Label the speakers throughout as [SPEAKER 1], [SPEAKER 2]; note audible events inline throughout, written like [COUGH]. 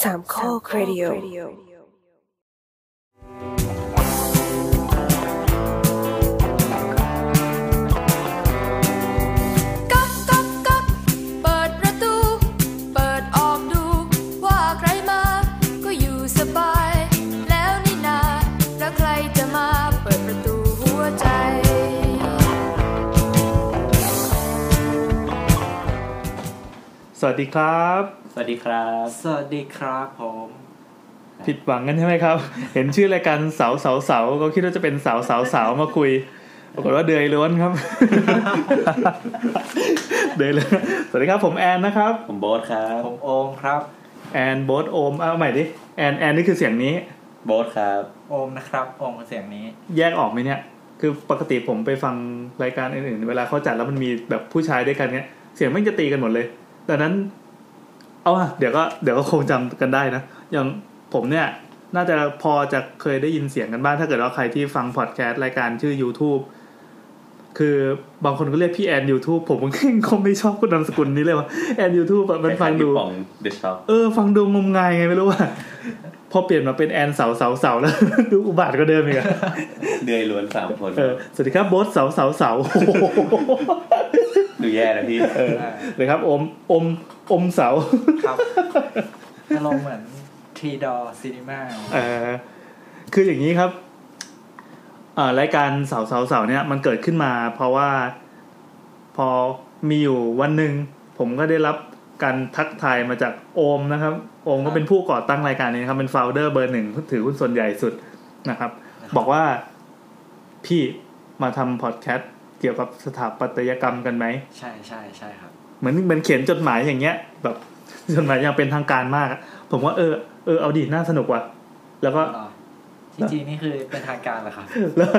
[SPEAKER 1] สามข้อครดิโอ
[SPEAKER 2] ก๊อกก๊อกก๊อกเปิดประตู เปิดออกดู ว่าใครมา ก็อยู่สบาย แล้วนี่นา แล้วใครจะมาเปิดประตูหัวใจ
[SPEAKER 3] สวัสดีครับ
[SPEAKER 4] สวัสดีครับ
[SPEAKER 5] สวัสดีครับผม
[SPEAKER 3] ผิดหวังกันใช่ไหม [LAUGHS] ครับ เห็นชื่อรายการเสาเสาเสาก็คิดว่าจะเป็นสาวสาวสาวมาคุยปรากฏว่าเดือยล้วนครับ [LAUGHS] เดือยล้วนสวัสดีครับผมแอนนะครับ
[SPEAKER 4] ผมโบ๊ทครับ
[SPEAKER 5] ผมโอมครับ
[SPEAKER 3] แอนโบทโอมเอาใหม่ดิแอนแอนนี่คือเสียงนี้
[SPEAKER 4] โบ๊ทครับ
[SPEAKER 5] โอมนะครับโอมเสียงนี้
[SPEAKER 3] แยกออกไหมเนี่ย คือปกติผมไปฟังรายการอื่นๆ เวลาเขาจัดแล้วมันมีแบบผู้ชายด้วยกันเนี่ย เสียงมันจะตีกันหมดเลยดังนั้น เอาอะเดี๋ยวก็เดี๋ยวก็คงจำกันได้นะ อย่างผมเนี่ย น่าจะพอจะเคยได้ยินเสียงกันบ้าง ถ้าเกิดว่าใครที่ฟังพอดแคสต์รายการชื่อ YouTube คือบางคนก็เรียกพี่แอน YouTube ผมก็ คงไม่ชอบคุณนามสกุลนี้เลยว่าแอน YouTube อะมันฟังดู
[SPEAKER 4] ของ The Shop
[SPEAKER 3] เออ ฟังดูงมงายไงไม่รู้ว่า พอเปลี่ยนมาเป็นแอนเสาเสาเสาแล้ว [LAUGHS] ดูอุบาทก็เดิมอีกอะ
[SPEAKER 4] เดือยล้วนสามคน
[SPEAKER 3] เออสวัสดีครับโบทเสาเสาเสาโอ้โห
[SPEAKER 4] ดูแย่นะพี่
[SPEAKER 3] สวั [LAUGHS] สดีครับอมอมอมเสา
[SPEAKER 5] ครับอารมณ์เหมือนทีดอซีนีมา
[SPEAKER 3] เออคืออย่างนี้ครับเอ่อรายการเสาเสาเสาเนี่ยมันเกิดขึ้นมา เพราะว่าพอมีอยู่วันหนึ่งผมก็ได้รับการทักทายมาจากโอมนะครับโอมก็เป็นผู้ก่อตั้งรายการนี้นะครับเป็นโฟลเดอร์เบอร์หนึ่งถือหุ้นส่วนใหญ่สุดนะครับ บอกว่าพี่มาทำพอดแคสต์เกี่ยวกับสถาปัตยกรรมกันไหม
[SPEAKER 5] ใช่ใช่ใช่ครับ
[SPEAKER 3] เหมือนเหมือนเขียนจดหมายอย่างเงี้ย แบบ จดหมายอย่างเป็นทางการมากอะผมว่าเออเออเอาดีน่าสนุกว่ะแล้วก็ [LAUGHS]
[SPEAKER 5] อ๋อที่จริงนี่คือเป็นทางการเหรอครับ
[SPEAKER 3] แล้ว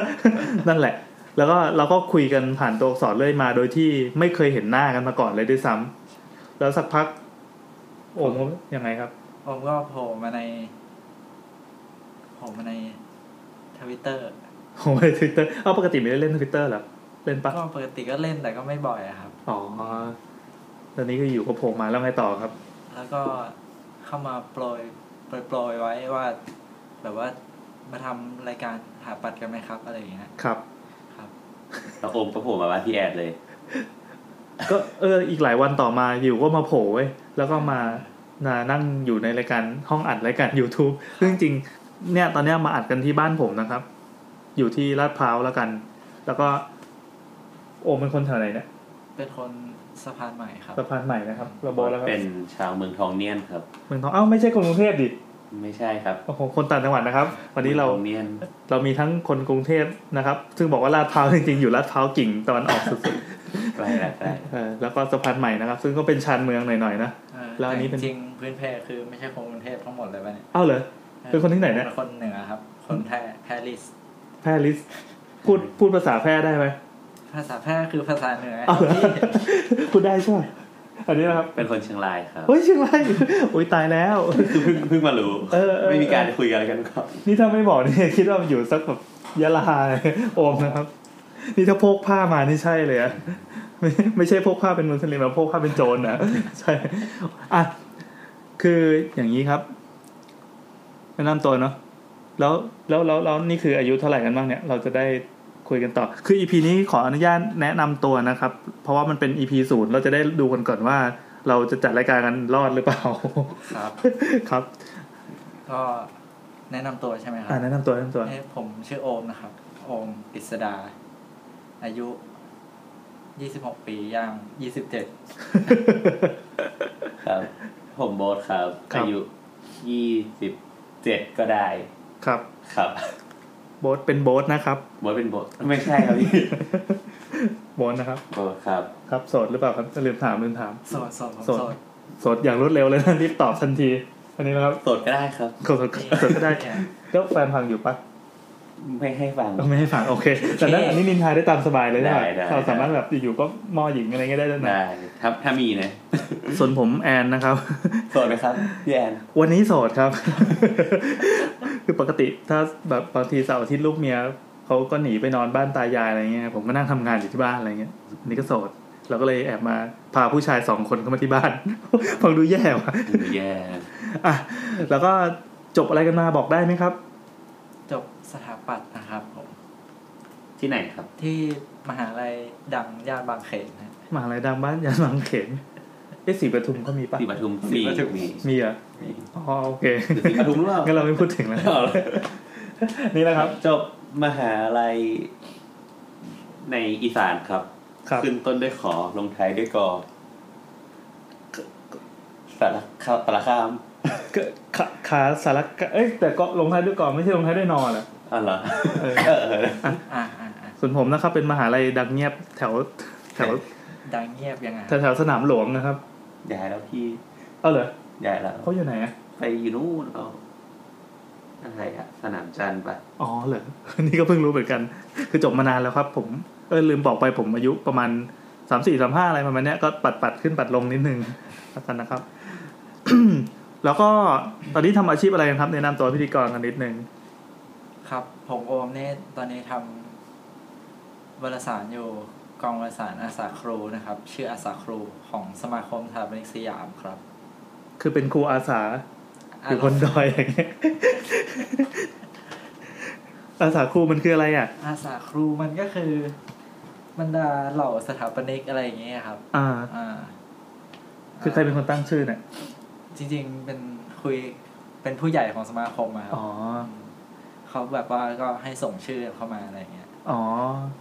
[SPEAKER 3] นั่นแหละ แล้วก็เราก็คุยกันผ่านตัวอักษรเรื่อยมาโดยที่ไม่เคยเห็นหน้ากันมาก่อนเลยด้วยซ้ำแล้วสักพัก โอ้มก็ยังไงครับ
[SPEAKER 5] โอมก็โผล่มาในโผล่มาในทวิตเตอร์
[SPEAKER 3] โอ้ยทวิตเตอร์เอาปกติไม่ได้เล่นทวิตเตอร์หรอเล่นปะ
[SPEAKER 5] ก็ปกติก็เล่นแต่ก็ไม่บ่อยอะครับ
[SPEAKER 3] อ๋อตอนนี้ก็อยู่ก็โผล่มาแล้วไงต่อครับ
[SPEAKER 5] แล้วก็เข้ามาโปรยโปรยโปรยไว้ว่า แบบว่ามาทำรายการหาปัดกันไหมครับ อะไรอย่างเงี้ย
[SPEAKER 3] ครับ
[SPEAKER 4] แล้วโอมก็โผล่มาบ้านพี่แอดเลย
[SPEAKER 3] ก็เอออีกหลายวันต่อมาอยู่ก็มาโผล่เว้ยแล้วก็มานานั่งอยู่ในรายการห้องอัดรายการ YouTube ซึ่งจริงๆเนี่ยตอนเนี้ยมาอัดกันที่บ้านผมนะครับ อยู่ที่ลาดพร้าวแล้วกัน แล้วก็ โอมเป็นคนแถวไหนเนี่ย
[SPEAKER 5] เป็นคนสะพานใหม่ครับ
[SPEAKER 3] สะพานใหม่นะครับระบอแล้วครับ
[SPEAKER 4] เป็นชาวเมืองทองเนียนครับ
[SPEAKER 3] เมืองทองเอ้าไม่ใช่คนกรุงเทพดิ
[SPEAKER 4] ไม่ใช่ครับ
[SPEAKER 3] โอ้โหคนต่างจังหวัดนะครับ วันนี้เรา
[SPEAKER 4] มืองทองเนียน
[SPEAKER 3] เรามีทั้งคนกรุงเทพนะครับ ซึ่งบอกว่าลาดพร้าวจริงๆอยู่ลาดพร้าวกิ่งตอนออกสุด
[SPEAKER 4] ใกล้ละใกล้ละ
[SPEAKER 3] ๆเออแล้วก็สะพานใหม่นะครับ ซึ่งก็เป็นชานเมืองหน่อยๆนะ
[SPEAKER 5] เออ
[SPEAKER 3] แล้วอันนี้เป็น
[SPEAKER 5] จริงๆพื้นเพคือไม่ใช่คนกรุงเทพทั้งหมดเลยป่ะเนี่ย
[SPEAKER 3] เอ้าเหรอ เป็นคนที่ไหนเนี่ย
[SPEAKER 5] เป็นคนเหนือครับ คนแพร่แพรลิส
[SPEAKER 3] แพรลิสพูดพูดภาษาแพร่ได้ไหม
[SPEAKER 5] ภาษาแพร่คือภาษาเหนือ
[SPEAKER 3] เอาเหรอ
[SPEAKER 5] ที่
[SPEAKER 3] คุณได้ใช่ไหมอันนี้นะครับ
[SPEAKER 4] เป็นคนเชียงรายครับ
[SPEAKER 3] เฮ้ยเชียงรายอุ้ยตายแล้ว
[SPEAKER 4] คือเพิ่งเพิ่งมารู้
[SPEAKER 3] เออเออ
[SPEAKER 4] ไม่มีการคุยกันกันก่อน
[SPEAKER 3] นี่ถ้าไม่บอกนี่ [LAUGHS] คิดว่ามันอยู่สักแบบยะลา [LAUGHS] โอมนะครับ นี่ถ้าพกผ้ามานี่ใช่เลยอะ [LAUGHS] ไม่ไม่ใช่พกผ้าเป็นมุสลิมนะพกผ้าเป็นโจรนะ [LAUGHS] ใช่อ่ะคืออย่างนี้ครับแนะนำตัวเนาะแล้วแล้วแล้วแล้วนี่คืออายุเท่าไหร่กันบ้างเนี่ย เราจะได้คุยกันต่อ คืออีพีนี้ขออนุญาตแนะนำตัวนะครับ เพราะว่ามันเป็นอีพีศูนย์เราจะได้ดูกันก่อนว่า เราจะจัดรายการกันรอดหรือเปล่า [LAUGHS]
[SPEAKER 5] ครับ
[SPEAKER 3] ครับ
[SPEAKER 5] ก็แนะนำตัวใช่ไหมครั
[SPEAKER 3] อ่ะแนะนำตัวแนะนำตัว [LAUGHS]
[SPEAKER 5] เอ้ยผมชื่อโอมนะครับ โอมปริศดา อายุ 26 ปีย่าง 27
[SPEAKER 4] ครับ ผมโบ๊ทครับ อายุยี่สิบเจ็ดก็ได้
[SPEAKER 3] ครับ
[SPEAKER 4] ครับ
[SPEAKER 3] โบ๊ทเป็นโบ๊ทนะครับ
[SPEAKER 4] โบ๊ทเป็นโบ๊ทไม่ใช่ครับพี่
[SPEAKER 3] โบนนะครับ
[SPEAKER 4] โบ๊ทครับ
[SPEAKER 3] ครับโสดหรือเปล่าครับลืมถามลืมถาม
[SPEAKER 5] โสดโสดผม
[SPEAKER 3] โสด
[SPEAKER 5] โสด
[SPEAKER 3] โสดอย่างรวดเร็วเลยนะ [LAUGHS] รีบตอบทันที อันนี้นะครับ
[SPEAKER 4] โสดก็ได้ครับ
[SPEAKER 3] โสดโสดก็ได้
[SPEAKER 5] เนี่ย
[SPEAKER 3] แล้วแฟนฟังอยู่ปะ
[SPEAKER 4] ไม่ให้ฟัง
[SPEAKER 3] เอาไม่ให้ฟังโอเคแต่นั้นอันนี้นินทาได้ตามสบายเลยนะ
[SPEAKER 4] ได้ได้
[SPEAKER 3] เราสามารถแบบอยู่ๆก็มอหญิงอะไรเงี้ยได้ด้วยนะ
[SPEAKER 4] ได้ถ้าถ้ามีนะ
[SPEAKER 3] ส่วนผมแอนนะครับ
[SPEAKER 4] โสดไหมครับพี่แอน
[SPEAKER 3] วันนี้โสดครับ [LAUGHS] คือปกติถ้าแบบบางทีเสาร์อาทิตย์ลูกเมียเขาก็หนีไปนอนบ้านตายายอะไรเงี้ยผมก็นั่งทำงานอยู่ที่บ้านอะไรเงี้ยอันนี่ก็โสด [LAUGHS] เราก็เลยแอบมาพาผู้ชายสองคนเข้ามาที่บ้าน ฟังดูแย่ว่ะ
[SPEAKER 4] แย่
[SPEAKER 3] อ่ะแล้วก็จบอะไรกันมาบอกได้ไหมครับ
[SPEAKER 5] จบสถาปัตย์นะครับผม
[SPEAKER 4] ที่ไหนครับ
[SPEAKER 5] ที่มหาลัยดังย่านบางเขนนะ
[SPEAKER 3] มหาลัยดังบ้าน [LAUGHS] ยานบางเขนเอ๊ะสีปทุมก็มีปะ
[SPEAKER 4] สีปทุม
[SPEAKER 5] สีปทุม
[SPEAKER 4] มี
[SPEAKER 3] มีเหรอ
[SPEAKER 4] มี
[SPEAKER 3] อ๋อโอเค
[SPEAKER 4] สีปทุมหรือเปล่า
[SPEAKER 3] [LAUGHS] งั้นเราไม่พูดถึงแล้ว นี่นะครับ
[SPEAKER 4] จบมหาลัยในอีสานครับ
[SPEAKER 3] ครับ
[SPEAKER 4] ขึ้นต้นด้วยขอลงท้ายด้วยกอสารคามสารคาม
[SPEAKER 3] ก็ขาขาสารกะเอ้ยแต่ก็ลงท้ายด้วยก่อนไม่ใช่ลงท้ายด้วยนอนอ่ะ
[SPEAKER 4] อ๋อเหรอ
[SPEAKER 3] เออ
[SPEAKER 4] เออ
[SPEAKER 5] อ่าอ่าอ่า
[SPEAKER 3] ส่วนผมนะครับเป็นมหาลัยดังเงียบแถวแถว
[SPEAKER 5] ดังเงียบยังไง
[SPEAKER 3] แถวแถวสนามหลวงนะครับ
[SPEAKER 4] ย้ายแล้วพี่
[SPEAKER 3] เอาเหรอ
[SPEAKER 4] ย้ายแล้ว
[SPEAKER 3] เขาอยู่ไหนอะ
[SPEAKER 4] ไปอยู่นู่นเอาอะไรอะสนามจันทร์ปะ
[SPEAKER 3] อ๋อเหรอ นี่ก็เพิ่งรู้เหมือนกัน คือจบมานานแล้วครับ ผมเออลืมบอกไปผมอายุประมาณสามสี่สามห้าอะไรประมาณเนี้ยก็ปัดปัดขึ้นปัดลงนิดนึงแล้วกันนะครับ [COUGHS] แล้วก็ตอนนี้ทำอาชีพอะไรกันครับแนะนำตัวพิธีกรกันนิดนึง
[SPEAKER 5] ครับ ผมโอมเนี่ยตอนนี้ทำวารสารอยู่กองวารสารอาสาครูนะครับ ชื่ออาสาครูของสมาคมสถาปนิกสยามครับ
[SPEAKER 3] คือเป็นครูอาสาอ
[SPEAKER 5] อ่ะ
[SPEAKER 3] ยู่บนดอยอย่างเงี้ยอาสาครูมันคืออะไรอ่ะ
[SPEAKER 5] อาสาครูมันก็คือบรรดาเหล่าสถาปนิกอะไรอย่างเงี้ยครับ
[SPEAKER 3] อ่า
[SPEAKER 5] อ่า
[SPEAKER 3] คือใครเป็นคนตั้งชื่อเนี่ย
[SPEAKER 5] จริงๆ เป็นคุยเป็นผู้ใหญ่ของสมาคมอะครับ
[SPEAKER 3] อ๋อ
[SPEAKER 5] มเขาแบบว่าก็ให้ส่งชื่อเข้ามาอะไรเงี้ย
[SPEAKER 3] อ๋อ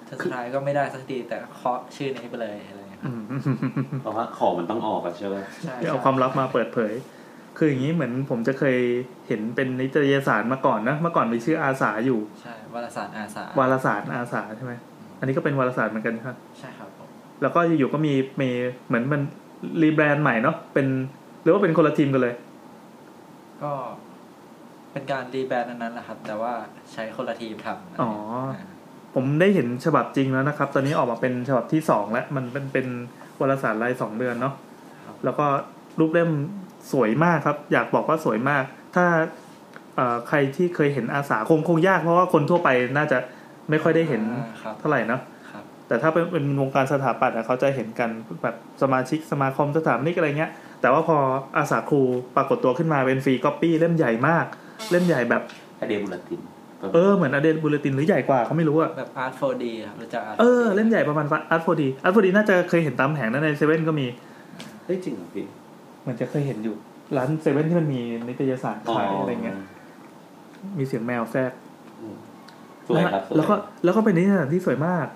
[SPEAKER 5] แต่สุดท้ายก็ไม่ได้สักทีแต่เคาะชื่อนี้ไปเลยอะไรเงี้ย
[SPEAKER 3] อืม
[SPEAKER 4] เพราะว่าของมันต้องออกอะใช่ไหม
[SPEAKER 5] ใช่
[SPEAKER 3] เดี๋ยวเอา
[SPEAKER 5] ใช่
[SPEAKER 3] ความลับมาเปิดเผย คืออย่างนี้เหมือนผมจะเคยเห็นเป็นนิตยสารมาก่อนนะ เมื่อก่อนมีชื่ออาสาอยู่
[SPEAKER 5] ใช่วารสารอาสาว
[SPEAKER 3] ารสารอาสาใช่ไหม อันนี้ก็เป็นวารสารเหมือนกันครับ
[SPEAKER 5] ใช่ครับผม
[SPEAKER 3] แล้วก็อยู่ๆก็มีมีเหมือนมันรีแบรนด์ใหม่เนาะ เป็นหรือว่าเป็นคนละทีมกันเลย
[SPEAKER 5] ก็เป็นการรีแบรนด์อันนั้นแหละครับ แต่ว่าใช้คนละทีมทำ
[SPEAKER 3] อ๋อ
[SPEAKER 5] า
[SPEAKER 3] ผมได้เห็นฉบับจริงแล้วนะครับ ตอนนี้ออกมาเป็นฉบับที่สองแล้ว มันเป็นเป็นวารสารรายสองเดือนเนาะ แล้วก็รูปเล่มสวยมากครับ อยากบอกว่าสวยมาก ถ้าเอ่อใครที่เคยเห็นอาสาคงคงยากเพราะว่าคนทั่วไปน่าจะไม่ค่อยได้เห็น
[SPEAKER 5] อ่าครับ
[SPEAKER 3] เท่าไหร่เนาะ
[SPEAKER 5] ครับ
[SPEAKER 3] แต่ถ้าเป็นเป็นวงการสถาปัตย์อะเขาจะเห็นกันแบบสมาชิกสมาคมสถาปนิกอะไรเงี้ย แต่ว่าพออาสาครูปรากฏตัวขึ้นมาเป็นฟรีก๊อปปี้เล่มใหญ่มาก เล่มใหญ่แบบ
[SPEAKER 4] คดีบุรติน
[SPEAKER 3] เออเหมือนอเดนบูลตินหรือใหญ่กว่าเขาไม่รู้อะ
[SPEAKER 5] แบบอาร์ตโฟดีครับรู้จัก Art
[SPEAKER 3] เออ
[SPEAKER 5] 4D
[SPEAKER 3] เล่มใหญ่ประมาณอาร์ตโฟดีอาร์ตโฟดีน่าจะเคยเห็นตามแผงนะในเซเว่นก็มี
[SPEAKER 4] เฮ้ยจริงเหรอพี่
[SPEAKER 3] เหมือนจะเคยเห็นอยู่ ร้านเซเว่นที่มันมีนิตยสารขายอะไรเงี้ยมีเสียงแมวแทรก
[SPEAKER 4] สวยครับสย
[SPEAKER 3] แล้วก็แล้วก็เป็นนิตยสารที่สวยมาก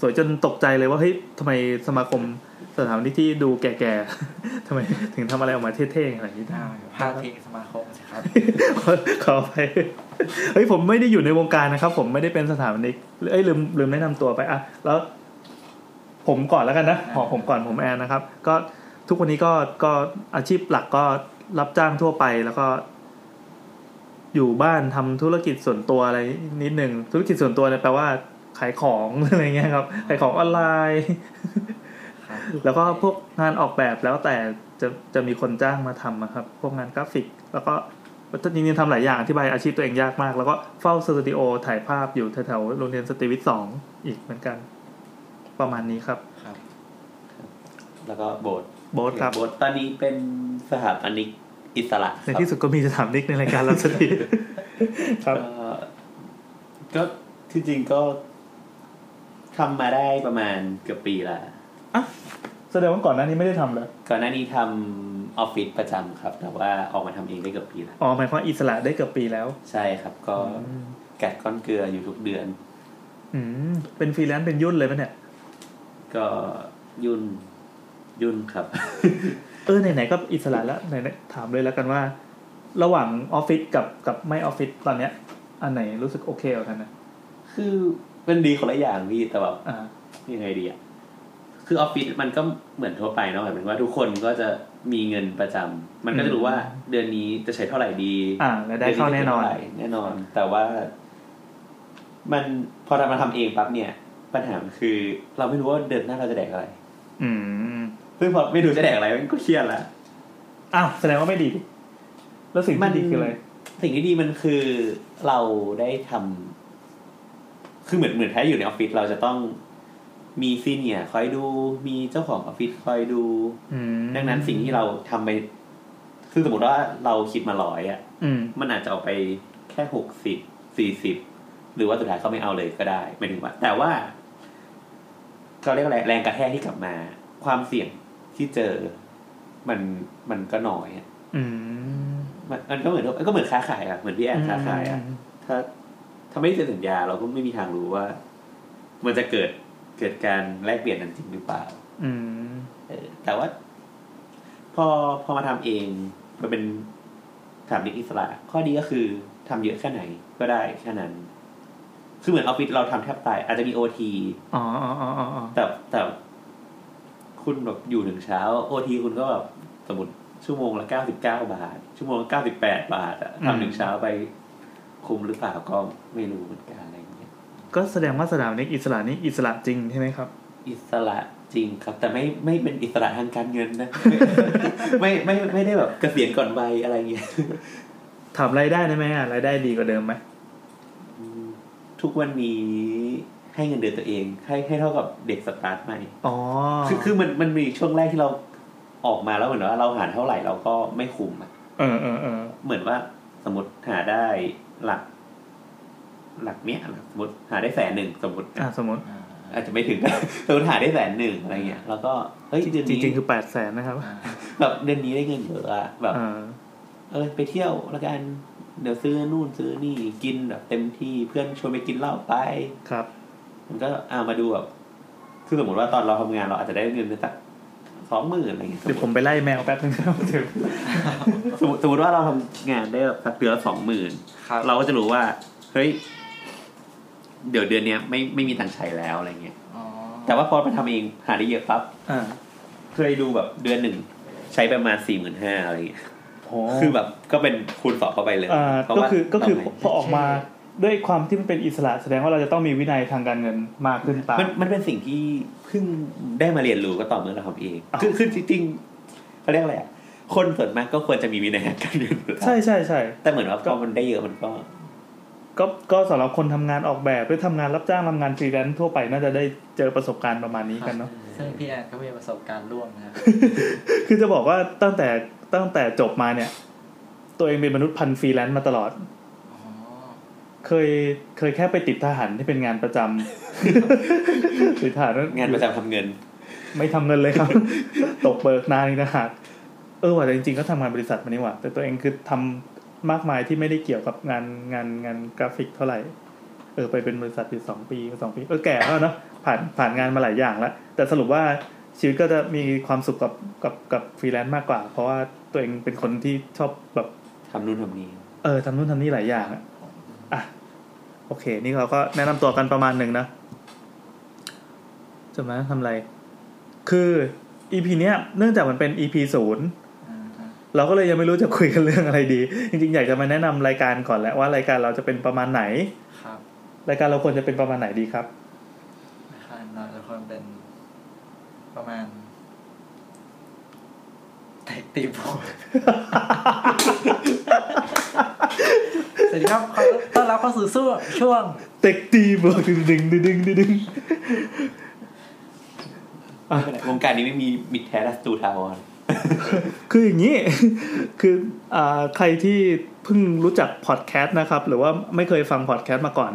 [SPEAKER 3] สวยจนตกใจเลยว่าเฮ้ยทำไมสมาคมสถาปนิกที่ดูแก่ๆ [LAUGHS] ทำไมถึงทำอะไรออกมาเท่ๆอะไรอย่างนี้ได้
[SPEAKER 5] อ่าพาดพิงสมาคมสิครับ
[SPEAKER 3] ขอ [LAUGHS] ขอไปเฮ้ยผมไม่ได้อยู่ในวงการนะครับ ผมไม่ได้เป็นสถาปนิกเอ้ยลืมลืมแนะนำตัวไปอ่ะแล้ว ผมก่อนแล้วกันนะ
[SPEAKER 5] อ่า
[SPEAKER 3] ขอผมก่อนผมแอนนะครับ ก็ทุกวันนี้ก็ก็อาชีพหลักก็รับจ้างทั่วไปแล้วก็ อยู่บ้านทำธุรกิจส่วนตัวอะไรนิดหนึ่งธุรกิจส่วนตัวเนี่ยแปลว่าขายของ [LAUGHS] อะไรเงี้ยครับขายของออนไลน์
[SPEAKER 5] ครับ
[SPEAKER 3] แล้วก็พวกงานออกแบบแล้วแต่จะจะมีคนจ้างมาทำอะครับ พวกงานกราฟิก แล้วก็จริงๆทำหลายอย่างอธิบายอาชีพตัวเองยากมาก แล้วก็เฝ้าสตูดิโอถ่ายภาพอยู่แถวๆโรงเรียนสตรีวิทย์สองอีกเหมือนกัน ประมาณนี้ครับ
[SPEAKER 5] ครับ
[SPEAKER 4] แล้วก็โบสถ์
[SPEAKER 3] โบ๊ทครับ
[SPEAKER 4] โบสถ์ตอนนี้เป็นสถาปนิกอิสระ
[SPEAKER 3] ในที่สุดก็มีจะถามนิกในรายการเราสักทีค
[SPEAKER 4] ค
[SPEAKER 3] รั
[SPEAKER 4] รั
[SPEAKER 3] บบ
[SPEAKER 4] ก็ก็ที่จริงก็ทำมาได้ประมาณเกือบปีละ
[SPEAKER 3] แสดงว่าก่อนหน้านี้ไม่ได้ทำเลย
[SPEAKER 4] ก่อนหน้านี้ทำออฟฟิศประจำครับ แต่ว่าออกมาทำเองได้เกือบปีละ
[SPEAKER 3] อ๋อหมายความว่าอิสระได้เกือบปีแล้ว
[SPEAKER 4] ใช่ครับ ก็กัดก้อนเกลืออยู่ทุกเดือน
[SPEAKER 3] อืมเป็นฟรีแลนซ์เป็นยุ่นเลยปะเนี่ย
[SPEAKER 4] ก็ยุ่นยุ่นครับ [LAUGHS]
[SPEAKER 3] เออไหนๆก็อิสระแล้วไหนๆถามเลยแล้วกันว่า ระหว่างออฟฟิศกับกับไม่ออฟฟิศตอนเนี้ย อันไหนรู้สึกโอเคกว่ากันนะ
[SPEAKER 4] คือเป็นดีคนละอย่างพี่แต่แบบ
[SPEAKER 3] อ่า
[SPEAKER 4] ยังไงดีอ่ะ คือออฟฟิศมันก็เหมือนทั่วไปเนาะหมายถึงว่าทุกคนก็จะมีเงินประจำ มันก็จะรู้ว่าเดือนนี้จะใช้เท่าไหร่ดี
[SPEAKER 3] อ่ารายได้เข้าแน่นอน
[SPEAKER 4] เดืจะใช้เท่าไหร่แน่นอน แต่ว่า มันพอเรามาทำเองปั๊บเนี่ย ปัญหามันคือ เราไม่รู้ว่าเดือนหน้าเราจะแดกอะไร
[SPEAKER 3] อืม
[SPEAKER 4] ซึ่งพอไม่รู้จะแดกอะไรมันก็เครียดละ
[SPEAKER 3] อ้าวแสดงว่าไม่ดีดิแล้วสิ่ง
[SPEAKER 4] มั
[SPEAKER 3] ที่
[SPEAKER 4] น
[SPEAKER 3] ดีคืออะไร
[SPEAKER 4] สิ่งที่ดีมันคือเราได้ทำ คือเหมือนเหมือนถ้าอยู่ในออฟฟิศเราจะต้องมีซีเนียร์คอยดู มีเจ้าของออฟฟิศคอยดู
[SPEAKER 3] อืม
[SPEAKER 4] ดังนั้นสิ่งที่เราทำไป ซึ่งสมมติว่าเราคิดมาร้อยอ่ะ
[SPEAKER 3] อืม
[SPEAKER 4] มันอาจจะออกไปแค่หกสิบสี่สิบหรือว่าสุดท้ายเขาไม่เอาเลยก็ได้หมายถึงว่า แต่ว่าเขาเรียกว่าอะไรแรงกระแทกที่กลับมา ความเสี่ยงที่เจอ มันมันก็น้อยอะ
[SPEAKER 3] อืม
[SPEAKER 4] มันมันก็เหมือนก็เหมือนค้าขายอ่ะเหมือนพี่แอนค้าขายอ่ะถ้าถ้าไม่ได้เซ็นสัญญา เราก็ไม่มีทางรู้ว่า มันจะเกิดเกิดการแลกเปลี่ยนนั้นจริงหรือเปล่า
[SPEAKER 3] อืม
[SPEAKER 4] เออแต่ว่า พอพอมาทำเองมันเป็นถามนิกอิสระ ข้อดีก็คือทำเยอะแค่ไหนก็ได้แค่นั้น คือเหมือนออฟฟิศเราทำแทบตาย อาจจะมีโอที
[SPEAKER 3] อ๋ออ๋ออ๋ออ๋อ
[SPEAKER 4] แต่แต่ คุณแบบอยู่ถึงเช้าโอทีคุณก็แบบสมมติชั่วโมงละเก้าสิบเก้าบาท ชั่วโมงละเก้าสิบแปดบาทอะทำถึงเช้าไปคุมหรือเปล่าก็ไม่รู้เหมือนกันอะไรอย่างเงี้ย
[SPEAKER 3] ก็แสดงว่าสนามเล็กอิสระนี่อิสระจริงใช่ไหมครับ
[SPEAKER 4] อิสระจริงครับ แต่ไม่ไม่เป็นอิสระทางการเงินนะ [LAUGHS] ไม่ไม่ไม่ได้แบบเกษียณก่อนวัยอะไรเงี้ย
[SPEAKER 3] ถามรายได้ได้ไหมอ่ะรายได้ดีกว่าเดิมไหม
[SPEAKER 4] อืมทุกวันนี้ให้เงินเดือนตัวเอง ให้ให้เท่ากับเด็กสตาร์ทใหม่
[SPEAKER 3] อ๋อ
[SPEAKER 4] คือคือมันมันมีช่วงแรกที่เราออกมาแล้วเหมือนว่าเราหารเท่าไหร่เราก็ไม่คุ้มอะ
[SPEAKER 3] เออเออเออ
[SPEAKER 4] เหมือนว่าสมมติหาได้หลัก หลักเนี้ยหลักสมมติหาได้แสนหนึ่งสมมติ
[SPEAKER 3] อ่ะสมมติ
[SPEAKER 5] อ่า
[SPEAKER 4] อาจจะไม่ [LAUGHS] ถึง สมมติหาได้แสนหนึ่งอะไรเงี้ยแล้วก็เฮ้ยเดือน
[SPEAKER 3] จ
[SPEAKER 4] นี้
[SPEAKER 3] ริงๆคือแปดแสนนะครับ
[SPEAKER 5] อ่า
[SPEAKER 4] แบบเดือนนี้ได้เงินเยอะอะแบบ
[SPEAKER 3] เออ
[SPEAKER 4] เออไปเที่ยวแล้วกัน เดี๋ยวซื้อนู่นซื้อนี่กินแบบเต็มที่เพื่อนชวนไปกินเหล้าไป
[SPEAKER 3] ครับ
[SPEAKER 4] มันก็เอามาดูแบบคือสมมติว่าตอนเราทำงานเราอาจจะได้เงินสักสองหมื่นอะไรอย่างเงี้ย
[SPEAKER 3] เดี๋ยวผมไปไล่แมวแป๊บนึงครับถึง
[SPEAKER 4] สมมติสมมติว่าเราทำงานได้แบบสักเดือนละสองหมื่น
[SPEAKER 5] ครับ
[SPEAKER 4] เราก็จะรู้ว่า เฮ้ย เดี๋ยวเดือนเนี้ยไม่ไม่มีตังค์ใช้แล้วอะไรเงี้ย
[SPEAKER 5] อ๋อ
[SPEAKER 4] แต่ว่าพอไปทำเองหาได้เยอะปั๊บ
[SPEAKER 3] อ่า
[SPEAKER 4] เคยดูแบบเดือนหนึ่งใช้ประมาณสี่หมื่นห้าอะไรเงี้ย
[SPEAKER 3] โห
[SPEAKER 4] คือแบบก็เป็นคูณสองเข้าไปเลย
[SPEAKER 3] อ่า
[SPEAKER 4] เพราะ
[SPEAKER 3] ก็
[SPEAKER 4] ว่า
[SPEAKER 3] คือก็คือ
[SPEAKER 4] เราไม่
[SPEAKER 3] พอออกมาด้วยความที่มันเป็นอิสระแสดงว่าเราจะต้องมีวินัยทางการเงินมากขึ้นตาม
[SPEAKER 4] มันมันเป็นสิ่งที่เพิ่งได้มาเรียนรู้ก็ต่อเมื่อเราทำเอง
[SPEAKER 3] อ้าว
[SPEAKER 4] คือคือจริงๆเขาเรียกอะไรอ่ะ คนส่วนมากก็ควรจะมีวินัยการเรียนรู้
[SPEAKER 3] ใช่ใช่ใช่
[SPEAKER 4] แต่เหมือนว่าพอมันได้เยอะมันก็
[SPEAKER 3] ก็ก็สำหรับคนทำงานออกแบบหรือทำงานรับจ้างทำงานฟรีแลนซ์ทั่วไปน่าจะได้เจอประสบการณ์ประมาณนี้กันเนาะ
[SPEAKER 5] ซึ่งพี่แอนก็มีประสบการณ์ร่วมนะครับ
[SPEAKER 3] คือจะบอกว่าตั้งแต่ตั้งแต่จบมาเนี่ย ตัวเองเป็นมนุษย์พันฟรีแลนซ์มาตลอด
[SPEAKER 5] อ๋อ
[SPEAKER 3] เคยเคยแค่ไปติดทหารที่เป็นงานประจำ ติด
[SPEAKER 4] [LAUGHS]
[SPEAKER 3] ทหาร
[SPEAKER 4] งานประจำทำเงิน
[SPEAKER 3] ไม่ทำเงินเลยครับ [LAUGHS] ตกเบิกนานอีกนะฮะเออว่าแต่จริงๆ ก็ทำงานบริษัทมานี่หว่า แต่ตัวเองคือทำมากมายที่ไม่ได้เกี่ยวกับงานงานงานกราฟิกเท่าไหร่ เออไปเป็นบริษัทอยู่สองปีสองปี เออแก่แล้วเนาะผ่านผ่านงานมาหลายอย่างแล้ว แต่สรุปว่าชีวิตก็จะมีความสุขกับกับกับฟรีแลนซ์มากกว่า เพราะว่าตัวเองเป็นคนที่ชอบแบบ
[SPEAKER 4] ทำนู่นทำนี่
[SPEAKER 3] เออทำนู่นทำนี่หลายอย่างอะอ่ะ โอเค นี่เราก็แนะนำตัวกันประมาณหนึ่งนะจะมาทำอะไร คือ EP เนี้ย เนื่องจากมันเป็น EP ศูนย์
[SPEAKER 5] อ่าฮะ
[SPEAKER 3] เราก็เลยยังไม่รู้จะคุยกันเรื่องอะไรดี จริงๆ อยากจะมาแนะนำรายการก่อนแหละว่ารายการเราจะเป็นประมาณไหน
[SPEAKER 5] ครับ
[SPEAKER 3] รายการเราควรจะเป็นประมาณไหนดีครับ
[SPEAKER 5] นะคะเราจะควรเป็นประมาณ [LAUGHS] เตะตีโพด [LAUGHS] สวัสดีครับขอต้อนรับเข้าสู่สู้ช่วง
[SPEAKER 3] เต็กตีบวกดึงดึงดึงดึงดึงอ่ะ
[SPEAKER 4] วงการนี้ไม่มีมิดแท้และสตูทาวอน
[SPEAKER 3] คืออย่างนี้ [LAUGHS] คืออ่าใครที่เพิ่งรู้จักพอดแคสต์นะครับ หรือว่าไม่เคยฟังพอดแคสต์มาก่อน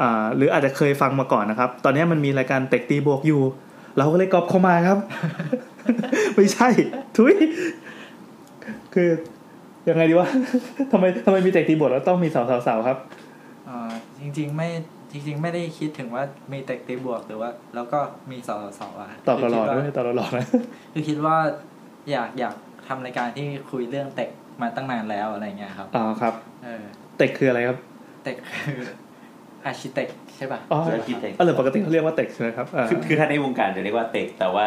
[SPEAKER 3] อ่าหรืออาจจะเคยฟังมาก่อนนะครับ ตอนนี้มันมีรายการเต็กตีบวกอยู่ เราก็เลยกอบเข้ามาครับ [LAUGHS] ไม่ใช่ ทุยคือยังไงดีวะ [LAUGHS] ทำไมทำไมมีเต็กตีบวกแล้วต้องมีสาวสาวสาวครับ
[SPEAKER 5] อ่าจริงๆไม่จริง ๆ ไม่ได้คิดถึงว่ามีเตกตีบวกหรือว่า แล้วก็มีสอสออะ
[SPEAKER 3] ตอบตลอด
[SPEAKER 5] คื
[SPEAKER 3] ด้ว
[SPEAKER 5] คิ
[SPEAKER 3] ย [LAUGHS]
[SPEAKER 5] ว่า
[SPEAKER 3] ตอบตลอดนะ
[SPEAKER 5] คือคิดว่าอยากอยากทำรายการที่คุยเรื่องเตกมาตั้งนานแล้วอะไรเงี้ยครับ
[SPEAKER 3] อ๋อครับ
[SPEAKER 5] เออ
[SPEAKER 3] เต็กคืออะไรครับ
[SPEAKER 5] เตกคือ [LAUGHS] อาชิเต็กใช่ป่ะ
[SPEAKER 3] อ๋อ
[SPEAKER 4] จะคิดเอง
[SPEAKER 3] เออหรือปกติเขาเรียกว่าเต็กใช่ไหมครับอ่า
[SPEAKER 4] คือคือถ้าในวงการจะเรียกว่าเตกแต่ว่า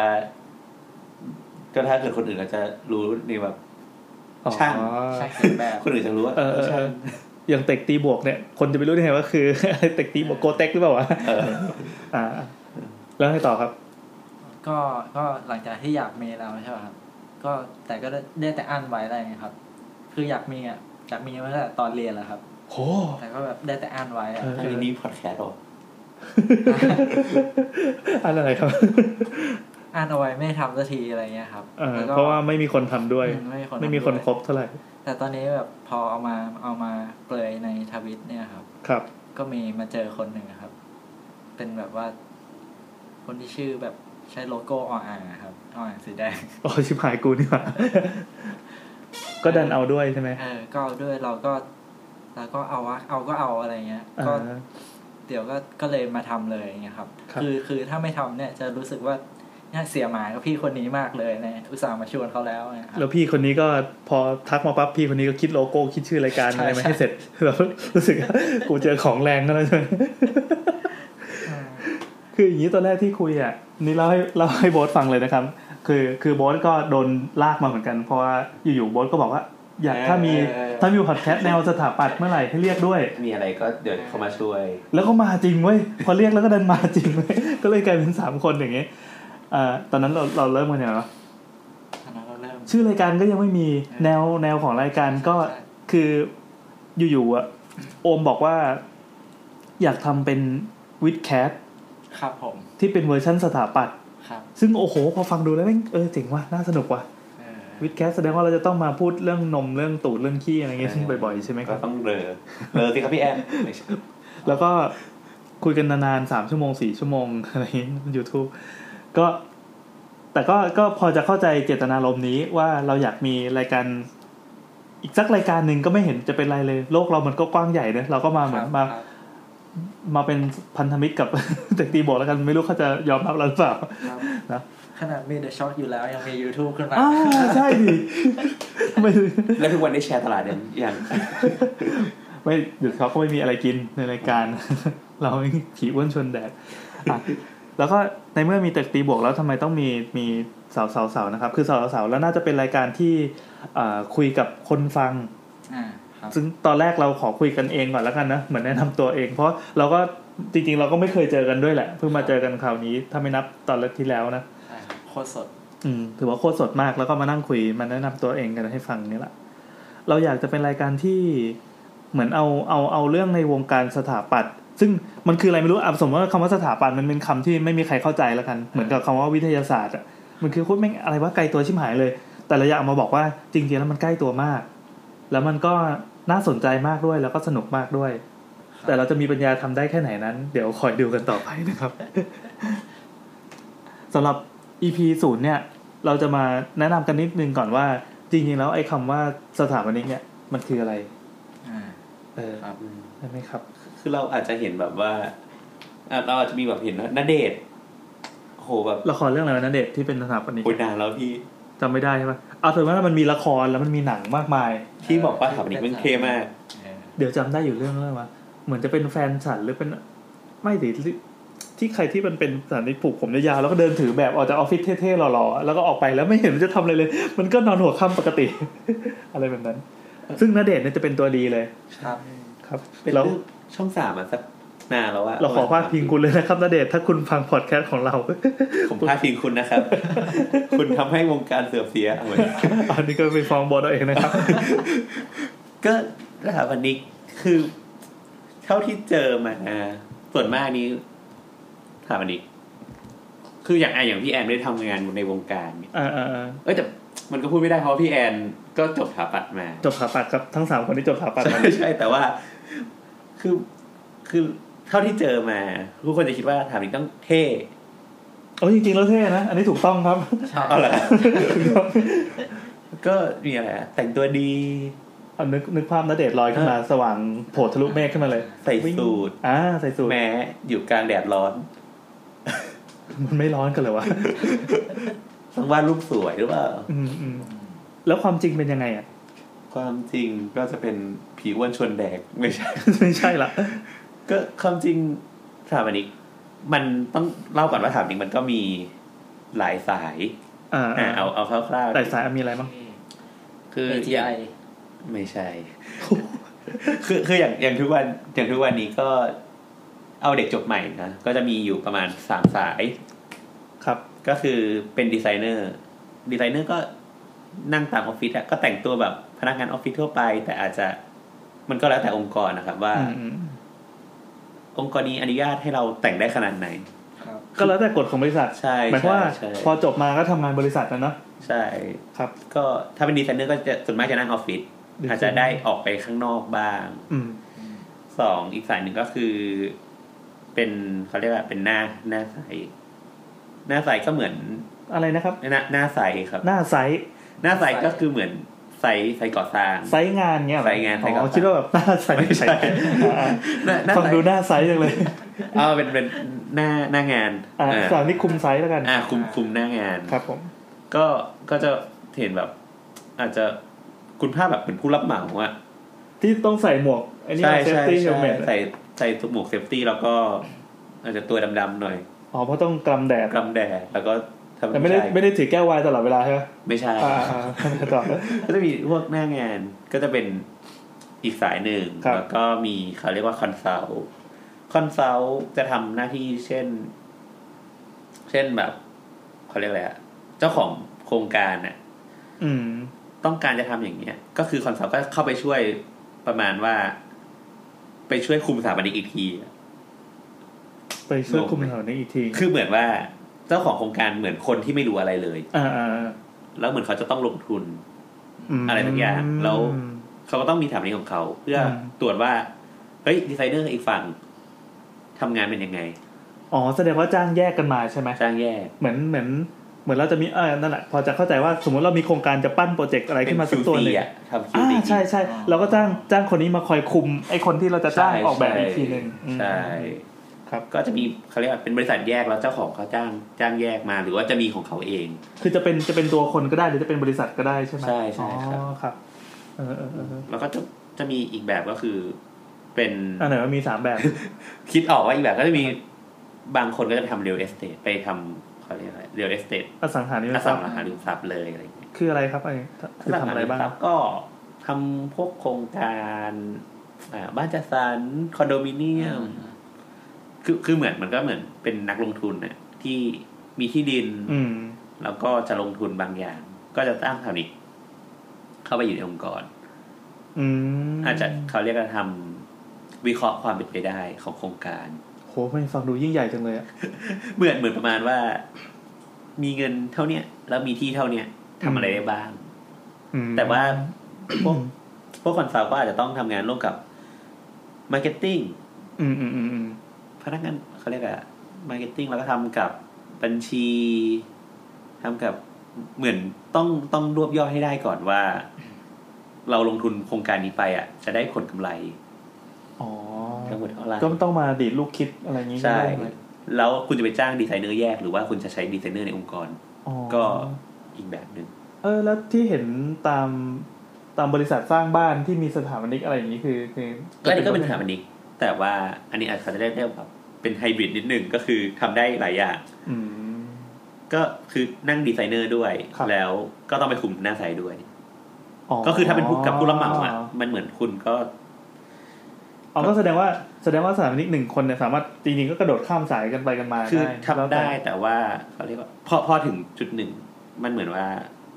[SPEAKER 4] ก็ถ้าเกิดคนอื่นก็จะรู้ในแบบ
[SPEAKER 3] อ๋อ
[SPEAKER 4] ช่าง
[SPEAKER 5] ใช่เขียนแบบ
[SPEAKER 4] คนอื่นจะรู้ว่า
[SPEAKER 3] เออเออเอออย่างเต็กตีบวกเนี่ย คนจะไปรู้ได้ไงว่าคือ [LAUGHS] เต็กตีบวกโกเต็กหรือเปล่าวะ
[SPEAKER 4] เออ
[SPEAKER 3] อ่า แล้วให้ต่อครับ
[SPEAKER 5] ก็ก็หลังจากที่อยากมีแล้วใช่ป่ะครับก็แต่ก็ได้ได้แต่อั้นไว้อะไรเงี้ยครับ คืออยากมีอ่ะอยากมีมาตั้งแต่ตอนเรียนแล้วครับ
[SPEAKER 3] โห [LAUGHS]
[SPEAKER 5] แต่ก็แบบได้แต่อั้นไว้อะ
[SPEAKER 3] เออ
[SPEAKER 4] อันนี้มีพอดแคสต์หรอ
[SPEAKER 3] อันอะไรครับ
[SPEAKER 5] อ่านเอาไว้ไม่ทำสักทีอะไรเงี้ยครับ
[SPEAKER 3] เออ
[SPEAKER 5] แล้วก็
[SPEAKER 3] เพราะว่าไม่มีคนทำด้วย
[SPEAKER 5] อืมไม่มีคน
[SPEAKER 3] ไม่มีคน
[SPEAKER 5] ทำด้วย
[SPEAKER 3] ครบเท่าไหร่
[SPEAKER 5] แต่ตอนนี้แบบพอเอามาเอามาเปลยในทวิตเนี่ยครับ
[SPEAKER 3] ครับ
[SPEAKER 5] ก็มีมาเจอคนหนึ่งครับ เป็นแบบว่า คนที่ชื่อแบบใช้โลโก้ออ่างอะครับออ่างสี
[SPEAKER 3] [LAUGHS]
[SPEAKER 5] แดง
[SPEAKER 3] โอ้ชิบหายกูนี่หว่า ก็ดันเอาด้วยใช่ไหม
[SPEAKER 5] เออก็เอาด้วยเราก็เราก็เอาวะเอาก็เอาอะไรเงี้ย
[SPEAKER 3] อ่า
[SPEAKER 5] ก็เดี๋ยวก็ก็เลยมาทำเลยอย่างเงี้ยครับ
[SPEAKER 3] ครับ
[SPEAKER 5] คือคือถ้าไม่ทำเนี่ยจะรู้สึกว่าเนี่ยเสียหมายกับพี่คนนี้มากเลยนะอุตส่าห์มาชวนเขาแล้วเนะครับ
[SPEAKER 3] แล้วพี่คนนี้ก็พอทักมาปั๊บพี่คนนี้ก็คิดโลโก้คิดชื่อรายการ
[SPEAKER 5] ใช่
[SPEAKER 3] อะไรมา
[SPEAKER 5] ใช่
[SPEAKER 3] ให้เสร็จ [LAUGHS] แล้วรู้สึก กูเจอของแรงก็แล้วใช่ไหม
[SPEAKER 5] อ่า
[SPEAKER 3] คืออย่างนี้ตอนแรกที่คุยอ่ะ นี่เล่าให้เล่าให้โบ๊ทฟังเลยนะครับ คือคือโบ๊ทก็โดนลากมาเหมือนกัน เพราะว่าอยู่ๆโบ๊ทก็บอกว่า อยากถ้ามี
[SPEAKER 4] เออ
[SPEAKER 3] ถ้ามีพอดแคสต์แนวสถาปัตย์เมื่อไหร่ให้เรียกด้วย
[SPEAKER 4] มีอะไรก็เดี๋ยวเขามาช่วย
[SPEAKER 3] แล้วก็มาจริงเว้ยพอเรียกแล้วก็ดันมาจริงเว้ย [LAUGHS] ก็เลยกลายเป็นสามคนอย่างเงี้ยอ่าตอนนั้นเราเราเริ่มกันอย่างไรวะ
[SPEAKER 5] ตอนนั้นเราเริ่ม
[SPEAKER 3] ชื่อรายการก็ยังไม่มีแนวแนวของรายการก็
[SPEAKER 5] ใช่
[SPEAKER 3] คืออยู่ๆอะโอมบอกว่า อยากทำเป็นวิดแคท
[SPEAKER 5] ครับผม
[SPEAKER 3] ที่เป็นเวอร์ชั่นสถาปัตย์
[SPEAKER 5] ครับ
[SPEAKER 3] ซึ่งโอ้โห พอฟังดูแล้วแม่งเออเจ๋งว่ะน่าสนุกว่ะ
[SPEAKER 5] เออ
[SPEAKER 3] วิดแคทแสดงว่าเราจะต้องมาพูดเรื่องนมเรื่องตูดเรื่องขี้อะไรเงี้ย
[SPEAKER 4] ใช่
[SPEAKER 3] บ่อยๆใช่ไหมค
[SPEAKER 4] ก็
[SPEAKER 3] รับ
[SPEAKER 4] ต้องเรอเรอสิครับพี่แอนไม่ใช่
[SPEAKER 3] แล้วก็คุยกันนานๆสามชั่วโมงสี่ชั่วโมง อะไรอย่างเงี้ย YouTube ก็แต่ก็ก็พอจะเข้าใจเจตนารมณ์นี้ว่าเราอยากมีรายการอีกสักรายการหนึ่งก็ไม่เห็นจะเป็นไรเลย โลกเรามันก็กว้างใหญ่นะเราก็มาเหมือนมา
[SPEAKER 5] ครับ
[SPEAKER 3] มาเป็นพันธมิตรกับ [LAUGHS] เด็กตีโบอกแล้วกันไม่รู้เขาจะยอมรับเราหรือเปล่า
[SPEAKER 5] ครับ
[SPEAKER 3] นะ
[SPEAKER 5] ขนาดมีเดอะช็อคอยู่แล้วยังมี YouTube ขึ้นมา
[SPEAKER 3] อ่าใช่ดิไม่
[SPEAKER 4] แล้วทุกวันได้แชร์ตลาดเนี่ยอย่าง
[SPEAKER 3] ไม่เดี๋ยวเขาก็ไม่มีอะไรกินในรายการ [LAUGHS] เราผีอ้วนชวนแดดอ่ะแล้วก็ในเมื่อมีแต่ตีบวกแล้วทำไมต้องมีมีสาวสาวสาวนะครับ คือสาวสาวสาวแล้วน่าจะเป็นรายการที่เอ่อคุยกับคนฟัง
[SPEAKER 5] อ่าครับ
[SPEAKER 3] ซึ่งตอนแรกเราขอคุยกันเองก่อนแล้วกันนะเหมือนแนะนำตัวเอง เพราะเราก็จริง ๆ เราก็ไม่เคยเจอกันด้วยแหละ เพิ่งมาเจอกันคราวนี้ ถ้าไม่นับตอนแรกที่แล้วนะ
[SPEAKER 5] ใช่ครับโคตรสด
[SPEAKER 3] อืมถือว่าโคตรสดมากแล้วก็มานั่งคุยมาแนะนำตัวเองกันให้ฟังนี่แหละเราอยากจะเป็นรายการที่เหมือนเอาเอาเอาเรื่องในวงการสถาปัตย์ซึ่งมันคืออะไรไม่รู้อ่ะสมมติว่าคำว่าสถาปัตย์มันเป็นคำที่ไม่มีใครเข้าใจแล้วกัน เหมือนกับคำว่าวิทยาศาสตร์อ่ะมันคือโคตรแม่งอะไรว่าไกลตัวชิบหายเลย แต่เราอยากเอามาบอกว่าจริงๆแล้วมันใกล้ตัวมาก แล้วมันก็น่าสนใจมากด้วยแล้วก็สนุกมากด้วย แต่เราจะมีปัญญาทำได้แค่ไหนนั้น เดี๋ยวคอยดูกันต่อไปนะครับ [LAUGHS] สำหรับ EP ศูนย์เนี่ย เราจะมาแนะนำกันนิดนึงก่อนว่า จริงๆแล้วไอ้คำว่าสถาปนิกเนี่ยมันคืออะไร
[SPEAKER 5] อ่า
[SPEAKER 3] เออ
[SPEAKER 5] ครับ
[SPEAKER 4] อืม
[SPEAKER 3] ได้ไหมครับ
[SPEAKER 4] คือเราอาจจะเห็นแบบว่าอ่ะเราอาจจะมีแบบเห็นนาเดชน์โหแบบ
[SPEAKER 3] ละครเรื่องอะไรวะนะเดชน์ที่เป็นสถาปนิก
[SPEAKER 4] โอ้ยนานแล้วพี่
[SPEAKER 3] จำไม่ได้ใช่ปะเอาถือว่ามันมีละครแล้วมันมีหนังมากมาย
[SPEAKER 4] ที่บอกว่าสถาปนิกแมันเท่มาก
[SPEAKER 5] เออ
[SPEAKER 3] เดี๋ยวจำได้อยู่เรื่องอะไรวะเหมือนจะเป็นแฟนฉันหรือเป็นไม่ดิที่ที่ใครที่มันเป็นสถานีผูกผมยาวๆแล้วก็เดินถือแบบออกจากออฟฟิศเท่ๆหล่อๆแล้วก็ออกไปแล้วไม่เห็นมันจะทำอะไรเลย [LAUGHS] มันก็นอนหัวค่ำปกติ [LAUGHS] อะไรแบบนั้น ซึ่งนาเดชน์เนี่ยจะเป็นตัวดีเลย
[SPEAKER 5] ครับ
[SPEAKER 3] ครับ
[SPEAKER 4] เป็น
[SPEAKER 3] แล้ว
[SPEAKER 4] เรื่องช่องสามอ่ะสักนานแล้วอะ
[SPEAKER 3] เราขอพาดพิงคุณเลยนะครับนาเดชน์ถ้าคุณฟังพอดแคสต์ของเรา [LAUGHS]
[SPEAKER 4] ผมพาดพิงคุณนะครับ คุณทำให้วงการเสื่อมเสียเอาไว้
[SPEAKER 3] อันนี้ก็ไปฟ้องบอสเอาเองนะครับ
[SPEAKER 4] [LAUGHS]
[SPEAKER 3] [LAUGHS]
[SPEAKER 4] ก็สถาปนิกคือ เท่าที่เจอมาส่วนมากนี้สถาปนิกคืออย่างอะอย่างพี่แอนได้ทำงานในวงการเนี่ย
[SPEAKER 3] อ่า
[SPEAKER 4] เอ้ยแต่มันก็พูดไม่ได้เพราะว่าพี่แอนก็จบสถาปัตย์มา
[SPEAKER 3] ๆจบสถาปัดครับทั้งสามคนที่จบสถาปัด
[SPEAKER 4] ใช่ใช่แต่ว่า คือคือเท่าที่เจอมาทุกคนจะคิดว่าสถาปนิกต้องเท่
[SPEAKER 3] โอ้ยจริงๆแล้วเท่นะอันนี้ถูกต้องครับ [LAUGHS]
[SPEAKER 4] เอาล่ะ [LAUGHS] ก็มีอะไรอะแต่งตัวดี
[SPEAKER 3] เอานึกนึกภาพนาเดชน์ลอยขึ้นมาสว่างโผล่ทะลุเมฆขึ้นมาเลย
[SPEAKER 4] ใส่สูท
[SPEAKER 3] อ่าใส่สูท
[SPEAKER 4] แม้อยู่กลางแดดร้อน
[SPEAKER 3] มันไม่ร้อนกันเล
[SPEAKER 4] [LAUGHS]
[SPEAKER 3] ยวะ
[SPEAKER 4] ต้องวาดรูปสวยหรือเปล่า
[SPEAKER 3] อืมอืมแล้วความจริงเป็นยังไงอ่ะ [LAUGHS]
[SPEAKER 4] ความจริงก็จะเป็นผีอ้วนชวนแดกไม่ใช่
[SPEAKER 3] ไม่ใช่ละ
[SPEAKER 4] ก็ความจริงสถาปนิกมันต้องเล่าก่อนว่าสถาปนิกมันก็มีหลายสาย
[SPEAKER 3] อ่า
[SPEAKER 4] อ่ะเอาเอาคร่าวๆ
[SPEAKER 3] หลายสายมีอะไรบ้าง
[SPEAKER 4] คืออย่าง
[SPEAKER 5] ATI
[SPEAKER 4] ไม่ใช่ [LAUGHS] คือคืออย่างอย่างทุกวันอย่างทุกวันนี้ก็เอาเด็กจบใหม่นะก็จะมีอยู่ประมาณสามสาย
[SPEAKER 3] ครับ
[SPEAKER 4] ก็คือเป็นดีไซเนอร์ ดีไซเนอร์ก็นั่งตามออฟฟิศอะก็แต่งตัวแบบพนักงานออฟฟิศทั่วไป แต่อาจจะมันก็แล้วแต่องค์กรนะครับว่า
[SPEAKER 3] อืมอืม
[SPEAKER 4] องค์กรนี้อนุญาตให้เราแต่งได้ขนาดไหน
[SPEAKER 5] ครับ
[SPEAKER 3] ก็แล้วแต่กฎของบริษัท
[SPEAKER 4] ใช่
[SPEAKER 3] หมายความว่า
[SPEAKER 4] ใช่ใช่
[SPEAKER 3] พอจบมาก็ทำงานบริษัทนะเนาะ
[SPEAKER 4] ใช่
[SPEAKER 3] ครับ
[SPEAKER 4] ก็ถ้าเป็นดีไซเนอร์ก็จะส่วนมากจะนั่งออฟฟิศ
[SPEAKER 3] ดีไซเนอร์
[SPEAKER 4] อาจจะได้ออกไปข้างนอกบ้าง
[SPEAKER 3] อืม
[SPEAKER 4] สองอีกสายหนึ่งก็คือ เป็นเขาเรียกว่าเป็นหน้าหน้าใสหน้าใสก็เหมือน
[SPEAKER 3] อะไรนะครับ
[SPEAKER 4] หน้าหน้าใสครับ
[SPEAKER 3] หน้าไซต์
[SPEAKER 4] หน้าใสก็คือเหมือนใสใสก่อสร้าง
[SPEAKER 3] ไซต์งานเงี้ยเหรอ
[SPEAKER 4] ไซต์งานไซต์ก่อสร้าง
[SPEAKER 3] อ๋อคิดว่าแบบ [LAUGHS] หน้าไซต์
[SPEAKER 4] ไม่ใช่
[SPEAKER 3] อ่า
[SPEAKER 4] หน้าหน้า
[SPEAKER 3] ฟัง
[SPEAKER 4] ใส
[SPEAKER 3] ดูหน้าไซต์จังเลย
[SPEAKER 4] เอาเป็นเป็นหน้าหน้างาน
[SPEAKER 3] อ่า
[SPEAKER 4] อ่า
[SPEAKER 3] สาวนี่คุมไซต์แล้วกัน
[SPEAKER 4] อ่าคุมคุมหน้างาน
[SPEAKER 3] ครับผม
[SPEAKER 4] ก็ก็จะเห็นแบบ อาจจะคุณภาพแบบเป็นผู้รับเหมาอะ
[SPEAKER 3] ที่ต้องใส่หมวกไอ้นี่
[SPEAKER 4] ใช่
[SPEAKER 3] เซฟ
[SPEAKER 4] ใช่
[SPEAKER 3] ตี้เฮ
[SPEAKER 4] ใช่
[SPEAKER 3] ลเมท
[SPEAKER 4] ใส่ใส่หมวกเซฟตี้แล้วก็ อาจจะตัวดำๆหน่อย
[SPEAKER 3] อ๋อเพราะต้องกรำแดด
[SPEAKER 4] กำแดดแล้วก็ทำ
[SPEAKER 3] แต่ไม่ได้
[SPEAKER 4] ใช่
[SPEAKER 3] ไม่ได้ถือแก้ววายตลอดเวลาใช่ไหม
[SPEAKER 4] ไม่ใช่
[SPEAKER 3] อ่าอ่าต่อ
[SPEAKER 4] ก็จะมีพวกหน้างานก็จะเป็นอีกสายหนึ่ง
[SPEAKER 3] ครับ
[SPEAKER 4] แล้วก็มีเขาเรียกว่าคอนซัลท์คอนซัลท์จะทำหน้าที่เช่น เช่นแบบเขาเรียกอะไรอะเจ้าของโครงการอะ
[SPEAKER 3] อืม
[SPEAKER 4] ต้องการจะทำอย่างเนี้ย ก็คือคอนซัลท์ก็เข้าไปช่วยประมาณว่า ไปช่วยคุมสถาปนิกอีกทีอะ
[SPEAKER 3] ไปช่วยคุมแถวนี้อีกที
[SPEAKER 4] คือเหมือนว่าเจ้าของโครงการเหมือนคนที่ไม่รู้อะไรเลย
[SPEAKER 3] อ่าอ่าอ่า
[SPEAKER 4] แล้วเหมือนเขาจะต้องลงทุน
[SPEAKER 3] ม
[SPEAKER 4] อะไรสักอย่างแล้ว เขาก็ต้องมีสถาปนิกของเขา เพื่ออ
[SPEAKER 3] ม
[SPEAKER 4] ตรวจว่าเฮ้ยดีไซเนอร์อีกฝั่งทำงานเป็นยังไง
[SPEAKER 3] อ๋อแสดงว่าจ้างแยกกันมาใช่ไหม
[SPEAKER 4] สร้างแยก
[SPEAKER 3] เหมือนเหมือนเหมือนเราจะมีเออนั่นแหละพอจะเข้าใจว่าสมมติเรามีโครงการจะปั้นโปรเจกต์อะไรขึ้นมาสักตัวหนึ่ง
[SPEAKER 4] อ่ะทำคิว
[SPEAKER 3] อ่า
[SPEAKER 4] ดี
[SPEAKER 3] ใช่ใช่เราก็จ้างจ้างคนนี้มาคอยคุมไอคนที่เราจะจ้างออกแบบอีกทีหนึ่งอืม
[SPEAKER 4] ใช่
[SPEAKER 3] ครับ
[SPEAKER 4] ก็จะมีเขาเรียกว่าเป็นบริษัทแยกแล้วเจ้าของเขาจ้างจ้างแยกมา หรือว่าจะมีของเขาเอง
[SPEAKER 3] คือจะเป็นจะเป็นตัวคนก็ได้หรือจะเป็นบริษัทก็ได้ใช่ไหม
[SPEAKER 4] ใช่ใช่ครับ
[SPEAKER 3] อ๋อครับเออเออเออเออ
[SPEAKER 4] แล้วก็จะจะมีอีกแบบก็คือเป็น
[SPEAKER 3] อันไหนว่ามีสามแบบ
[SPEAKER 4] คิดออกว่าอีกแบบก็จะมีบางคนก็จะไปทำ real estate ไปทำเขาเรียกอะไร real estate
[SPEAKER 3] อสังหาริม
[SPEAKER 4] อ
[SPEAKER 3] ท
[SPEAKER 4] สั
[SPEAKER 3] รัพ
[SPEAKER 4] ง
[SPEAKER 3] ย์
[SPEAKER 4] หาริมทรัพย์เลยอะไรอย่างเงี้ย
[SPEAKER 3] คืออะไรครับไอ้คือทำอะไรบ้าง
[SPEAKER 4] สัหมทย์ก็ทำพวกโครงการอ่าบ้านจัดสรรคอนโดมิเนียม คือคือเหมือนมันก็เหมือนเป็นนักลงทุนน่ะที่มีที่ดิน
[SPEAKER 3] อืม
[SPEAKER 4] แล้วก็จะลงทุนบางอย่าง ก็จะตั้งสถานิกเข้าไปอยู่ในองค์กร
[SPEAKER 3] อืม
[SPEAKER 4] อาจจะเขาเรียกว่าทำวิเคราะห์ความเป็นไปได้ของโครงการ
[SPEAKER 3] โหมันฟังดูยิ่งใหญ่จังเลยอะ
[SPEAKER 4] เหมือนเหมือนประมาณว่า มีเงินเท่าเนี้ยแล้วมีที่เท่าเนี้ยทำอะไรได้บ้าง
[SPEAKER 3] อืม
[SPEAKER 4] แต่ว่า [COUGHS] พวกพวกคอนซัลท์ก็อาจจะต้องทำงานร่วมกับมาร์เก็ตติ้ง
[SPEAKER 3] อืมอืมอืมอืม
[SPEAKER 4] พนักงานเขาเรียกอะมาร์เก็ตติ้งแล้วก็ทำกับบัญชีทำกับเหมือนต้องต้องรวบยอดให้ได้ก่อนว่า เราลงทุนโครงการนี้ไปอ่ะ จะได้ผลกำไร
[SPEAKER 3] อ๋อ
[SPEAKER 4] ทั้งหมดเท่าไหร่
[SPEAKER 3] ก็ต้องมาดีดลูกคิดอะไรอย่างงี้
[SPEAKER 4] ใช่
[SPEAKER 3] ได้ไหม
[SPEAKER 4] แล้วคุณจะไปจ้างดีไซเนอร์แยกหรือว่าคุณจะใช้ดีไซเนอร์ในองค์กร
[SPEAKER 3] อ๋อ
[SPEAKER 4] ก็อีกแบบหนึ่ง
[SPEAKER 3] เออ แล้วที่เห็นตามตามบริษัทสร้างบ้านที่มีสถาปนิกอะไรอย่างนี้คือคือ
[SPEAKER 4] ก็อันนี้ก็เป็นสถาปนิกแต่ว่าอันนี้อาจจะได้เรียกแบบเป็นไฮบริดนิดหนึงก็คือทำได้หลายอย่าง
[SPEAKER 3] อืม
[SPEAKER 4] ก็คือนั่งดีไซเนอร์ด้วย
[SPEAKER 3] ครับ
[SPEAKER 4] แล้วก็ต้องไปคุมหน้าใสด้วย ก็คือถ้าเป็นผู้กับผู้รับเหมาอ่ะมันเหมือนคุณก็
[SPEAKER 3] อ๋อก็แสดงว่าแสดงว่าสถาปนิกหนึ่งคนเนี่ยสามารถจริงๆก็กระโดดข้ามสายกันไปกันมา
[SPEAKER 4] คือทำ
[SPEAKER 3] แล้วแต่
[SPEAKER 4] ได้แต่ว่าเขาเรียกว่าพอพอถึงจุดหนึ่ง มันเหมือนว่า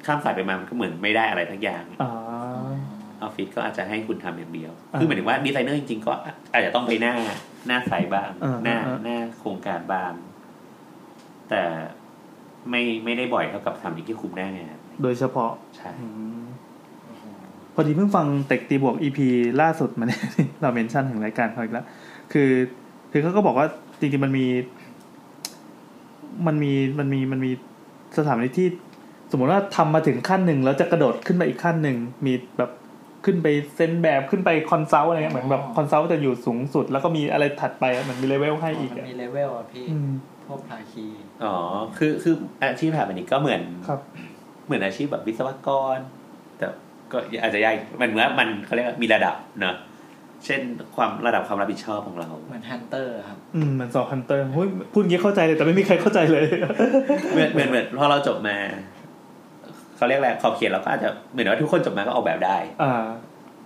[SPEAKER 4] ข้ามสายไปมามันก็เหมือนไม่ได้อะไรทั้งอย่าง
[SPEAKER 3] อ๋อ
[SPEAKER 4] ออฟฟิศก็อาจจะให้คุณทำอย่างเดียว
[SPEAKER 3] อ่า
[SPEAKER 4] คือหมายถึงว่าดีไซเนอร์จริงๆก็อาจจะต้องไปหน้าหน้าใสบ้าง
[SPEAKER 3] อ่า
[SPEAKER 4] หน้า
[SPEAKER 3] อ่า
[SPEAKER 4] หน้าโครงการบ้าง แต่ไม่ไม่ได้บ่อยเท่ากับทำอีกที่คุมหน้างาน
[SPEAKER 3] โดยเฉพาะ
[SPEAKER 4] ใช่
[SPEAKER 3] อืมพอดีเพิ่งฟังเต็กตีบวก EP ล่าสุดมาเนี่ย เราเมนชั่นถึงรายการเขาอีกแล้ว คือคือเขาก็บอกว่าจริงๆมันมี มันมีมันมีมันมีสถานีที่ สมมติว่าทำมาถึงขั้นหนึ่งแล้วจะกระโดดขึ้นไปอีกขั้นหนึ่งมีแบบขึ้นไปเซ็นแบบขึ้นไปคอนซัลท์อะไรเงี้ยเหมือนแบบคอนซัลท์จะอยู่สูงสุด แล้วก็มีอะไรถัดไปอะเหมือนมีเลเวลให้อีก
[SPEAKER 5] มัน
[SPEAKER 3] อะ
[SPEAKER 5] มีเลเวลอ่ะพี่
[SPEAKER 3] อืม
[SPEAKER 5] พวกภาคี
[SPEAKER 4] อ๋อ คือคืออาชีพแบบนี้ก็เหมือน
[SPEAKER 3] ครับ
[SPEAKER 4] เหมือนอาชีพแบบวิศวกร แต่ก็อาจจะยากมันเหมือนว่ามันเขาเรียกว่ามีระดับเนอะเช่นความระดับความรับผิดชอบของเรา
[SPEAKER 5] เหมือนฮันเตอร์ครับ
[SPEAKER 3] อืมเหมือนสอบฮันเตอร์เฮ้ยพูดอย่างงี้เข้าใจเลยแต่ไม่มีใครเข้าใจเลย [LAUGHS]
[SPEAKER 4] เหมือนเหมือนเหมือนพอเราจบมาเขาเรียกอะไรขอบเขตเราก็อาจจะเหมือนว่าทุกคนจบมาก็ออกแบบได้
[SPEAKER 3] อ่า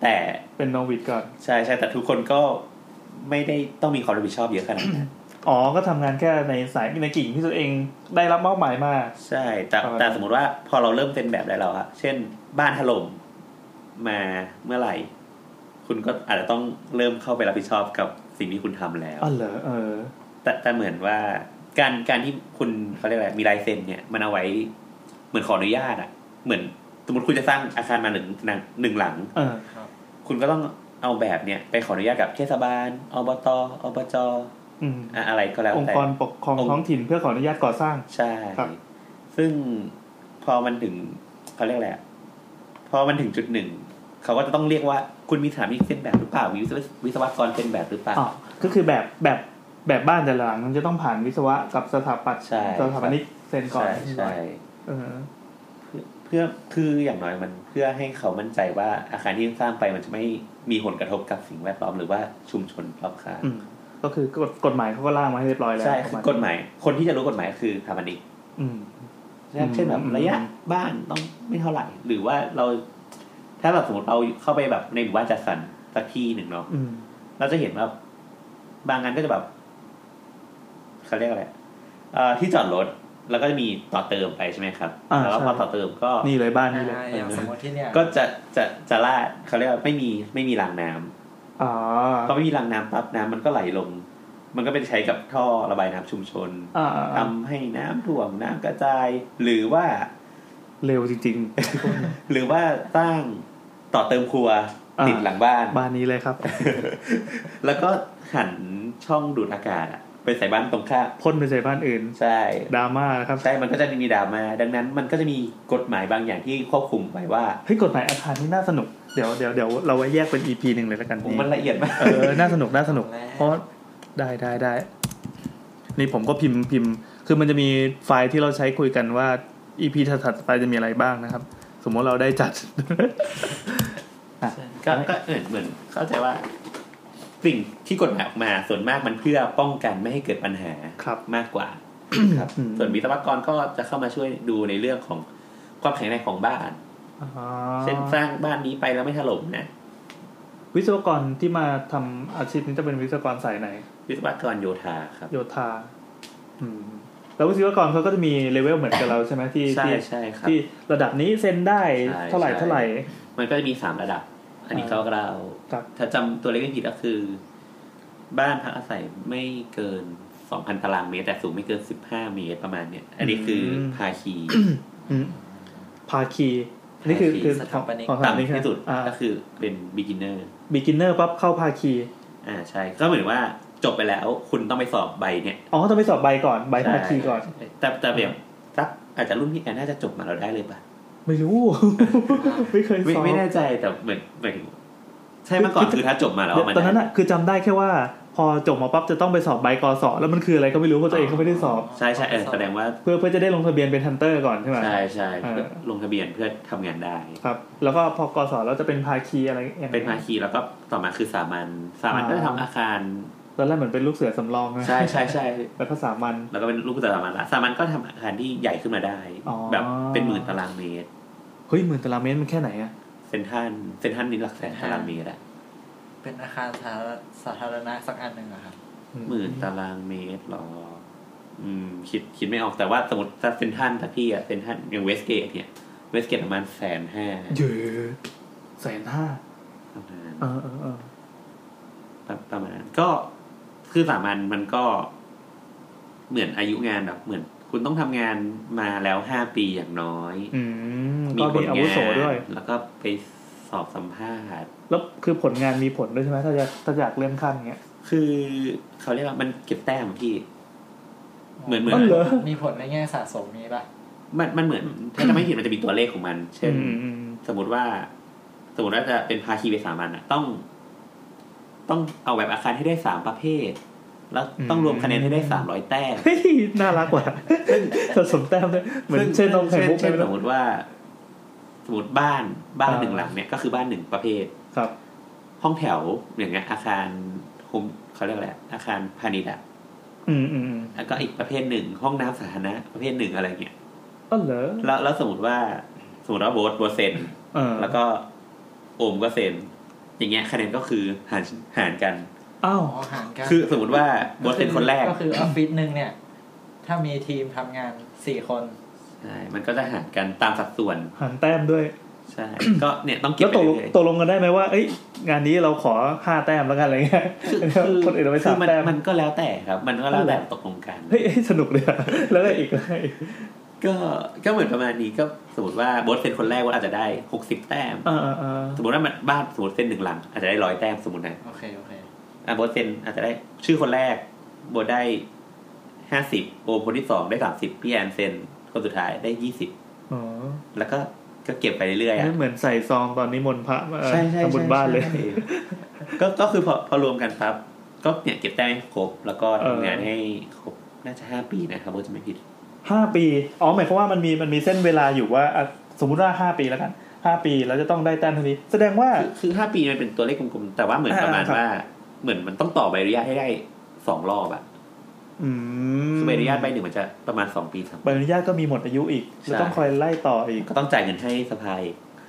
[SPEAKER 4] แต่
[SPEAKER 3] เป็นโนวิดก่อน
[SPEAKER 4] ใช่ใช่แต่ทุกคนก็ไม่ได้ต้องมีความรับผิดชอบเยอะขนาดนั้น
[SPEAKER 3] อ๋อ ก็ทำงานแค่ในสายในกิ่งที่ตัวเองได้รับมอบหมายมา
[SPEAKER 4] ใช่ แต่แต่สมมติว่าพอเราเริ่มเป็นแบบได้แล้วอะเช่น บ้านถล่มมาเมื่อไหร่ คุณก็อาจจะต้องเริ่มเข้าไปรับผิดชอบกับสิ่งที่คุณทำแล้ว
[SPEAKER 3] อ๋อเหรอ เออ
[SPEAKER 4] แต่แต่เหมือนว่า การการที่คุณเขาเรียกอะไรมีลายเซ็นเนี่ยมันเอาไว้เหมือนขออนุญาตอะเหมือนสมมติคุณจะสร้างอาคารมาหนึ่งหลังหนึ่งหลัง
[SPEAKER 3] เออ
[SPEAKER 4] คุณก็ต้องเอาแบบเนี่ยไปขออนุญาตกับเทศบาลอบตอบจ
[SPEAKER 3] อืม
[SPEAKER 4] อะอะไรก็แล้ว
[SPEAKER 3] องค์
[SPEAKER 4] แต่
[SPEAKER 3] กรปกครอง
[SPEAKER 4] องค์
[SPEAKER 3] ท้องถิ่นเพื่อขออนุญาตก่อสร้าง
[SPEAKER 4] ใช่
[SPEAKER 3] ครับ
[SPEAKER 4] ซึ่งพอมันถึงเขาเรียกอะไรอะพอมันถึงจุดหนึ่ง เขาก็จะต้องเรียกว่าคุณมีสถาปนิกเส้นแบบหรือเปล่า มีวิศววิศวกรเป็นแบบหรือเปล่า
[SPEAKER 3] อ๋อก็คือแบบแบบแบบบ้านแต่ละหลังมันจะต้องผ่านวิศวะกับสถาปัตย์
[SPEAKER 4] ใช่
[SPEAKER 3] สถาปนิกเซ็นก่อน
[SPEAKER 4] ใช่ใช่
[SPEAKER 3] เออ
[SPEAKER 4] เพื่อคืออย่างน้อยมันเพื่อให้เขามั่นใจว่าอาคารที่สร้างไปมันจะไม่มีผลกระทบกับสิ่งแวดล้อมหรือว่าชุมชนรอบข้าง
[SPEAKER 3] อืมก็คือกฎกฎหมายเขาก็ร่างมาให้เรียบร้อยแล้ว
[SPEAKER 4] ใช่คือกฎหมาย คนที่จะรู้กฎหมายคือสถาปนิก
[SPEAKER 3] อืม
[SPEAKER 4] นะครับเช่นแบบ
[SPEAKER 3] อืม
[SPEAKER 4] ระยะ
[SPEAKER 3] อืม
[SPEAKER 4] บ้านต้องไม่เท่าไหร่ หรือว่าเรา ถ้าแบบสมมติเราเข้าไปแบบในหมู่บ้านจัดสรรสักที่หนึ่งเนาะ
[SPEAKER 3] อืม
[SPEAKER 4] เราจะเห็นว่าบางงานก็จะแบบเขาเรียกอะไรเอ่อที่จอดรถแล้วก็จะมีต่อเติมไปใช่ไหมครับ
[SPEAKER 3] อ่า
[SPEAKER 4] แล้วก็พอ
[SPEAKER 3] ใช่
[SPEAKER 4] ต่อเติมก็
[SPEAKER 3] นี่เลยบ้านนี่เลย
[SPEAKER 5] อ่าอย่างสมมติที่เนี่ย
[SPEAKER 4] ก็จะจะจะลาดเขาเรียกว่าไม่มีไม่มีรางน้ำ
[SPEAKER 3] อ๋อ
[SPEAKER 4] พอไม่มีรางน้ำปั๊บน้ำมันก็ไหลลง มันก็ไปใช้กับท่อระบายน้ำชุมชน
[SPEAKER 3] อ่า
[SPEAKER 4] ทำให้น้ำท่วมน้ำกระจาย หรือว่า
[SPEAKER 3] เร็วจริง
[SPEAKER 4] หรือว่าสร้างต่อเติมครัว
[SPEAKER 3] อ่า
[SPEAKER 4] ติดหลังบ้าน
[SPEAKER 3] ๆ บ้านนี้เลยครับ
[SPEAKER 4] [LAUGHS] แล้วก็หันช่องดูดอากาศอะไปใส่บ้านตรงข้าม
[SPEAKER 3] พ่นไปใส่บ้านอื่น
[SPEAKER 4] ใช่
[SPEAKER 3] ดราม่านะครับ
[SPEAKER 4] ใช่มันก็จะมีดราม่าดังนั้นมันก็จะมีกฎหมายบางอย่างที่ควบคุมไว้ว่า
[SPEAKER 3] เฮ้ยกฎหมายอาคารนี่น่าสนุกเดี๋ยวเดี๋ยวเดี๋ยวเราไว้แยกเป็นอีพีหนึ่งเลยแล้วกัน
[SPEAKER 4] โอ้มันละเอียดมาก
[SPEAKER 3] [LAUGHS] เออน่าสนุกน่าสนุก เพราะได้ได้ได้นี่ผมก็พิมพ์พิมพ์ คือมันจะมีไฟล์ที่เราใช้คุยกันว่าอีพีถัดๆไปจะมีอะไรบ้างนะครับ สมมติเราได้จัด อ่ะ
[SPEAKER 4] ก็ก็เออเหมือนเข้าใจว่า สิ่งที่กฎหมายออกมา ส่วนมากมันเพื่อป้องกันไม่ให้เกิดปัญหา
[SPEAKER 3] ครับ
[SPEAKER 4] มากกว่าครับ
[SPEAKER 3] อืม
[SPEAKER 4] ส่วนวิศวกรก็จะเข้ามาช่วยดูในเรื่องของความแข็งแรงของบ้าน
[SPEAKER 3] อ๋อ
[SPEAKER 4] เช่นสร้างบ้านนี้ไปแล้วไม่ถล่มนะ
[SPEAKER 3] วิศวกรที่มาทำอาชีพนี้จะเป็นวิศวกรสายไหน
[SPEAKER 4] วิศวกรโยธาครับ
[SPEAKER 3] โยธาอืม แล้ววิศวกรเขาก็จะมีเลเวลเหมือนกับเราใช่ไหมที่
[SPEAKER 4] ใช่
[SPEAKER 3] ที่
[SPEAKER 4] ใช่ครับ
[SPEAKER 3] ที่ระดับนี้เซ็นได้
[SPEAKER 4] ใช่
[SPEAKER 3] เท่าไหร่
[SPEAKER 4] ใช่
[SPEAKER 3] เท่าไหร่
[SPEAKER 4] มันก็จะมีสามระดับ อันนี้
[SPEAKER 3] อ่า
[SPEAKER 4] เขาก็เรา
[SPEAKER 3] ครับ
[SPEAKER 4] ถ้าจำตัวเลขไม่ผิดก็คือ บ้านพักอาศัยไม่เกินสองพันตารางเมตร แต่สูงไม่เกินสิบห้าเมตรประมาณเนี้ย อันนี้คือภาคี
[SPEAKER 3] อืมภาคีอันนี่คือ
[SPEAKER 4] ภาคี
[SPEAKER 3] คือ
[SPEAKER 5] ส
[SPEAKER 3] ขอ
[SPEAKER 5] ถาง ปนิก
[SPEAKER 3] ของ
[SPEAKER 4] ต่ำที่สุด
[SPEAKER 3] อ่า
[SPEAKER 4] ก็คือเป็น beginner
[SPEAKER 3] บิกินเนอร์ปั๊บเข้าภาคี
[SPEAKER 4] อ่าใช่ ก็เหมือนว่าจบไปแล้วคุณต้องไปสอบใบเนี่ย
[SPEAKER 3] อ๋อต้องไปสอบใบก่อนใบภาคี
[SPEAKER 4] ใช่
[SPEAKER 3] ก่อน
[SPEAKER 4] แต่แต่แบบสักอาจจะรุ่นพี่แอนน่าจะจบมาเราได้เลยป่ะ
[SPEAKER 3] ไม่รู้
[SPEAKER 4] [LAUGHS]
[SPEAKER 3] ไม่เคย
[SPEAKER 4] ไม่
[SPEAKER 3] สอบ
[SPEAKER 4] ไม่แน่ใจแต่เหมือนเหมือนใช่เมื่อก่อนคือถ้าจบมาแล้ว
[SPEAKER 3] เดี๋ยว
[SPEAKER 4] มัน
[SPEAKER 3] ตอนนั้นอะคือจำได้แค่ว่า พอจบมาปั๊บจะต้องไปสอบใบกศแล้วมันคืออะไรก็ไม่รู้เพราะตัวเองก็ไม่ได้สอบ
[SPEAKER 4] ใช่ใช่เออแสดงว่า
[SPEAKER 3] เพื่อเพื่อจะได้ลงทะเบียนเป็นทันเตอร์ก่อนใช่ไหม
[SPEAKER 4] ใช่ใช่
[SPEAKER 3] เออ
[SPEAKER 4] เพื่อลงทะเบียนเพื่อทำงานได้
[SPEAKER 3] ครับ แล้วก็พอกศแล้วจะเป็นภาคีอะไรอย่างงี้ย
[SPEAKER 4] เป็นภาคีแล้วก็ต่อมาคือสามัญสามัญ
[SPEAKER 3] อ่า
[SPEAKER 4] ก็จะทำอาคาร
[SPEAKER 3] ตอนแรกเหมือนเป็นลูกเสือสำรองนะ
[SPEAKER 4] ใช่ใช่ใช่
[SPEAKER 3] แล้วก็สามัญ
[SPEAKER 4] แล้วก็เป็นลูกสามัญละสามัญก็ทำอาคารที่ใหญ่ขึ้นมาได้
[SPEAKER 3] อ๋อ
[SPEAKER 4] แบบเป็นหมื่นตารางเมตร
[SPEAKER 3] เฮ้ยหมื่นตารางเมตรมันแค่ไหนอะ
[SPEAKER 4] เซนทรันเซนทรันนี่หลักแสนตารางเมตรอะ
[SPEAKER 5] เป็นอาคารสาธารสาธารณะสักอันหนึ่งอะครับ
[SPEAKER 4] หมื่นตารางเมตรหรอ อืมคิดคิดไม่ออกแต่ว่าสมมติถ้าเซนทรันสักที่อะเซนทรันอย่างเวสเกตเนี่ยเวสเกตประมาณแสนห้า
[SPEAKER 3] เยอะแสนห้า
[SPEAKER 4] ประมาณ
[SPEAKER 3] เออเออเออ
[SPEAKER 4] ประประมาณนั้นก็คือสามัญมันก็ เหมือนอายุงานแบบเหมือน คุณต้องทำงานมาแล้วห้าปีอย่างน้อย
[SPEAKER 3] อืม
[SPEAKER 4] มี
[SPEAKER 3] ก็
[SPEAKER 4] ผ
[SPEAKER 3] มี
[SPEAKER 4] ล
[SPEAKER 3] อาวุ
[SPEAKER 4] งา
[SPEAKER 3] โส
[SPEAKER 4] น
[SPEAKER 3] ด้วย
[SPEAKER 4] แล้วก็ไปสอบสัมภาษณ์
[SPEAKER 3] แล้วคือผลงานมีผลด้วยใช่ไหมถ้าจะถ้าอยากเลื่อนขั้นเงี้ย
[SPEAKER 4] คือเขาเรียกว่ามันเก็บแต้มพี่ เหมือนเหมือน
[SPEAKER 3] อ๋อเหรอ
[SPEAKER 5] มีผลในแง่สะสมมีป่ะ
[SPEAKER 4] มันมันเหมือน ถ้าจะไม่ผิดมัน [COUGHS] จะมีตัวเลขของมัน เช่น
[SPEAKER 3] อืมอืม
[SPEAKER 4] สมมติว่า สมมติว่าจะเป็นภาคีไปสามัญอะต้อง ต้องเอาแบบอาคารให้ได้สามประเภท แล้วต้องรวมคะแนนให้ได้สามร้อยแต้ม
[SPEAKER 3] เฮ้ยน่ารักว่ะสะสมแต้มด้วยเหมือนเช่นนมไข่มุก
[SPEAKER 4] เช่น
[SPEAKER 3] ไม่
[SPEAKER 4] ส
[SPEAKER 3] รู้
[SPEAKER 4] มมติว่า สมมติบ้านบ้าน
[SPEAKER 3] อ่า
[SPEAKER 4] หนึ่งหลังเนี่ยก็คือบ้านหนึ่งประเภท
[SPEAKER 3] ครับ
[SPEAKER 4] ห้องแถวอย่างเงี้ย อาคารโฮมเขาเรียกอะไรอาคารพาณิชย์อะ
[SPEAKER 3] อืมอืมอืม
[SPEAKER 4] แล้วก็อีกประเภทหนึ่ง ห้องน้ำสาธารณะประเภทหนึ่งอะไรเงี้ย
[SPEAKER 3] อ๋อเหรอ
[SPEAKER 4] แล้วแล้วสมมติว่าสมมติว่าโบสโบสเซน
[SPEAKER 3] เออ
[SPEAKER 4] แล้วก็โอมก็เซนอย่างเงี้ยคะแนนก็คือหารหารกัน
[SPEAKER 3] อ้าว
[SPEAKER 5] อ๋อหารกัน
[SPEAKER 4] คือสมมติว่าโบสเซนคนแรก
[SPEAKER 5] ก็คือออฟฟิศหนึ่งเนี่ย ถ้ามีทีมทำงานสี่คน
[SPEAKER 4] ใช่มันก็จะหารกันตามสัดส่วน
[SPEAKER 3] หันแต้มด้วย
[SPEAKER 4] ใช่
[SPEAKER 3] [COUGHS]
[SPEAKER 4] ก็เนี่ยต้องเก็บ
[SPEAKER 3] แล้ว
[SPEAKER 4] ไป
[SPEAKER 3] ตกลง
[SPEAKER 4] เรื่อยๆ
[SPEAKER 3] ตกลงกันได้ไหมว่า เอ้ย งานนี้เราขอห้าแต้มแล้วกันอะไรเงี้ยคนอื่นเราไป
[SPEAKER 4] คื
[SPEAKER 3] สา
[SPEAKER 4] อ
[SPEAKER 3] ม
[SPEAKER 4] มัน
[SPEAKER 3] แต้ม
[SPEAKER 4] มันก็แล้วแต่ครับ มันก็แล้วแต่
[SPEAKER 3] เออ
[SPEAKER 4] ตกลงกัน
[SPEAKER 3] เฮ้ยเฮ้ยสนุกเลยอะแล้วก็อีกเลย
[SPEAKER 4] ก็ก็เหมือนประมาณนี้ก็สมมติว่าโบสเป็นคนแรกโบสอาจจะได้หกสิบแต้ม
[SPEAKER 3] อ่าอ่าอ่า
[SPEAKER 4] สมมติว่ามันบ้านสมมติเส้นหนึ่งหลัง อาจจะได้ร้อยแต้มสมมตินะ
[SPEAKER 5] โอเค โอเค
[SPEAKER 4] อ่ะโบสเซนอาจจะได้ชื่อคนแรกโบสได้ห้าสิบโอมคนที่สองได้สามสิบพี่แอนเซนคนสุดท้ายได้ยี่สิบ
[SPEAKER 3] อ๋อ
[SPEAKER 4] แล้วก็ก็เก็บไปเรื่อยๆอ่ะ
[SPEAKER 3] นี่เหมือนใส่ซองตอนนี้มนต์พระมาทำบุญบ้านเลย
[SPEAKER 4] ใช่ก็ก็คือพอพอรวมกันปั๊บก็เนี่ยเก็บแต้มให้ครบ แล้วก็
[SPEAKER 3] เออ
[SPEAKER 4] ทำงานให้ครบน่าจะห้าปีนะครับโบสจะไม่ผิด
[SPEAKER 3] ห้าปี อ๋อหมายความว่ามันมีมันมีเส้นเวลาอยู่ว่าอ่ะสมมุติว่าห้าปีแล้วกันห้าปีแล้วจะต้องได้แต้มเท่านี้ แสดงว่า
[SPEAKER 4] คือคือห้าปีมันเป็นตัวเลขกลมๆ แต่ว่าเหมือน
[SPEAKER 3] อ่า
[SPEAKER 4] ประมาณ
[SPEAKER 3] ครับ
[SPEAKER 4] ว่า เหมือนมันต้องต่อใบอนุญาตให้ได้สองรอบอะ
[SPEAKER 3] อืม
[SPEAKER 4] คือใบอนุญาตใบหนึ่งมันจะประมาณสองปีสาม
[SPEAKER 3] ใบอนุญาตก็มีหมดอายุอีกแล้วต้องคอยไล่ต่ออีก
[SPEAKER 4] ก็ต้องจ่ายเงินให้สภาย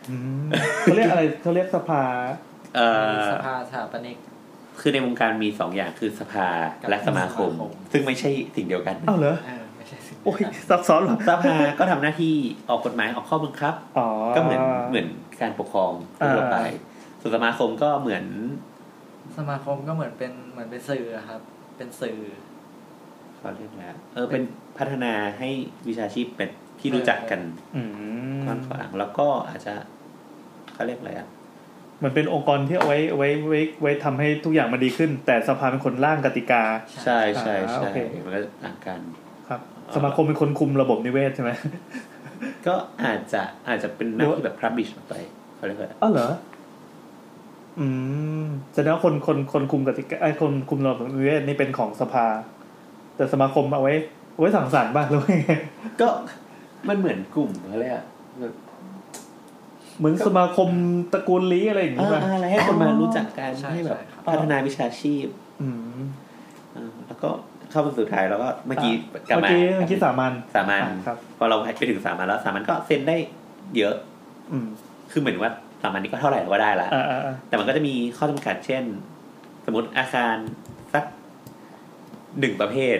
[SPEAKER 3] อืมเขาเรียกอะไรเขาเรียกสภา
[SPEAKER 4] เอ่อ
[SPEAKER 5] สภาสถาปนิก
[SPEAKER 4] คือในวงการมีสองอย่างคือสภา
[SPEAKER 5] กับ
[SPEAKER 4] และสมาคม
[SPEAKER 5] สมาคม
[SPEAKER 4] ซึ่งไม่ใช่สิ่งเดียวกัน
[SPEAKER 3] อ้าวเหรอ
[SPEAKER 5] เออ ไม่ใช่สิง
[SPEAKER 3] โอ้ย
[SPEAKER 5] เดียวกัน
[SPEAKER 3] ซับซ้อนเหรอ
[SPEAKER 4] สภาก็ทำหน้าที่ออกกฎหมายออกข้อบังคับ
[SPEAKER 3] อ๋อ
[SPEAKER 4] ก็เหมือนเหมือนการปกครองทั่วไป
[SPEAKER 3] อ่า
[SPEAKER 4] ส่วนสมาคมก็เหมือน
[SPEAKER 5] สมาคมก็เหมือนเป็นเหมือนเป็นสื่ออะครับ เป็นสื่อ
[SPEAKER 4] เขาเรียกอะไรอะเออเป็นพัฒนาให้วิชาชีพเป็นที่รู้จักกัน
[SPEAKER 3] อืม
[SPEAKER 4] กว้างขวางแล้วก็อาจจะเขาเรียกอะไรอะ
[SPEAKER 3] มันเป็นองค์กรที่เอาไว้ไว้ไว้ไว้ทำให้ทุกอย่างมันดีขึ้น แต่สภาเป็นคนร่างกติกา
[SPEAKER 4] ใช่ใช่
[SPEAKER 3] อ่า
[SPEAKER 4] ใช่
[SPEAKER 3] โอเค
[SPEAKER 4] มันก็ต่างกัน
[SPEAKER 3] ครับ
[SPEAKER 4] อ่า
[SPEAKER 3] สมาคมเป็นคนคุมระบบนิเวศใช่ไหม
[SPEAKER 4] ก็อาจจะอาจจะเป็นห
[SPEAKER 3] หรื
[SPEAKER 4] น้า
[SPEAKER 3] อว่า
[SPEAKER 4] ที่แบบพรับบิชออกไปเขาเรียกว่า
[SPEAKER 3] อ้าวเหรอ อืมแสดงว่าคนคนคนคุมกติกาไอ้คนคุมระบบนิเวศนี่เป็นของสภา แต่สมาคมเอาไว้เอาไว้สั่งสรรค์บ้างหรือว่าไง
[SPEAKER 4] ก็มันเหมือนกลุ่มเขาเรียกอะแบบ
[SPEAKER 3] เหมือนสมาคมตระกูลลี้อะไรอย่าง
[SPEAKER 4] อ่า
[SPEAKER 3] งี้ป่ะ
[SPEAKER 4] อะไรให้คนมารู้จักกัน
[SPEAKER 5] ใช่
[SPEAKER 4] ให้แบบ
[SPEAKER 5] ใช่ครับ
[SPEAKER 4] พัฒนาวิชาชีพ
[SPEAKER 3] อืม
[SPEAKER 4] อ่าแล้วก็เข้าไปสุดท้ายแล้วก็เมื่อกี้กลับ
[SPEAKER 3] เมื่อ
[SPEAKER 4] มา
[SPEAKER 3] กี้เมื่อกี้สามัญ
[SPEAKER 4] สามัญ
[SPEAKER 3] อ่าครับ
[SPEAKER 4] พอเราไปถึงสามัญแล้วสามัญก็เซ็นได้เยอะ
[SPEAKER 3] อืม
[SPEAKER 4] คือเหมือนว่าสามัญนี้ก็เท่าไหร่เราก็ได้ละ
[SPEAKER 3] อ่าอ่าอ่า
[SPEAKER 4] แต่มันก็จะมีข้อจำกัดเช่น สมมติอาคารสักหนึ่งประเภท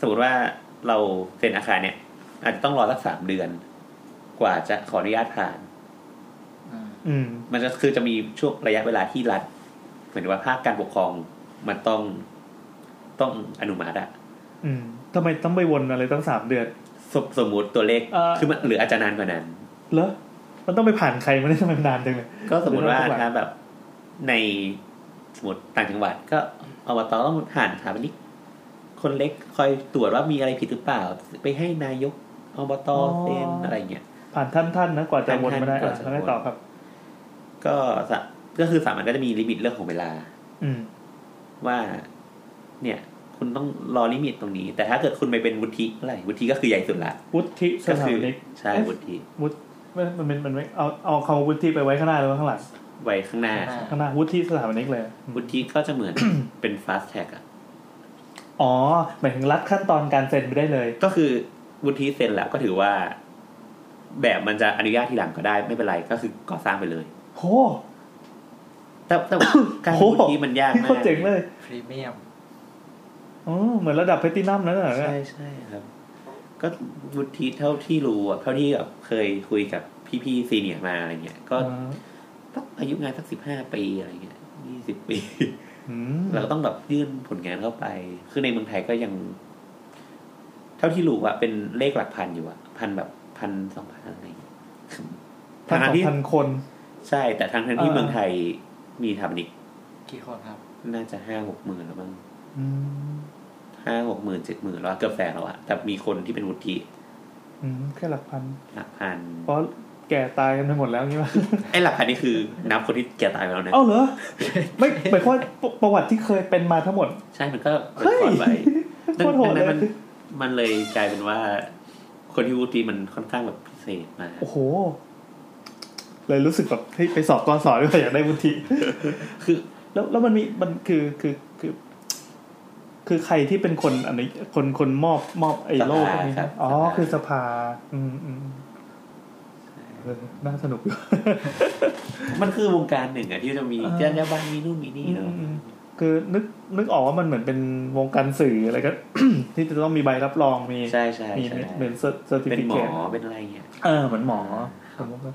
[SPEAKER 4] สมมติว่าเราเซ็นอาคารเนี่ย อาจจะต้องรอสักสามเดือน กว่าจะขออนุญาตผ่าน
[SPEAKER 5] อ่า
[SPEAKER 3] อืม
[SPEAKER 4] มันจะคือจะมีช่วงระยะเวลาที่รัฐเหมือนว่าภาคการปกครองมันต้องต้องอนุมัติอะ
[SPEAKER 3] อืมทำไมต้องไปวนอะไรตั้งสามเดือน
[SPEAKER 4] สมสมมติตัวเลข
[SPEAKER 3] เอ่อ
[SPEAKER 4] คือมันหรืออาจจะนานกว่านั้น
[SPEAKER 3] เหรอมันต้องไปผ่านใครมาได้ทำไมมันนานจังเลย
[SPEAKER 4] ก็สมมติว่า
[SPEAKER 3] หรือว่า
[SPEAKER 4] ถ้าแบบในสมมติต่างจังหวัด ก็อบตต้องผ่านสถาปนิกคนเล็กคอยตรวจว่ามีอะไรผิดหรือเปล่า ไปให้นายกอบตเซ็นอะไรเงี้ย
[SPEAKER 3] ผ่านท่านท่านๆนะกว่าจะวนมาได้
[SPEAKER 4] ท่านๆกว่า
[SPEAKER 3] อ่ะ
[SPEAKER 4] จะ
[SPEAKER 3] แล้วไง
[SPEAKER 4] วน
[SPEAKER 3] ต่อครับ
[SPEAKER 4] ก็สะก็คือสามัญก็จะมีลิมิตเรื่องของเวลา
[SPEAKER 3] อืม
[SPEAKER 4] ว่า เนี่ย คุณต้องรอลิมิตตรงนี้ แต่ถ้าเกิดคุณไปเป็นวุฒิเมื่อะไหรวุฒิก็คือใหญ่สุดละ
[SPEAKER 3] วุฒิส
[SPEAKER 4] ก็
[SPEAKER 3] ถา
[SPEAKER 4] คื
[SPEAKER 3] นิก
[SPEAKER 4] ใช่วุฒิ
[SPEAKER 3] วุฒิมันมันเป็นมันไม่เอาเอาคำว่าวุฒิไปไว้ข้างหน้าหรือว่าข้างหลัง
[SPEAKER 4] ไว้ข้างหน้า
[SPEAKER 5] อ่า
[SPEAKER 3] ข้างหน้าวุฒิสถานิกเลย
[SPEAKER 4] วุฒิก็จะ
[SPEAKER 3] [COUGHS]
[SPEAKER 4] เหมือน เป็น fast tag อะ
[SPEAKER 3] อ๋อหมายถึงรัดขั้นตอนการเซ็นไปได้เลย
[SPEAKER 4] ก็คือวุฒิเซ็นแล้วก็ถือว่า แบบมันจะอนุญาตทีหลังก็ได้ไม่เป็นไรก็คือก่อสร้างไปเลย
[SPEAKER 3] โห
[SPEAKER 4] แต่แต่ [COUGHS] การ
[SPEAKER 3] โอ้
[SPEAKER 4] พูด
[SPEAKER 3] โห
[SPEAKER 4] ที่มันยาก
[SPEAKER 3] ที่
[SPEAKER 4] มา
[SPEAKER 3] โคตร
[SPEAKER 4] ก
[SPEAKER 3] เจ๋งเลย
[SPEAKER 5] พรีเมียม
[SPEAKER 3] อ๋อเหมือนระดับเพตินัมนั่นเหรอ
[SPEAKER 4] ใช่ใช่ครับ ก็วุฒิเท่าที่รู้อะเท่าที่แบบเคยคุยกับพี่ๆซีเนียร์มาอะไรเงี้ยก็
[SPEAKER 3] อ๋อ
[SPEAKER 4] ต้องอายุงานสักสิบห้าปีอะไรเงี้ยยี่สิบปี
[SPEAKER 3] อืม
[SPEAKER 4] เราก็ต้องแบบยื่นผลงานเข้าไป คือในเมืองไทยก็ยัง เท่าที่รู้อะเป็นเลขหลักพันอยู่อะพันแบบพันสองพันอะไรเงี้ย
[SPEAKER 3] พันส
[SPEAKER 4] ทา
[SPEAKER 3] อง ง
[SPEAKER 4] ที่
[SPEAKER 3] พันคน
[SPEAKER 4] ใช่แต่ทางทั้งที่
[SPEAKER 3] เออ
[SPEAKER 4] เมืองไทยมีทำนิก
[SPEAKER 5] กี่คนครับ
[SPEAKER 4] น่าจะห้าหกหมื่นแล้วมั้ง
[SPEAKER 3] อืม
[SPEAKER 4] ห้าหกหมื่นเจ็ดหมื่นแล้วอะเกือบแสนแล้วอะแต่มีคนที่เป็นวุฒิ
[SPEAKER 3] อืมแค่หลักพัน
[SPEAKER 4] หลักพัน
[SPEAKER 3] เพราะแก่ตายกันไปหมดแล้วงี้ป่ะ
[SPEAKER 4] ไอ้หลักพันนี่คือนับคนที่แก่ตายไปแล้วนะ
[SPEAKER 3] เอ้าเหรอ ไม่หมายความว่าประประวัติที่เคยเป็นมาทั้งหมด
[SPEAKER 4] ใช่มันก็
[SPEAKER 3] เฮ้ย
[SPEAKER 4] ถอนไป
[SPEAKER 3] โค
[SPEAKER 4] ดัง
[SPEAKER 3] ตรโหด
[SPEAKER 4] ดังนั้น
[SPEAKER 3] เลย
[SPEAKER 4] มันมันเลยกลายเป็นว่า คนที่วุฒิมันค่อนข้างแบบพิเศษมาก
[SPEAKER 3] โอ้โห เลยรู้สึกแบบเฮ้ยไปสอบกศด้วยอยากได้วุฒิ
[SPEAKER 4] คือ
[SPEAKER 3] แล้วแล้วมันมีมันคือคือคือ คือใครที่เป็นคนอันนี้คนคนมอบมอบไอ้โล่พวกนี้อ๋อคือสภา อืมอืมเออน่าสนุกอยู่
[SPEAKER 4] มันคือวงการหนึ่งอะที่จะมี
[SPEAKER 3] เออ
[SPEAKER 4] จรรยาบรรณมีนู่นมีนี่เนอะ
[SPEAKER 3] อืมอืม คือนึกนึกออกว่ามันเหมือนเป็นวงการสื่ออะไรก็ [COUGHS] ที่จะต้องมีใบรับรองมี
[SPEAKER 4] ใช่ใช่
[SPEAKER 3] มี
[SPEAKER 4] ใช่
[SPEAKER 3] เหมือนเซอร์ติ
[SPEAKER 4] เป็น
[SPEAKER 3] ฟิ
[SPEAKER 4] หม
[SPEAKER 3] เค
[SPEAKER 4] อ
[SPEAKER 3] ต
[SPEAKER 4] เป็นอะไรเงี้ย
[SPEAKER 3] เออเหมือนหมอผมว่า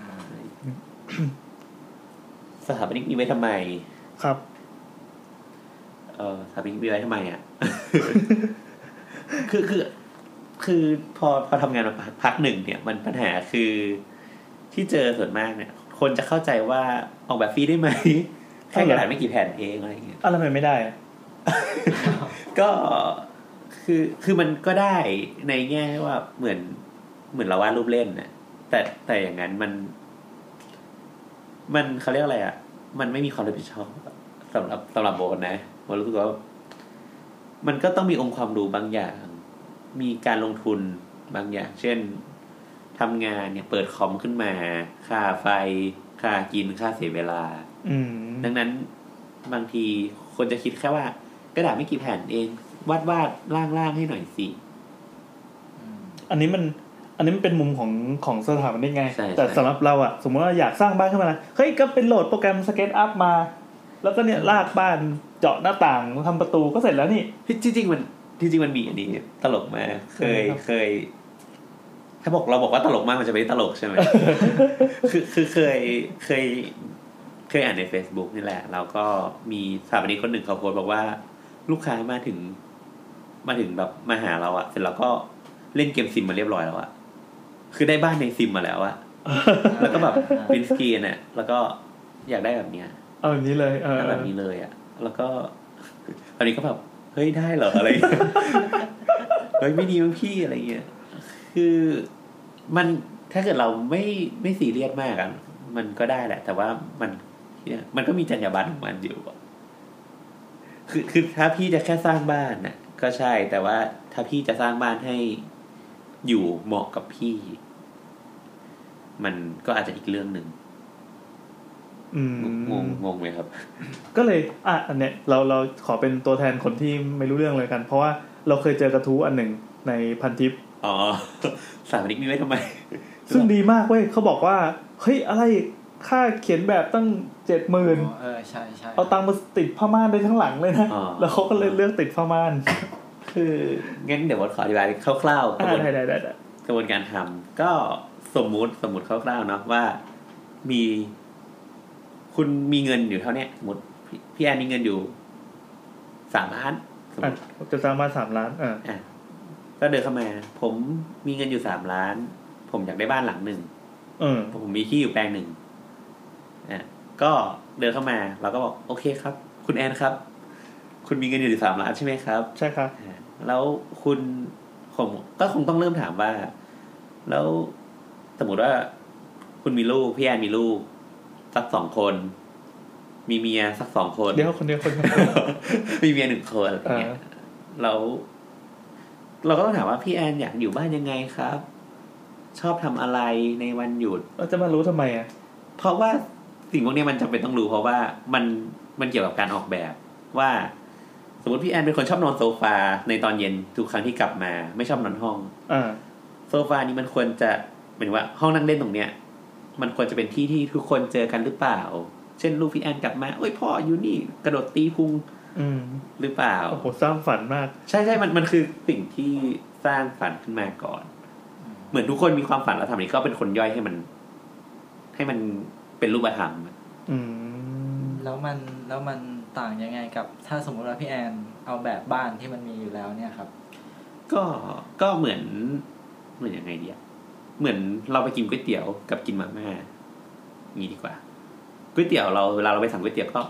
[SPEAKER 5] อ่า
[SPEAKER 4] สถาปนิกมีไว้ทำไม
[SPEAKER 3] ครับ
[SPEAKER 4] เออสถาปนิกมีไว้ทำไม
[SPEAKER 3] [LAUGHS]
[SPEAKER 4] อ่ะ คือคือ คือพอพอทำงานมาพักหนึ่งเนี่ยมันปัญหาคือที่เจอส่วนมากเนี่ย คนจะเข้าใจว่าออกแบบฟรีได้ไหมแค่กระดาษไม่กี่แผ่นเองอะไรเงี้ย
[SPEAKER 3] อะไรมันไม่ได้อะ
[SPEAKER 4] ก็คือคือมันก็ได้ในแง่ว่าเหมือนเหมือนเราวาดรูปเล่นนะแต่แต่อย่างนั้นมัน มันเขาเรียกอะไรอะ่ะ มันไม่มีความรับผิดชอบสำหรับสำหรับโบนนะโบนรู้สึกว่า มันก็ต้องมีองค์ความรู้บางอย่าง มีการลงทุนบางอย่าง เช่นทำงานเนี่ย เปิดคอมขึ้นมา ค่าไฟ ค่ากินค่าเสียเวลา
[SPEAKER 3] อืม
[SPEAKER 4] ดังนั้นบางทีคนจะคิดแค่ว่ากระดาษไม่กี่แผ่นเอง วาดวาดล่างล่างๆให้หน่อยสิ
[SPEAKER 5] อืม
[SPEAKER 3] อันนี้มัน อันนี้มันเป็นมุมของของสถาปนิกไง
[SPEAKER 4] ใช่ใช่
[SPEAKER 3] แต่สำหรับเราอะสมมติว่าอยากสร้างบ้านขึ้นมานะเฮ้ยก็เป็นโหลดโปรแกรมสเก็ตอัพมา แล้วก็เนี่ยลากบ้านเจาะหน้าต่างทำประตูก็เสร็จแล้วนี่
[SPEAKER 4] ที่จริงๆมันที่จริงมันมีอันนี้ตลกมากเคย
[SPEAKER 3] ครับ
[SPEAKER 4] เคย ถ้าบอกเราบอกว่าตลกมากมันจะไม่ตลก
[SPEAKER 3] [LAUGHS]
[SPEAKER 4] ใช่ไหม คือคือเคยเคย เคยอ่านใน Facebook นี่แหละแล้วก็มีสถาปนิกคนหนึ่งเขาโพสต์บอกว่า ลูกค้ามาถึง มาถึงแบบมาหาเราอะเสร็จแล้วก็เล่นเกมซิมมาเรียบร้อยแล้วอะคือได้บ้านในซิมมาแล้ว
[SPEAKER 3] [LAUGHS]
[SPEAKER 4] อะ แล้วก็แบบปรินสกรีนเนี่ยแล้วก็อยากได้แบบเนี้ย
[SPEAKER 3] เอาแบบนี้เลย เออ
[SPEAKER 4] อยากแบบนี้เลยอ่ะ แล้วก็ [LAUGHS] ตอนนี้ก็แบบ เฮ้ย [LAUGHS] ได้เหรออะไร เฮ้ยไม่ดีมั้งพี่อะไรเงี้ย คือมันถ้าเกิดเราไม่ไม่สีเรียสมากอะมันก็ได้แหละ แต่ว่ามันเนี่ยมันก็มีจรรยาบรรณของมันอยู่อะคือคือถ้าพี่จะแค่สร้างบ้านน่ะ ก็ใช่ แต่ว่าถ้าพี่จะสร้างบ้านให้อยู่เหมาะกับพี่ มันก็อาจจะอีกเรื่องหนึ่ง
[SPEAKER 3] อืม
[SPEAKER 4] งงงงไหมครับ
[SPEAKER 3] ก็เลยอ่ะอันเนี้ยเราเราขอเป็นตัวแทนคนที่ไม่รู้เรื่องเลยกัน เพราะว่าเราเคยเจอกระทู้อันหนึ่งในพันทิป
[SPEAKER 4] อ๋อ [LAUGHS] สามนิกมีไว้ทำไม
[SPEAKER 3] ซึ่งดีมากเว้ยเขาบอกว่า เฮ้ย อะไรค่าเขียนแบบตั้งเจ็ดหมื่น
[SPEAKER 5] อ๋อเออใช่ใช่
[SPEAKER 3] เอาตังค์มาติดผ้าม่านได้ทั้งหลังเลยนะ
[SPEAKER 4] อ๋อ
[SPEAKER 3] แล้วเขาก็เลยเลือกติดผ้าม่าน
[SPEAKER 4] คืองั้นเดี๋ยววัดขออธิบายคร่าวๆกระบวน
[SPEAKER 3] อ่าได้ได้ได้ได้
[SPEAKER 4] กระบวนการทำก็สมมุติสมมุติคร่าวๆเนาะว่ามี คุณมีเงินอยู่เท่าเนี้ยสมมติพี่พี่แอนมีเงินอยู่สามล้านสมม
[SPEAKER 3] อ่ะ
[SPEAKER 4] ติ
[SPEAKER 3] จะสร้างบ้านสามล้านอ่ะ
[SPEAKER 4] อ่ะก็เดินเข้ามา ผมมีเงินอยู่สามล้าน ผมอยากได้บ้านหลังหนึ่ง
[SPEAKER 3] เออ
[SPEAKER 4] ผมมีที่อยู่แปลงหนึ่งอ่ะก็เดินเข้ามาเราก็บอก โอเคครับ คุณแอนครับ คุณมีเงินอยู่สามล้านใช่ไหมครับ
[SPEAKER 3] ใช่ครับ
[SPEAKER 4] อ่ะแล้วคุณผมก็คงต้องเริ่มถามว่า แล้วสมมติว่า คุณมีลูกพี่แอนมีลูก สักสองคน มีเมียสักสองคน
[SPEAKER 3] เดี๋ยวคนเดียวคนเดียว
[SPEAKER 4] [LAUGHS] มีเมียหนึ่งคนอะไรเงี้ยแล้วเราก็ต้องถามว่าพี่แอนอยากอยู่บ้านยังไงครับ ชอบทำอะไรในวันหยุด
[SPEAKER 3] เราจะมารู้ทำไมอ่ะ
[SPEAKER 4] เพราะว่าสิ่งพวกนี้มันจำเป็นต้องรู้เพราะว่ามันมันเกี่ยวกับการออกแบบว่า สมมติพี่แอนเป็นคนชอบนอนโซฟาในตอนเย็นทุกครั้งที่กลับมา ไม่ชอบนอนห้อง
[SPEAKER 3] อ่า
[SPEAKER 4] โซฟานี้มันควรจะหมายถึงว่าห้องนั่งเล่นตรงเนี้ย มันควรจะเป็นที่ที่ทุกคนเจอกันหรือเปล่า เช่นลูกพี่แอนกลับมาโอ้ยพ่ออยู่นี่กระโดดตีพุง
[SPEAKER 3] อืม
[SPEAKER 4] หรือเปล่า
[SPEAKER 3] โอ้โหสร้างฝันมาก
[SPEAKER 4] ใช่ใช่มันมันคือสิ่งที่สร้างฝันขึ้นมาก่อน เหมือนทุกคนมีความฝันแล้วทำอันนี้ก็เป็นคนย่อยให้มัน ให้มันเป็นรูปธรรม
[SPEAKER 3] อืม
[SPEAKER 5] แล้วมันแล้วมันต่างยังไงกับ ถ้าสมมุติว่าพี่แอนเอาแบบบ้านที่มันมีอยู่แล้วเนี่ยครับ
[SPEAKER 4] ก็ก็เหมือนเหมือนยังไงดีอะเหมือนเราไปกินก๋วยเตี๋ยวกับกินมาม่างี้ดีกว่าก๋วยเตี๋ยวเราเวลาเราไปสั่งก๋วยเตี๋ยวก็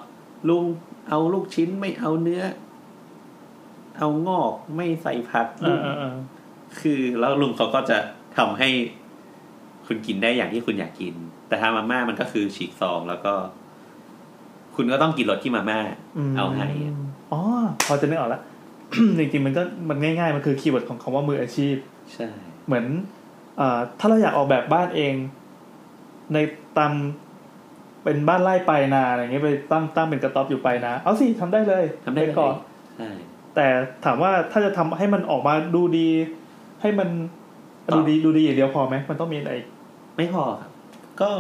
[SPEAKER 4] ลุงเอาลูกชิ้นไม่เอาเนื้อ เอางอกไม่ใส่ผักลุ
[SPEAKER 3] อ่าง อ่าอ่า
[SPEAKER 4] คือแล้วลุงเขาก็จะทำให้คุณกินได้อย่างที่คุณอยากกิน แต่ถ้ามาม่ามันก็คือฉีกซองแล้วก็ คุณก็ต้องกินรสที่มาม่า
[SPEAKER 3] ม
[SPEAKER 4] เอาให้อะ
[SPEAKER 3] อ๋อ พอจะนึ [COUGHS] กออกแล้ว จริงๆมันก็มันง่ายๆ มันคือคีย์เวิร์ดของคำว่ามืออาชีพ
[SPEAKER 4] ใช่
[SPEAKER 3] เหมือนเออถ้าเราอยากออกแบบบ้านเอง ในตามเป็นบ้านไร่ปลายนาอะไรเงี้ยไปตั้งตั้งเป็นกระต๊อบอยู่ปลายนาเอาสิทำได้เลย
[SPEAKER 4] ทำได้
[SPEAKER 3] ปก่อน
[SPEAKER 4] ใช่
[SPEAKER 3] แต่ถามว่าถ้าจะทำให้มันออกมาดูดี ให้มันดูดีดูดีอย่างเดียวพอไหมมันต้องมีอะไรอีก
[SPEAKER 4] ไม่พอครับ ก็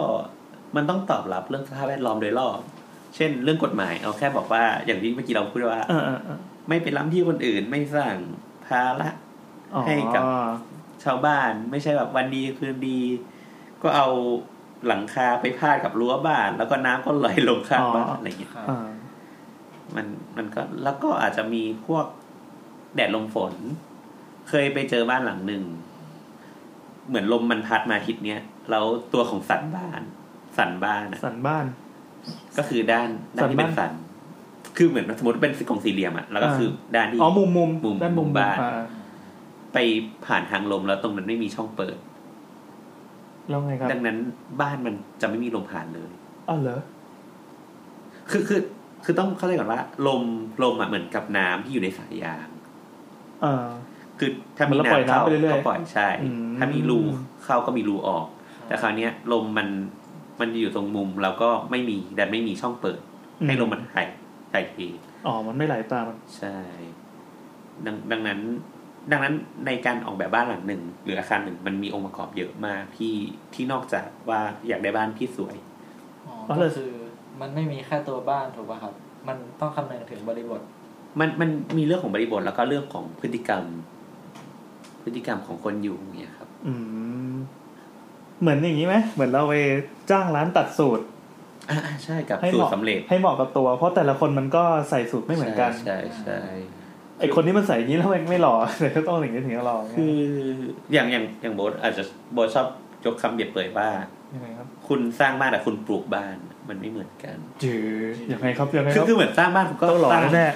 [SPEAKER 4] มันต้องตอบรับเรื่องสภาพแวดล้อมโดยรอบ เช่น เรื่องกฎหมายเอาแค่บอกว่าอย่างที่เมื่อกี้เราพูดว่า
[SPEAKER 3] เออเออเออ
[SPEAKER 4] ไม่ไปล้ำที่คนอื่นไม่สร้างภาระ
[SPEAKER 3] อ๋อ
[SPEAKER 4] ให้กับ ชาวบ้านไม่ใช่แบบวันดีคืนดี ก็เอาหลังคาไปพาดกับรั้วบ้าน แล้วก็น้ำก็ไหลลงข้างบ้านอะไรอย่างเงี้ย
[SPEAKER 5] ครับ
[SPEAKER 3] อ่า
[SPEAKER 4] มันมันก็แล้วก็อาจจะมีพวกแดดลมฝน เคยไปเจอบ้านหลังหนึ่ง เหมือนลมมันพัดมาทิศเนี้ยแล้วตัวของสันบ้าน สันบ้านอะ
[SPEAKER 3] สันบ้าน
[SPEAKER 4] ก็คือด้านด้านที่เป็น
[SPEAKER 3] สัน
[SPEAKER 4] สัน
[SPEAKER 3] บ้าน
[SPEAKER 4] คือเหมือนสมมติเป็นกล่องสี่เหลี่ยมอะแล้วก็คือด้านที่
[SPEAKER 3] อ๋อมุมมุม
[SPEAKER 4] มุม
[SPEAKER 3] ด้านมุม
[SPEAKER 4] มุมบ้าน
[SPEAKER 3] อ่
[SPEAKER 4] ไปผ่านทางลมแล้วตรงนั้นไม่มีช่องเปิด
[SPEAKER 3] แล้วไงครับ
[SPEAKER 4] ดังนั้นบ้านมันจะไม่มีลมผ่านเลย
[SPEAKER 3] อ๋อเหรอ
[SPEAKER 4] คือคือคือต้องเข้าใจก่อนว่า ลมลมอะเหมือนกับน้ำที่อยู่ในสายยาง
[SPEAKER 3] อ่า
[SPEAKER 4] คือถ้ามี
[SPEAKER 3] มันก็ปล่อย
[SPEAKER 4] น้ำ
[SPEAKER 3] น้ำ
[SPEAKER 4] เข้า
[SPEAKER 3] ไปเรื่อยๆ
[SPEAKER 4] ก็ปล่อยใช่
[SPEAKER 3] อืม
[SPEAKER 4] ถ้ามีรูเข้าก็มีรูออก แต่คราวเนี้ยลมมันมันอยู่ตรงมุมแล้วก็ไม่มีแต่ไม่มีช่องเปิด ให้ลมมันหายหายเท
[SPEAKER 3] อ๋อมันไม่ไหลตามมัน
[SPEAKER 4] ใช่ดังดังนั้น ดังนั้นในการออกแบบบ้านหลังหนึ่ง หรืออาคารหนึ่งมันมีองค์ประกอบเยอะมากที่ที่นอกจากว่าอยากได้บ้านที่สวย
[SPEAKER 5] อ๋อก็คือมันไม่มีแค่ตัวบ้านถูกป่ะครับ มันต้องคำนึงถึงบริบท
[SPEAKER 4] มันมันมีเรื่องของบริบทแล้วก็เรื่องของพฤติกรรม พฤติกรรมของคนอยู่อย่างเงี้ยครับ
[SPEAKER 3] อืม เหมือนอย่างนี้ไหมเหมือนเราไปจ้างร้านตัดสูตร
[SPEAKER 4] อ่าใช่กับ
[SPEAKER 3] ให้
[SPEAKER 4] สู
[SPEAKER 3] เห
[SPEAKER 4] ต
[SPEAKER 3] มาะ
[SPEAKER 4] รสำเร็จ
[SPEAKER 3] ให้เหมาะกับตัว เพราะแต่ละคนมันก็ใส่สูตรไม่เหมือนกัน
[SPEAKER 4] ใช่ใช่ใช่
[SPEAKER 3] ไอคนที่มันใส่อย่างนี้แล้วมันไม่หล่อเลยก็ต้องอย่างนี้ถึงจะหล่อ
[SPEAKER 4] คืออย่างอย่างอย่างโบทอาจจะโบทชอบยกคำเปรียบเปรยว่า
[SPEAKER 3] ยังไงครับ
[SPEAKER 4] คุณสร้างบ้านแต่คุณปลูกบ้านมันไม่เหมือนกัน
[SPEAKER 3] จือยังไงครับยังไงค
[SPEAKER 4] คื
[SPEAKER 3] รั
[SPEAKER 4] อ
[SPEAKER 3] บ
[SPEAKER 4] คือเหมือนสร้างบ้านคุณก็
[SPEAKER 3] ต้องหล่อ
[SPEAKER 4] สร้าง
[SPEAKER 3] แน่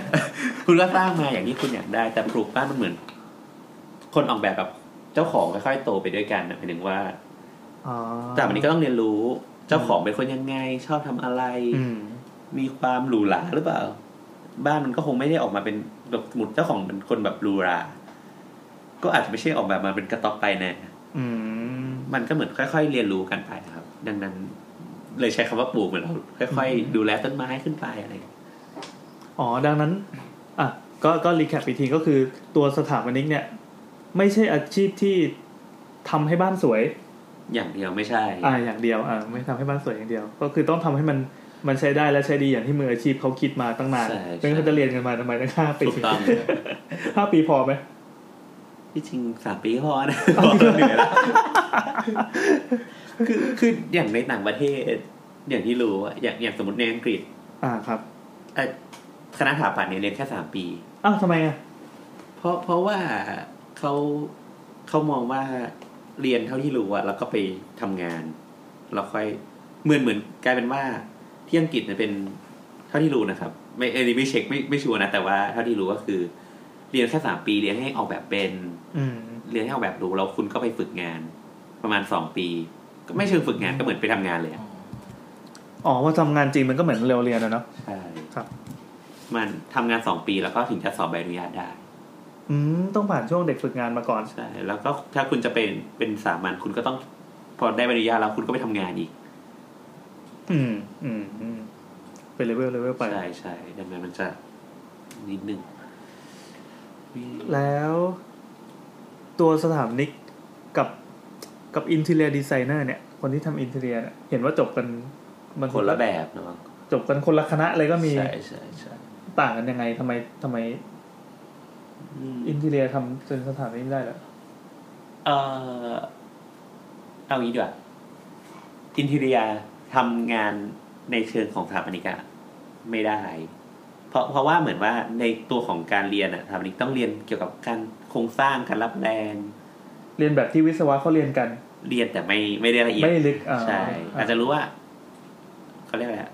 [SPEAKER 4] คุณก็สร้างมาอย่างที่คุณอยากได้ แต่ปลูกบ้านมันเหมือน คนออกแบบกับเจ้าของค่อยๆโตไปด้วยกันนะหมายถึงว่า
[SPEAKER 3] ๆอ๋อ
[SPEAKER 4] จากวันนี้ก็ต้องเรียนรู้เจ้าของเป็นคนยังไง ชอบทำอะไร
[SPEAKER 3] อืม
[SPEAKER 4] มีความหรูหราหรือเปล่า บ้านมันก็คงไม่ได้ออกมาเป็นแบบสมมุดเจ้าของเป็นคนแบบหรูหราก็อาจจะไม่ใช่ออกแบบมาเป็นกระต๊อบไปแน่
[SPEAKER 3] อืม
[SPEAKER 4] มันก็เหมือนค่อยๆ เรียนรู้กันไปครับ ดังนั้น เลยใช้คำว่าปลูกเหมือนเราค่อยๆ ดูแลต้นไม้ขึ้นไปอะไรอย่างเงี้ย
[SPEAKER 3] อ๋อ ดังนั้น อ่ะ ก็ ก็รีแคปอีกทีก็คือตัวสถาปนิกเนี่ย ไม่ใช่อาชีพที่ทำให้บ้านสวย
[SPEAKER 4] อย่างเดียวไม่ใช่
[SPEAKER 3] อ่า อย่างเดียว อ่า ไม่ทำให้บ้านสวยอย่างเดียว ก็คือต้องทำให้มัน มันใช้ได้และใช้ดีอย่างที่มืออาชีพเขาคิดมาตั้งนาน
[SPEAKER 4] ใช่
[SPEAKER 3] ซึ่งเขาจะเรียนกันมาทำไมตั้งห้าปี
[SPEAKER 4] ถูกต้อง
[SPEAKER 3] ห้าปีพอไหม
[SPEAKER 4] ที่จริงสามปีก็พอนะ พอเหนื่อยแล้วคือคืออย่างในต่างประเทศ อย่างที่รู้อะอย่างอย่างสมมติในอังกฤษ
[SPEAKER 3] อ่า ครับ
[SPEAKER 4] เอ่อคณะสถาปัตย์เนี่ยเรียนแค่สามปี
[SPEAKER 3] อ้าวทำไมอ่ะ
[SPEAKER 4] เพราะเพราะว่าเขาเขามองว่าเรียนเท่าที่รู้อะแล้วก็ไปทำงานแล้วค่อยเหมือนเหมือนกลายเป็นว่าที่อังกฤษเนี่ยเป็นเท่าที่รู้นะครับ ไม่เอันนี้ไม่เช็คไม่ไม่ชัวร์นะแต่ว่าเท่าที่รู้ก็คือ เรียนแค่สามปีเรียนให้ออกแบบเป็น
[SPEAKER 3] อืม
[SPEAKER 4] เรียนให้ออกแบบรู้แล้วคุณก็ไปฝึกงาน ประมาณสองปี ก็ไม่เชิงฝึกงานก็เหมือนไปทำงานเลยอะ
[SPEAKER 3] อ๋อ ว่าทำงานจริงมันก็เหมือนเราเรียนอะเนาะ
[SPEAKER 4] ใช่
[SPEAKER 3] ครับ
[SPEAKER 4] มันทำงานสองปีแล้วก็ถึงจะสอบใบอนุญาตได้
[SPEAKER 3] อืม ต้องผ่านช่วงเด็กฝึกงานมาก่อน
[SPEAKER 4] ใช่แล้วก็ถ้าคุณจะเป็นเป็นสามัญคุณก็ต้องพอได้ใบอนุญาตแล้วคุณก็ไปทำงานอีก
[SPEAKER 3] อืม อืมอืมเป็นเลเวลเลเวลไป
[SPEAKER 4] ใช่ใช่ดังนั้นมันจะนิดหนึ่ง
[SPEAKER 3] แล้วตัวสถาปนิกกับกับอินเทเลียดีไซเนอร์เนี่ย คนที่ทำอินเทเลียเห็นว่าจบกันมัน
[SPEAKER 4] คนละแบบเนาะ
[SPEAKER 3] จบกันคนละคณะเลยก็มี
[SPEAKER 4] ใช่ใช่ใช่
[SPEAKER 3] ต่างกันยังไงทำไมทำไม
[SPEAKER 4] อืม
[SPEAKER 3] อินเทเลียทำเป็นสถาปนิกได้ล่ะ
[SPEAKER 4] เออเอางี้ดีกว่าอินทีเรียทำงานในเชิงของสถาปนิกอะไม่ได้ เพราะเพราะว่าเหมือนว่าในตัวของการเรียนอะสถาปนิกต้องเรียนเกี่ยวกับการโครงสร้างการรับแรง
[SPEAKER 3] เรียนแบบที่วิศวะเขาเรียนกัน
[SPEAKER 4] เรียนแต่ไม่ไม่ได้ละเอียด
[SPEAKER 3] ไม่ได้ลึกอ่า
[SPEAKER 4] ใช่อาจจะรู้ว่าเขาเรียกอะไรอะ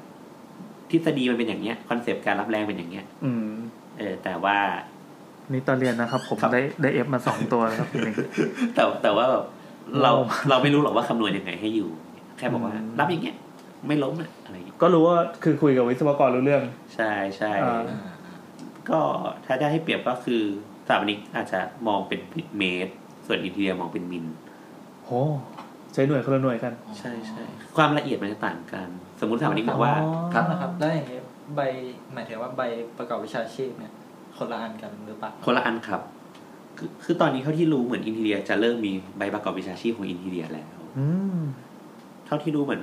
[SPEAKER 4] ทฤษฎีมันเป็นอย่างเนี้ยคอนเซปต์การรับแรงเป็นอย่างเนี้ย
[SPEAKER 3] อืม
[SPEAKER 4] เออแต่ว่า
[SPEAKER 3] นี่ตอนเรียนนะครับ ผม
[SPEAKER 4] ครับ
[SPEAKER 3] ได้ได้เอฟมาสองตัวนะครับคุณหนึ่ง
[SPEAKER 4] แต่แต่ว่าแบบเรา
[SPEAKER 3] โอ้
[SPEAKER 4] เราไม่รู้หรอกว่าคำนวณยังไงให้อยู่ แค่บอกว่า
[SPEAKER 3] อืม
[SPEAKER 4] รับอย่างเงี้ย ไม่ล้มอะอะไรอย่างเงี้ย
[SPEAKER 3] ก็รู้ว่าคือคุยกับวิศวกรรู้เรื่อง
[SPEAKER 4] ใช่ใช่
[SPEAKER 3] อ่า
[SPEAKER 4] ก็ถ้าจะให้เปรียบก็คือสถาปนิกอาจจะมองเป็นเมตร ส่วนอินเทียมองเป็นมิล
[SPEAKER 3] โหใช้หน่วยคนละหน่วยกัน
[SPEAKER 4] ใช่ใช่ความละเอียดมันจะต่างกัน สมมติสถาปนิกบอกว่า
[SPEAKER 3] อ๋อ
[SPEAKER 5] ครับนะครับ แล้วอย่างนี้ใบหมายถึงว่าใบประกอบวิชาชีพเนี่ย คนละอันกันหรือเปล่า
[SPEAKER 4] คนละอันครับ คือคือตอนนี้เท่าที่รู้เหมือนอินเทียจะเริ่มมีใบประกอบวิชาชีพของอินเทียแล้ว
[SPEAKER 3] อืม
[SPEAKER 4] เท่าที่รู้เหมือน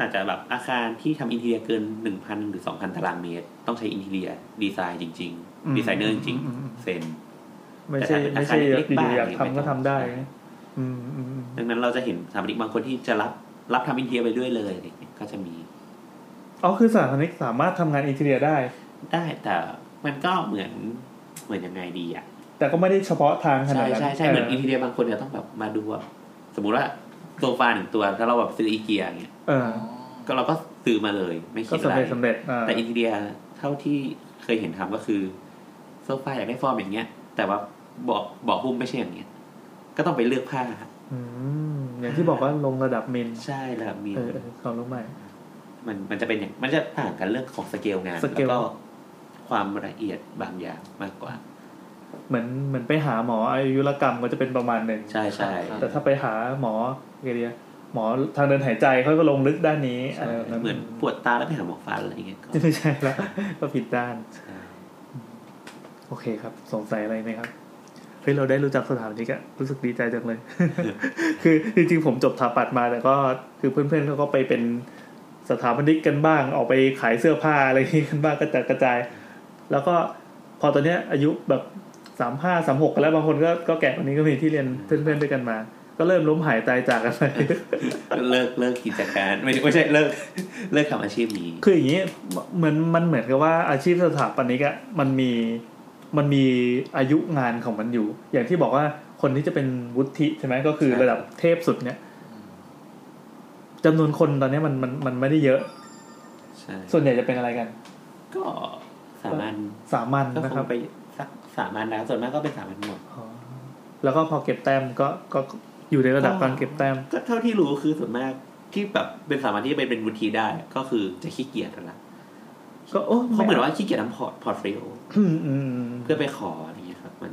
[SPEAKER 4] อาจจะแบบอาคารที่ทำอินทีเรียเกินหนึ่งพันหรือสองพันตารางเมตร ต้องใช้อินทีเรียดีไซน์จริง
[SPEAKER 3] อืม
[SPEAKER 4] ๆ ดีไซเนอร์จริง
[SPEAKER 3] อืมอืม
[SPEAKER 4] ๆเซน
[SPEAKER 3] ไม่ใช่
[SPEAKER 4] แต่ถ้า
[SPEAKER 3] ไม่ใช่
[SPEAKER 4] เป็นอาคารเล็กๆ
[SPEAKER 3] อยู่ๆอยาก
[SPEAKER 4] บ้าน
[SPEAKER 3] ทำก็ทำได้
[SPEAKER 4] ใช่
[SPEAKER 3] อืมอืมอืม
[SPEAKER 4] ดังนั้นเราจะเห็นสถาปนิกบางคนที่จะรับรับทำอินทีเรียไปด้วยเลยอะไรอย่างเงี้ยก็จะมี
[SPEAKER 3] อ๋อคือสถาปนิกสามารถทำงานอินเทเรียได้
[SPEAKER 4] ได้แต่มันก็เหมือนเหมือนยังไงดีอ่ะ
[SPEAKER 3] แต่ก็ไม่ได้เฉพาะทางขนาด
[SPEAKER 4] ใช่
[SPEAKER 3] นั้น
[SPEAKER 4] ใช่ใช่เหมือนอินทีเรียบางคนจะต้องแบบมาดูว่าสมมุติว่าโซฟาหนึ่งตัวถ้าเราแบบซื้ออีเกียอย่างเงี้ย
[SPEAKER 3] เออ
[SPEAKER 4] ก็เราก็ซื้อมาเลยไม่
[SPEAKER 3] ก็
[SPEAKER 4] คิดอะ
[SPEAKER 3] สำ
[SPEAKER 4] ไร
[SPEAKER 3] เร็จสำเร็จอ่า
[SPEAKER 4] แต่อินทีเรียเท่าที่เคยเห็นทำก็คือโซฟาอยากได้ฟอร์มอย่างเงี้ย แต่ว่าเบาะเบาะหุ้มไม่ใช่อย่างเงี้ย ก็ต้องไปเลือกผ้า
[SPEAKER 3] อืมอย่างที่บอกว่าลงระดับมิล
[SPEAKER 4] ใช่แล้วมี
[SPEAKER 3] เออเออความรู้ใหม่
[SPEAKER 4] มันมันจะเป็นอย่างมันจะต่างกันเรื่องของสเกลงาน
[SPEAKER 3] ส
[SPEAKER 4] แล้ว
[SPEAKER 3] เกล
[SPEAKER 4] ก็ความละเอียดบางอย่างมากกว่า
[SPEAKER 3] เหมือนเหมือนไปหาหมออายุรกรรมก็จะเป็นประมาณหนึ่ง
[SPEAKER 4] ใช่ใช่
[SPEAKER 3] แต่ถ้าไปหาหมอไงเดียหมอทางเดินหายใจเขาก็ลงลึกด้านนี้อะไรแบบนั้น
[SPEAKER 4] เหมือนปวดตาแล้วไปหาหมอฟันอะไรอย่างเงี้ยก็
[SPEAKER 3] ไม่ใช่แล้ว [LAUGHS] ก็ผิดด้าน โอเคครับ สงสัยอะไรไหมครับ เฮ้ย เราได้รู้จักสถาปนิกอะรู้สึกดีใจจังเลย [LAUGHS] คือจริงๆผมจบสถาปัตย์มาแต่ก็คือเพื่อนๆเขาก็ไปเป็นสถาปนิกกันบ้าง ออกไปขายเสื้อผ้าอะไรอย่างงี้กันบ้างกระจัดกระจาย แล้วก็พอตอนเนี้ยอายุแบบสามห้าสามหกกันแล้วบางคนก็ก็แก่กว่านี้ก็มีที่เรียนเพื่อนๆด้วยกันมา ก็เริ่มล้มหายตายจากกันไป
[SPEAKER 4] เลิกเลิกกิจการไม่ไม่ใช่เลิกเลิกทำอาชีพนี้
[SPEAKER 3] คืออย่างนี้เหมือนมันเหมือนกับว่าอาชีพสถาปนิกอะมันมีมันมีอายุงานของมันอยู่ อย่างที่บอกว่าคนที่จะเป็นวุฒิใช่ไหมก็คือ
[SPEAKER 4] ใช่
[SPEAKER 3] ระดับเทพสุดเนี่ยจำนวนคนตอนนี้มันมันมันไม่ได้เยอะ
[SPEAKER 4] ใช่
[SPEAKER 3] ส่วนใหญ่จะเป็นอะไรกัน
[SPEAKER 4] ก็สามัญ
[SPEAKER 3] สามัญ
[SPEAKER 4] ก็
[SPEAKER 3] นะ
[SPEAKER 4] ค
[SPEAKER 3] ครั
[SPEAKER 4] ง
[SPEAKER 3] บ
[SPEAKER 4] ไปสักสามัญนะส่วนมากก็เป็นสามัญหมด
[SPEAKER 3] อ๋อแล้วก็พอเก็บแต้มก็ก็ก็อยู่ในระดับการเก็บแต้ม [COUGHS]
[SPEAKER 4] ก็เท่าที่รู้คือส่วนมากที่แบบเป็นสามัญที่เป็นเป็นวุฒิได้ ก็คือจะขี้เกียจแล้วละ
[SPEAKER 3] ก็โอ้
[SPEAKER 4] เขาเหมือนว่าขี้เกียจทำพอร์ตพอร์ตฟิโอ
[SPEAKER 3] อืมอืมอืม
[SPEAKER 4] เพื่อไปขออะไรอย่างเงี้ยครับ มัน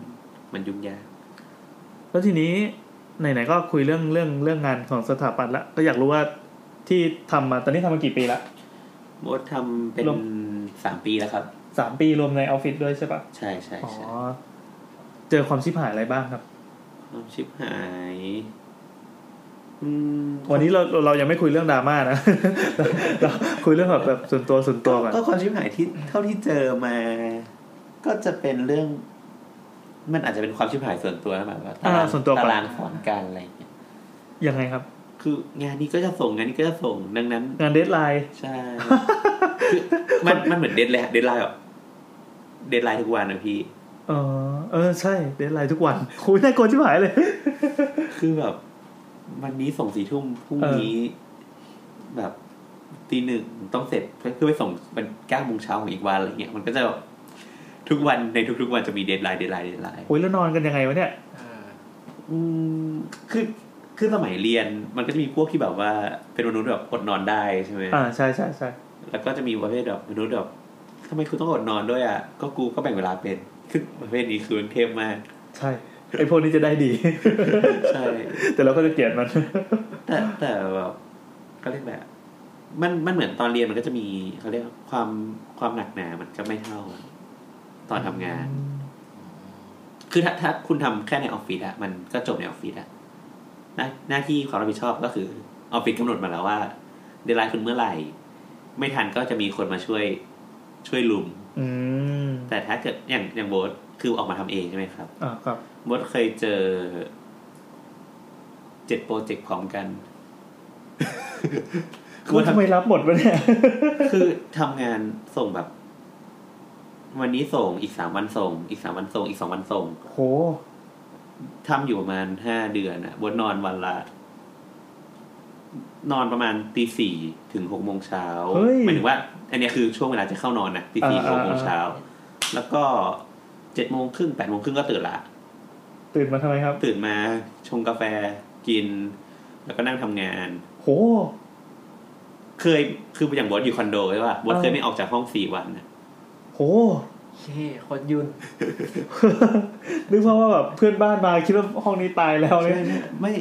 [SPEAKER 4] มันยุ่งยาก
[SPEAKER 3] แล้วทีนี้ไหนๆก็คุยเรื่องเรื่องเรื่องงานของสถาปัตย์ละก็อยากรู้ว่าที่ทำมาตอนนี้ทำมากี่ปีละ
[SPEAKER 4] โมดทำเป็น
[SPEAKER 3] ลง
[SPEAKER 4] สามปีแล้วครับ
[SPEAKER 3] สามปีรวมในออฟฟิศด้วยใช่ปะ
[SPEAKER 4] ใช่ใช่
[SPEAKER 3] อ๋อ
[SPEAKER 4] ใช่
[SPEAKER 3] เจอความชิบหายอะไรบ้างครับ
[SPEAKER 4] ความชิบหายอืม
[SPEAKER 3] วันนี้เราเราเรายังไม่คุยเรื่องดราม่านะ [LAUGHS] เราเราคุยเรื่องแบบแบบส่วนตัวส่วนตัวก่อน
[SPEAKER 4] ก็ความชิบหายที่เท่าที่เจอมา ก็จะเป็นเรื่อง มันอาจจะเป็นความชิบหายส่วนตัวนะแบบว่า
[SPEAKER 3] อ่าร
[SPEAKER 4] ตาาง
[SPEAKER 3] ส่วนตัวก่อน
[SPEAKER 4] ตารางสอนการอะไรอย่างเงี้ย
[SPEAKER 3] ยังไงครับ
[SPEAKER 4] คืองานนี้ก็จะส่งงานนี้ก็จะส่งดังนั้น
[SPEAKER 3] งานเดทไลน์
[SPEAKER 4] ใช่คือมันมันเหมือนเดทเลยเดทไลน์แบบเดทไลน์ทุกวันนะพี่
[SPEAKER 3] เออเออใช่เดทไลน์ทุกวันคุยได้โกนชิบหายเลย
[SPEAKER 4] คือแบบ วันนี้ส่งสี่ทุ่มพรุ่งนี้ แบบตีหนึ่งต้องเสร็จเพื่อเพื่อไปส่งเป็นเก้าโมงเช้าของอีกวันอะไรเงี้ยมันก็จะแบบทุกวันในทุก ๆ วันจะมีเดทไลน์เดทไลน์เดทไลน์
[SPEAKER 3] โอ้ยแล้วนอนกันยังไงวะเนี่ย
[SPEAKER 5] เออ
[SPEAKER 4] อืมคือคือสมัยเรียนมันก็จะมีพวกที่แบบว่าเป็นมนุษย์แบบอดนอนได้ใช่ไหม
[SPEAKER 3] อ่าใช่ใช่ใช่
[SPEAKER 4] แล้วก็จะมีประเภทแบบมนุษย์แบบทำไมคุณต้องอดนอนด้วยอ่ะก็กูก็แบ่งเวลาเป็นคือประเภทนี้คือมันเทพมาก
[SPEAKER 3] ใช่ไอพวกนี้จะได้ดี [LAUGHS]
[SPEAKER 4] ใช่
[SPEAKER 3] แต่เราก็จะเกลียดมัน
[SPEAKER 4] แต่แต่แบบก็เรียกแบบ มันมันเหมือนตอนเรียนมันก็จะมีเขาเรียกว่าความความหนักหนามันก็ไม่เท่า ตอนทำงาน คือถ้าถ้าคุณทำแค่ในออฟฟิศอะมันก็จบในออฟฟิศอะหน้าหน้าที่ความรับผิดชอบก็คือออฟฟิศกำหนดมาแล้วว่า เดลไลน์คุณเมื่อไหร่ ไม่ทันก็จะมีคนมาช่วยช่วยลุม
[SPEAKER 3] อืม
[SPEAKER 4] แต่ถ้าเกิดอย่างอย่างโบทคือออกมาทำเองใช่ไหมครับ
[SPEAKER 3] อ่าครับ
[SPEAKER 4] โบทเคยเจอเจ็ดโปรเจกต์พร้อม
[SPEAKER 3] [LAUGHS]
[SPEAKER 4] กัน
[SPEAKER 3] คือทำไมรับหมดวะเนี่ย
[SPEAKER 4] คือทำงานส่งแบบ วันนี้ส่งอีกสามวันส่ง อีกสามวันส่ง อีกสองวันส่ง
[SPEAKER 3] โห
[SPEAKER 4] ทำอยู่ประมาณห้าเดือนอะบนนอนวันละ นอนประมาณตีสี่ถึงหกโมงเช้า
[SPEAKER 3] เฮ้ย
[SPEAKER 4] หมายถึงว่า อันเนี้ยคือช่วงเวลาจะเข้านอนนะตีสี่
[SPEAKER 3] อ่า
[SPEAKER 4] ห
[SPEAKER 3] อ่า
[SPEAKER 4] กโมงเช้าแล้วก็เจ็ดโมงครึ่งแปดโมงครึ่งก็ตื่นละ
[SPEAKER 3] ตื่นมาทำไมครับ
[SPEAKER 4] ตื่นมาชงกาแฟกิน แล้วก็นั่งทำงาน
[SPEAKER 3] โห
[SPEAKER 4] เคยคืออย่างบอสอยู่คอนโดใช่ป่ะบอส
[SPEAKER 3] อ่า
[SPEAKER 4] เคยไม่ออกจากห้องสี่วันอะ
[SPEAKER 3] โห [LAUGHS]
[SPEAKER 5] เฮ้ยโคตรยุ่น
[SPEAKER 3] นึกภาพว่าแบบเพื่อนบ้านมาคิดว่าห้องนี้ตายแล้วเนี่ย
[SPEAKER 4] ไม่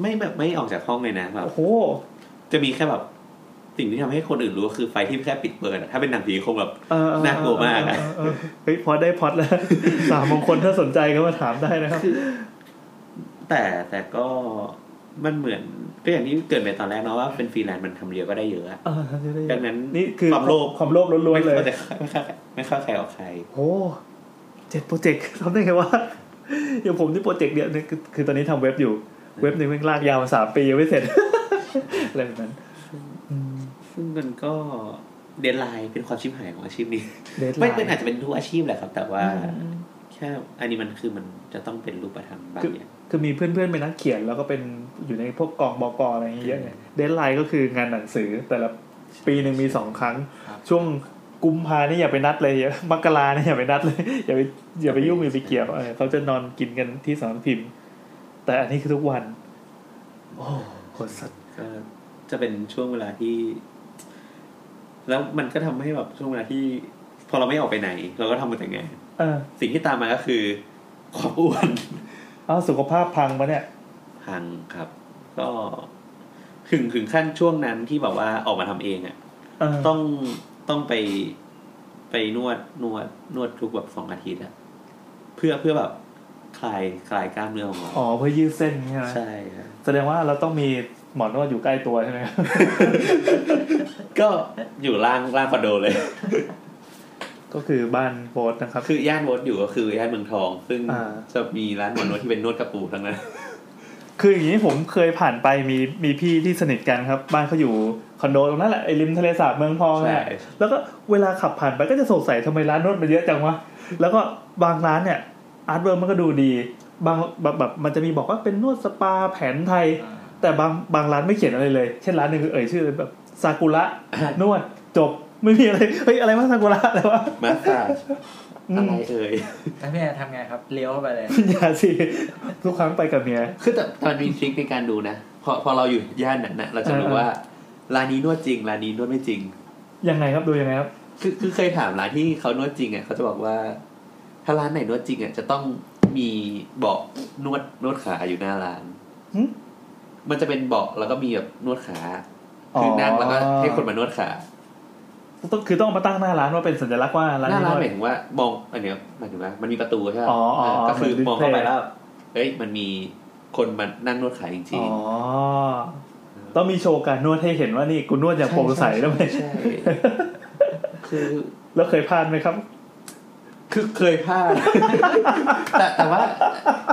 [SPEAKER 4] ไม่แบบไม่ออกจากห้องเลยนะแบบ
[SPEAKER 3] โอ้โห
[SPEAKER 4] จะมีแค่แบบสิ่งที่ทำให้คนอื่นรู้ก็คือไฟที่แค่ปิดเปิดอะถ้าเป็นหนังผีคงแบบ
[SPEAKER 3] เออเออ
[SPEAKER 4] น่ากลัวมากอะ
[SPEAKER 3] เออเออเฮ้ยพอได้พอด
[SPEAKER 4] [LAUGHS]
[SPEAKER 3] แล้ว สามมงคลถ้าสนใจก็มาถามได้นะครับ
[SPEAKER 4] แต่แต่ก็ มันเหมือนก็อย่างที่เกิดไปตอนแรกเนาะว่าเป็นฟรีแลนซ์มันทำเดียวก็ได้เยอะอะ
[SPEAKER 3] เออจะได้
[SPEAKER 4] ดังนั้น
[SPEAKER 3] นี่คือ
[SPEAKER 4] ความโลภ
[SPEAKER 3] ความโลภล้วน
[SPEAKER 4] ไม่
[SPEAKER 3] ๆเลย
[SPEAKER 4] เข้าใจไม่เข้าไม่เข้าใครออกใคร
[SPEAKER 3] โอ้เจ็ดโปรเจกต์ทำได้ไงวะอย่างผมนี่โปรเจกต์เดียวเนี่ยคือคือตอนนี้ทำเว็บอยู่ เว็บหนึ่งแม่งลากยาวมาสามปียังไม่เสร็จ [LAUGHS] อะไรแบบนั้นอืม
[SPEAKER 4] ซึ่งมันก็เดนไลน์เป็นความชิบหายของอาชีพนี้
[SPEAKER 3] เดทไล
[SPEAKER 4] ไม่มันอาจ
[SPEAKER 3] น์
[SPEAKER 4] จะเป็นทุกอาชีพแหละครับ แต่ว่า
[SPEAKER 3] อืม
[SPEAKER 4] แค่อันนี้มันคือมันจะต้องเป็นรูปธรรมบางอย่าง
[SPEAKER 3] คือมีเพื่อนๆเป็นนักเขียนแล้วก็เป็นอยู่ในพวกกองบกอะไรอย่างเงี้ยเยอะเลยเดนไลน์ก็คืองานหนังสือ แต่ละปีหนึ่งมีสองครั้ง
[SPEAKER 5] ครับ
[SPEAKER 3] ช่วงกุมภาเนี่ยอย่าไปนัดเลยอย่ [LAUGHS] ามกราเนี่ยอย่าไปนัดเลย [LAUGHS] อย่าไปอย่าไปยุ่งอย่าไปเกี่ยวเออเขาจะนอนกินกันที่สำนักพิมพ์ แต่อันนี้คือทุกวัน โอ้โหดสัตว์
[SPEAKER 4] ก็จะเป็นช่วงเวลาที่ แล้วมันก็ทำให้แบบช่วงเวลาที่ พอเราไม่ออกไปไหน เราก็ทำมันแต่งาน
[SPEAKER 3] เออ
[SPEAKER 4] สิ่งที่ตามมาก็คือ ความอ้วน
[SPEAKER 3] เอาสุขภาพพังปะเนี่ย
[SPEAKER 4] พังครับ ก็ถึงถึงขั้นช่วงนั้นที่แบบว่าออกมาทำเองอะ่ะ
[SPEAKER 3] เออ
[SPEAKER 4] ต้องต้องไปไปนวดนวดนวดทุกแบบสองอาทิตย์อะเพื่อเพื่อแบบคลายคลายกล้ามเนื้อของเรา
[SPEAKER 3] อ๋อเพื่อยืดเส้นใช่ไหม
[SPEAKER 4] ใช่ครับ
[SPEAKER 3] แสดงว่าเราต้องมีหมอนวดอยู่ใกล้ตัวใช่ไหม
[SPEAKER 4] ก็อยู่ล่างล่างคอนโดเลย
[SPEAKER 3] ก็คือบ้านโบสนะครับ
[SPEAKER 4] คือย่านวดอยู่ก็คือย่านเมืองทอง ซึ่ง
[SPEAKER 3] อ่า
[SPEAKER 4] จะมีร้านหมอนวดที่เป็นนวดกระปูทั้ง
[SPEAKER 3] [LAUGHS]
[SPEAKER 4] นั้น
[SPEAKER 3] คืออย่างนี้ผมเคยผ่านไปมีมีพี่ที่สนิทกันครับ บ้านเขาอยู่คอนโดตรงนั้นแหละไอ้ริมทะเลสาบเมืองทองแหละ
[SPEAKER 4] ใช่
[SPEAKER 3] แล้วก็เวลาขับผ่านไปก็จะสงสัยทำไมร้านนวดมันเยอะจังวะแล้วก็บางร้านเนี่ยอาร์ตเวิร์มันก็ดูดี บางแบบแบบมันจะมีบอกว่าเป็นนวดสปาแผนไทย
[SPEAKER 5] อ่า
[SPEAKER 3] แต่บางบางร้านไม่เขียนอะไรเลย เช่นร้านหนึ่งคือเอ่ยชื่อเลยแบบซากุระนวดจบไม่มีอะไรเฮ้ยอะไรวะซากุระอะไรวะ
[SPEAKER 4] มาสซาจอะไรเอ่ย
[SPEAKER 5] แล้วพี่แอนทำไงครับ เลี้ยวเข้าไปเลย
[SPEAKER 3] อย่าสิทุกครั้งไปกับเมีย
[SPEAKER 4] คือแต่แต่มันมีทริคในการดูนะพอพอเราอยู่ย่านนั้นนะเราจะรู้
[SPEAKER 3] อ่า
[SPEAKER 4] ว่าร้านนี้นวดจริงร้านนี้นวดไม่จริง
[SPEAKER 3] ยังไงครับดูยังไงครับ
[SPEAKER 4] คือคือเคยถามร้านที่เขานวดจริงอ่ะเขาจะบอกว่า ถ้าร้านไหนนวดจริงอ่ะจะต้องมีเบาะนวดนวดขาอยู่หน้าร้าน
[SPEAKER 3] หึ
[SPEAKER 4] มันจะเป็นเบาะแล้วก็มีแบบนวดขา คือนั่งแล้วก็ให้คนมานวดขา
[SPEAKER 3] ต้องคือต้องเอามาตั้งหน้าร้านว่าเป็นสัญลักษณ์ว่า
[SPEAKER 4] ห
[SPEAKER 3] ร้าน
[SPEAKER 4] น้าร้านห
[SPEAKER 3] นี้
[SPEAKER 4] มายถึงว่ามองอันเนี้ยหมายถึงว่ามันมีประตูใช่ไหม
[SPEAKER 3] อ๋ออ๋ออ๋อ
[SPEAKER 4] ก็คือ
[SPEAKER 3] เหมือน
[SPEAKER 4] มองเข้าไป
[SPEAKER 3] display
[SPEAKER 4] แล้วเอ้ยมันมีคนมานั่งนวดขาจริง
[SPEAKER 3] อ๋อ ต้องมีโชว์การนวดให้เห็นว่านี่กูนวดอย่างโปร่งใสแล้วไหม
[SPEAKER 4] ใช่คือ
[SPEAKER 3] แล้วเคยพลาดไหมครับ
[SPEAKER 4] คือเคยพลาด [LAUGHS] แต่แต่ว่า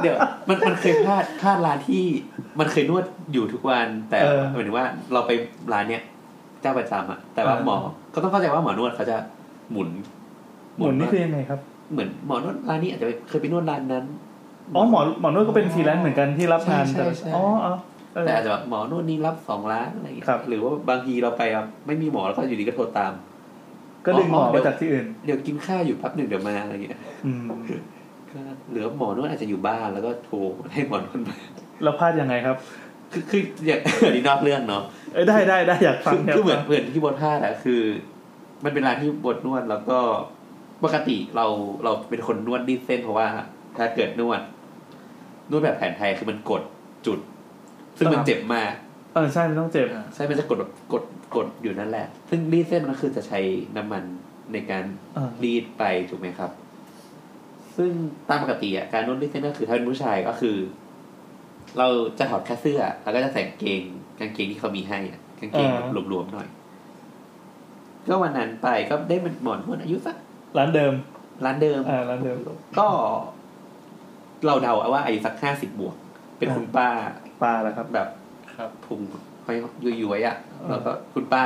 [SPEAKER 4] เดี๋ยว มันมันเคยพลาดพลาดร้านที่มันเคยนวดอยู่ทุกวัน แต่
[SPEAKER 3] เออ
[SPEAKER 4] หมายถึงว่าเราไปร้านเนี้ยเจ้าประจำอะแต่ว่า
[SPEAKER 3] เออ
[SPEAKER 4] หมอ ก็ต้องเข้าใจว่าหมอนวดเขาจะหมุน
[SPEAKER 3] หมุนนี่คือยังไงครับ
[SPEAKER 4] เหมือนหมอนวดร้านนี้อาจจะเคยไปนวดร้านนั้น
[SPEAKER 3] อ๋อหมอหมอนวดก็เป็นฟรีแลนซ์เหมือนกันที่รับงาน
[SPEAKER 4] ใช่
[SPEAKER 3] แต่
[SPEAKER 4] ใช่
[SPEAKER 3] อ๋ออ๋อเออ
[SPEAKER 4] แต่อาจจะแบบหมอนู่นนี่รับสองล้านอะไรอย่างเงี้ย
[SPEAKER 3] ครับ
[SPEAKER 4] หรือว่าบางทีเราไปอะไม่มีหมอแล้วก็อยู่ดีก็โทรตาม
[SPEAKER 3] ก็ดึงหมอ
[SPEAKER 4] อ๋อเดี๋
[SPEAKER 3] มา
[SPEAKER 4] ยว
[SPEAKER 3] จากที่อื่น
[SPEAKER 4] เดี๋ยวกินข้าวอยู่แป๊บหนึ่งเดี๋ยวมาอะไรอย่างเงี้ย
[SPEAKER 3] อืม
[SPEAKER 4] ก็หรือว่าหมอนวดอาจจะอยู่บ้านแล้วก็โทรให้หมอนวดมา
[SPEAKER 3] แล้วพลาดยังไงครับ
[SPEAKER 4] คือคืออย่าง [LAUGHS] อันนี้นอกเรื่องเนาะ
[SPEAKER 3] เอ้ยได้ได้ได้อยากฟัง
[SPEAKER 4] คือ
[SPEAKER 3] อยาก
[SPEAKER 4] คือเหมื
[SPEAKER 3] ฟั
[SPEAKER 4] อน
[SPEAKER 3] ง
[SPEAKER 4] เหมือนที่บทพลาดอะคือ มันเป็นร้านที่บทนวดแล้วก็ปกติเราเราเป็นคนนวดดิ้นเส้นเพราะว่า ถ้าเกิดนวด นวดแบบแผนไทยคือมันกดจุด ซึ่งมันเจ็บมาก
[SPEAKER 3] เออใช่มันต้องเจ็บ
[SPEAKER 5] อ่า
[SPEAKER 4] ใช่มันจะกดแบบกดกดอยู่นั่นแหละ ซึ่งรีดเส้นก็คือจะใช้น้ำมันในการ
[SPEAKER 3] อ่า
[SPEAKER 4] รีดไปถูกไหมครับ ซึ่งตามปกติอ่ะการนวดรีดเส้นก็คือถ้าเป็นผู้ชายก็คือ เราจะถอดแค่เสื้อ แล้วก็จะใส่กางเกงกางเกงที่เขามีให้อะกางเกงแบบหลวมๆหน่อย ก็วันนั้นไปก็ได้เป็นหมอนนวดอายุสัก
[SPEAKER 3] ร้านเดิม
[SPEAKER 4] ร้านเดิม
[SPEAKER 3] อ่าร้านเดิม
[SPEAKER 4] ก็เราเดาว่าอายุสักห้าสิบบวก เป็นคุณป้า
[SPEAKER 3] ปลาแหละครับ
[SPEAKER 4] แบบ
[SPEAKER 5] ครับ
[SPEAKER 4] พุงค่อยยุยๆอ่ะแล้วก็คุณป้า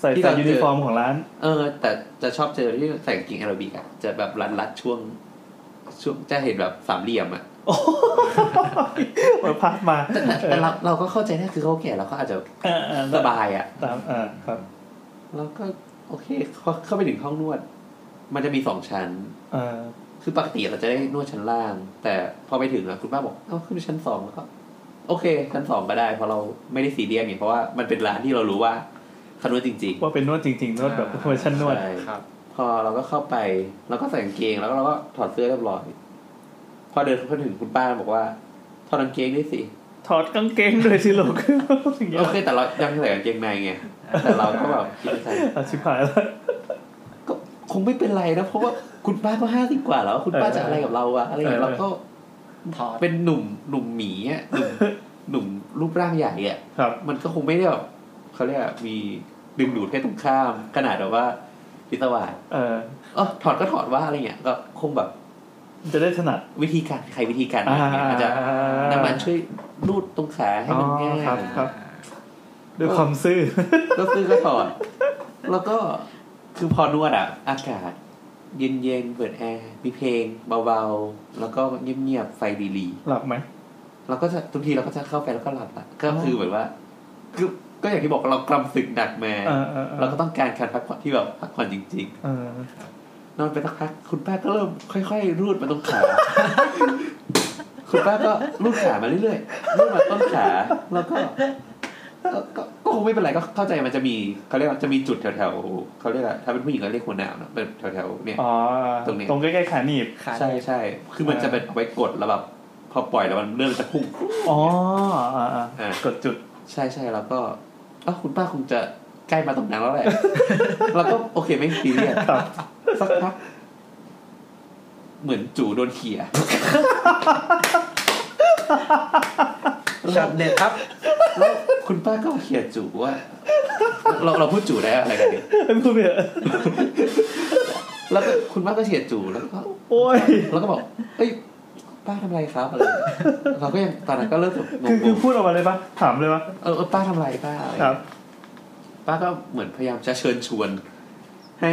[SPEAKER 3] ใส่
[SPEAKER 4] ที่
[SPEAKER 3] ใส่
[SPEAKER 4] เราเจอ
[SPEAKER 3] ยูนิฟอร์มของร้าน
[SPEAKER 4] เออ แต่จะชอบเจอที่ใส่กางเกงแอโรบิกอะจะแบบรัดรัดๆช่วง ช่วงจะเห็นแบบสามเหลี่ยมอะ
[SPEAKER 3] โอ้ยพลาดมา [LAUGHS]
[SPEAKER 4] แต่แต่แต่เราเราก็เข้าใจนะคือเขาแก่แล้วเขาอาจจะ
[SPEAKER 3] เออเออ
[SPEAKER 4] สบายอะ
[SPEAKER 3] ตามอ่าครับ
[SPEAKER 4] แล้วก็โอเคเข้าเข้าไปถึงห้องนวด มันจะมีสองชั้น
[SPEAKER 3] เออ
[SPEAKER 4] คือปกติเราจะได้นวดชั้นล่าง แต่พอไปถึงแล้วคุณป้าบอกเอ้าขึ้นไปชั้นสองแล้วก็โอเค ชั้นสองก็ได้เพราะเราไม่ได้ซีเรียสไงเพราะว่ามันเป็นร้านที่เรารู้ว่าเขานวดจริง ๆ
[SPEAKER 3] ว่าเป็นนวดจริงๆ นวดแบบเวอร์ชันนวด
[SPEAKER 4] ใช่
[SPEAKER 5] ครับ
[SPEAKER 4] พอเราก็เข้าไปเราก็ใส่กางเกงแล้วก็เราก็ถอดเสื้อเรียบร้อย พอเดินเข้าถึงคุณป้าบอกว่าถอดกางเกงด้วยสิ
[SPEAKER 3] ถอดกางเกงด้วยสิลูก [LAUGHS] อย่างเงี้ย
[SPEAKER 4] โอเคแต่เรายังใส่กางเกงในไงแต่เราก็แบบคิดในใจ
[SPEAKER 3] อาชิบหายแล้ว
[SPEAKER 4] ก็คงไม่เป็นไรนะเพราะว่าคุณป้าก็ห้าสิบกว่าแล้ว คุณป้าจะอะไรกับเราอะอะไรอย่างเงี้ย
[SPEAKER 3] เออ
[SPEAKER 4] เราก็
[SPEAKER 5] ถอด
[SPEAKER 4] เป็นหนุ่มหนุ่มหมีอะหนุ่ม หนุ่มรูปร่างใหญ่อะ
[SPEAKER 3] ครับ
[SPEAKER 4] มันก็คงไม่ได้แบบเขาเรียกอะมีดึงดูดเพศตรงข้าม ขนาดแบบว่าพิศวาส
[SPEAKER 3] เออ
[SPEAKER 4] เอ๋อถอดก็ถอดว่าอะไรเงี้ยก็คงแบบ
[SPEAKER 3] จะได้ถนัด
[SPEAKER 4] วิธีการใครวิธีการ
[SPEAKER 3] อ่า
[SPEAKER 4] มันเนี่ยอาจจะน้ำมันช่วยรูดตรงขาให้มันง่าย
[SPEAKER 3] อ๋อครับครับด้วยความซื่อ
[SPEAKER 4] ก็ซื้อก็ถอด แล้วก็คือพอนวดอ่ะ อากาศ เย็นๆ เปิดแอร์ มีเพลงเบาๆ แล้วก็เงียบๆ ไฟดี
[SPEAKER 3] หลับไหม
[SPEAKER 4] ๆเราก็จะทุกทีเราก็จะเข้าไปแล้วก็หลับละก็คือเหมือนว่าคือก็อย่างที่บอกเรากำศึกหนักมา
[SPEAKER 3] เออเออเออ
[SPEAKER 4] เราก็ต้องการการพักผ่อนที่แบบพักผ่อนจริง
[SPEAKER 3] เออ
[SPEAKER 4] ๆ นอนไปสักพักคุณป้าก็เริ่มค่อยๆ รูดมาตรงขา [LAUGHS] คุณป้าก็รูดขามาเรื่อยๆ รูดมาต้นขา แล้วก็ก็ก็ก็คงไม่เป็นไรก็เข้าใจมันจะมีเขาเรียกว่าจะมีจุดแถวๆเขาเรียกอะไรถ้าเป็นผู้หญิงก็เรียกหัวหนาวเนอะเป็นแถวๆเนี่ย
[SPEAKER 3] อ๋อ
[SPEAKER 4] ตรงนี้
[SPEAKER 3] ตรงใกล้ๆขาหนีบ
[SPEAKER 5] ขา
[SPEAKER 4] ใช่ใช่คือมันจะเป็นเอาไว้กดแล้วแบบพอปล่อยแล้วมันเริ่มจะพุ่ง
[SPEAKER 3] อ๋ออ่าอ่า
[SPEAKER 4] อ่า
[SPEAKER 3] กดจุด [LAUGHS]
[SPEAKER 4] ใช่ใช่แล้วก็เอ้าคุณป้าคงจะใกล้มาตรงนั้
[SPEAKER 3] [LAUGHS]
[SPEAKER 4] นแล้วแหละ แล้วก็โอเคไม่ซีเรียส
[SPEAKER 3] ครับ
[SPEAKER 4] สักพักเหมือนจู่โดนเขี่ย
[SPEAKER 5] ช็อตเด็ดครับ
[SPEAKER 4] แล้วคุณป้าก็เขียนจู่ว่า เราเราพูดจู่ได้อะไรกันเนี่ย
[SPEAKER 3] เอ้ยพูดไปเถอะ
[SPEAKER 4] แล้วก็คุณป้าก็เขียนจู่แล้วก็
[SPEAKER 3] โอ้ย
[SPEAKER 4] แล้วก็บอกเอ้ยป้าทำอะไรครับอะไรเราก็ยังตอนนั้นก็เริ่มแบบง
[SPEAKER 3] คือคือง พูดออกมาเลยปะถามเลยปะ
[SPEAKER 4] ๆเออเออป้าทำอะไรป้าอะไร
[SPEAKER 3] ครับ
[SPEAKER 4] ป้าก็เหมือนพยายามจะเชิญชวน ให้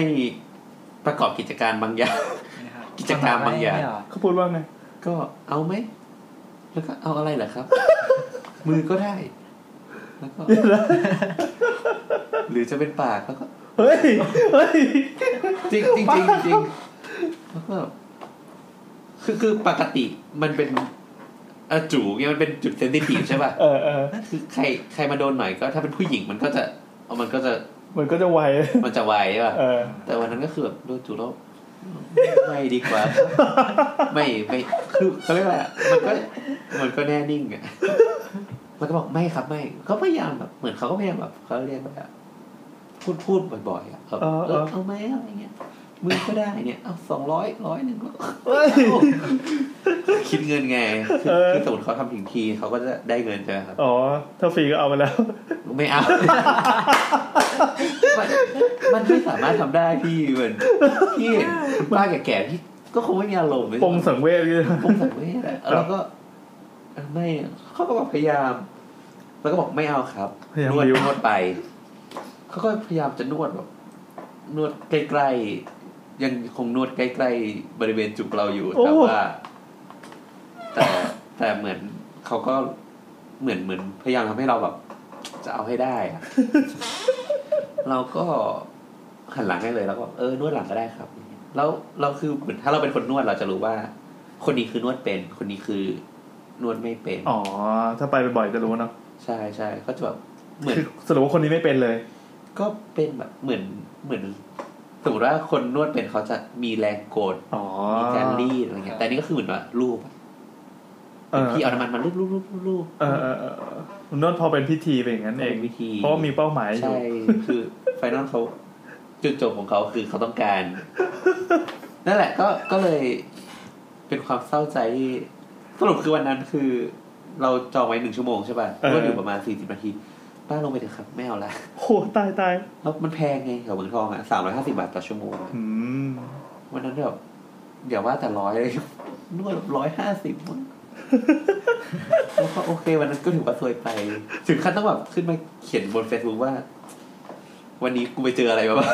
[SPEAKER 4] ประกอบกิจการบางอย่าง [LAUGHS] กิจกรรมบางอย่าง
[SPEAKER 3] เขาพูดว่าไง
[SPEAKER 4] ก็เอาไหมแล้วก็เอาอะไรเหรอครับ [LAUGHS] มือก็ได้ แล้วก็ [LAUGHS] หรือจะเป็นปากแล้วก็
[SPEAKER 3] เฮ้ย เฮ้ย
[SPEAKER 4] จริงจริงจริงจริง [LAUGHS] แล้วก็คือคือปกติมันเป็นอาจูเนี่ยมันเป็นจุดเซนซิทีฟใช่ป่ะ
[SPEAKER 3] เออเออ
[SPEAKER 4] คือใครใครมาโดนหน่อยก็ ถ้าเป็นผู้หญิงมันก็จะเอามันก็จะ
[SPEAKER 3] มันก็จะ
[SPEAKER 4] [LAUGHS]
[SPEAKER 3] ไว
[SPEAKER 4] มันจะไวใช่ป่ะ
[SPEAKER 3] เออ
[SPEAKER 4] แต่วันนั้นก็คือแบบโดนจูแล้วไม่ดีกว่า
[SPEAKER 3] [LAUGHS]
[SPEAKER 4] ไม่ไม่คือเขาเรียกอะไรอะมันก็มันก็แน่นิ่งอ่ะมันก็บอกไม่ครับไม่ก็พยายามแบบเหมือนเขาก็พยายามแบบเขาเรียกอะไรอะพูดพูดบ่อยๆอ่ะแบบ
[SPEAKER 3] เออเอ
[SPEAKER 4] เออ
[SPEAKER 3] อ
[SPEAKER 4] เอาไหมอะไรเงี้ยมือก็ได้เนี่ยเอาสองร้อยร้อยหนึ่งแล้ว
[SPEAKER 3] เฮ้ย
[SPEAKER 4] คิดเงินไงคือ
[SPEAKER 3] เออ
[SPEAKER 4] คือสมมติเขาทำถึงทีเขาก็จะได้เงินใช่ไหมครับ
[SPEAKER 3] อ๋อ ถ้าฟรีก็เอาไปแล้ว
[SPEAKER 4] ไม่เอา มันมันไม่สามารถทำได้พี่เหมือนพี่เห็นคุณป้าแก่ๆที่ก็คงไม่มีอารมณ์เลย
[SPEAKER 3] ปงสังเวชเลย
[SPEAKER 4] ปงสังเวชอะแล้วก็เออไม่เขาก็บอกพยายาม แล้วก็บอกไม่เอาครับ
[SPEAKER 3] พยายาม
[SPEAKER 4] นวด
[SPEAKER 3] บิ้วน
[SPEAKER 4] วดไป เขาก็พยายามจะนวดแบบนวดใกล้ๆยังคงนวดใกล้ๆบริเวณจุกเราอยู่
[SPEAKER 3] โอ้
[SPEAKER 4] แต่ว่า แต่แต่เหมือนเขาก็เหมือนเหมือนพยายามทำให้เราแบบ จะเอาให้ได้อะ เราก็หันหลังให้เลยแล้วก็เออนวดหลังก็ได้ครับ แล้วเราคือเหมือนถ้าเราเป็นคนนวดเราจะรู้ว่า คนนี้คือนวดเป็น คนนี้คือนวดไม่เป็น
[SPEAKER 3] อ๋อ ถ้าไปบ่อยๆจะรู้เนาะ
[SPEAKER 4] ใช่ใช่ก็จะแบบเหมือน
[SPEAKER 3] คือสรุปว่าคนนี้ไม่เป็นเลย
[SPEAKER 4] ก็เป็นแบบเหมือนเหมือนสมมติว่าคนนวดเป็นเขาจะมีแรงโกน
[SPEAKER 3] อ๋อ
[SPEAKER 4] มีการรีดอะไรเงี้ยแต่นี่ก็คือเหมือนว่ารูปอะ
[SPEAKER 3] เออ
[SPEAKER 4] พี่เอาน้ำมันมารูปรูปรูปรูป
[SPEAKER 3] เออเออเออเออนวดพอเป็นพิธีเป็นอย่างนั้นเอง
[SPEAKER 4] ป็นวิธี
[SPEAKER 3] เพราะว่ามีเป้าหมายอยู่
[SPEAKER 4] ใช่คือไฟนอลเขาจุดจบของเขาคือเขาต้องการ นั่นแหละ ก็ก็เลยเป็นความเศร้าใจที่สรุปคือวันนั้นคือ เราจองไว้หนึ่งชั่วโมงใช่ป่ะนวดอยู่ประมาณสี่สิบนาทีป้าลงไปเถอะครับไม่เอาละ
[SPEAKER 3] โหตายตาย
[SPEAKER 4] แล้วมันแพงไงแถวเมืองทองอ่ะสามร้อยห้าสิบาทต่อชั่วโมงอะ
[SPEAKER 3] อืม
[SPEAKER 4] วันนั้นแบบอย่าว่าแต่ร้อย [LAUGHS] เลย นวดร้อยห้าสิบ150มั้งแล้วก็โอเค วันนั้นก็ถือว่าซวยไป ถึงขั้นต้องแบบขึ้นมาเขียนบนเฟซบุ๊กว่า วันนี้กูไปเจออะไรมาบ้าง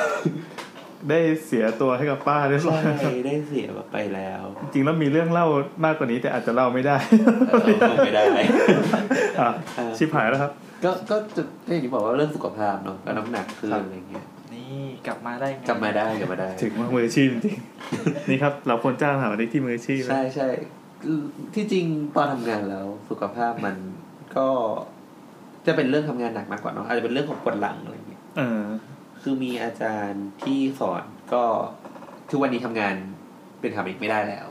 [SPEAKER 3] ได้เสียตัวให้กับป้าเรียบร้อย
[SPEAKER 4] ใช่ได้เสียแบบไปแล้ว
[SPEAKER 3] จริงๆแล้วมีเรื่องเล่ามากกว่านี้แต่อาจจะเล่าไม่ได้ [LAUGHS]
[SPEAKER 4] เออคงไม่ได้ [LAUGHS]
[SPEAKER 3] อ่ะ
[SPEAKER 4] เออ
[SPEAKER 3] ชิบหายแล้วครับ
[SPEAKER 4] ก็ก็จะอย่างที่บอกว่าเรื่องสุขภาพเนาะแล้วน้ำหนักขึ้น
[SPEAKER 3] ครับ
[SPEAKER 4] อะไรเงี้ย
[SPEAKER 5] นี่กลับมาได้ไง
[SPEAKER 4] กลับมาได้กลับมาได้
[SPEAKER 3] ถึงว่ามืออาชีพจริงๆ นี่ครับ เราควรจ้างสถาปนิกที่มืออาชีพนะ
[SPEAKER 4] ใช่ใช่คือที่จริงตอนทำงานแล้ว สุขภาพมันก็จะเป็นเรื่องทำงานหนักมากกว่าเนาะอาจจะเป็นเรื่องของปวดหลังอะไรเงี้ย
[SPEAKER 3] เออ
[SPEAKER 4] คือมีอาจารย์ที่สอนก็ทุกวันนี้ทำงานเป็นทำอีกไม่ได้แล้ว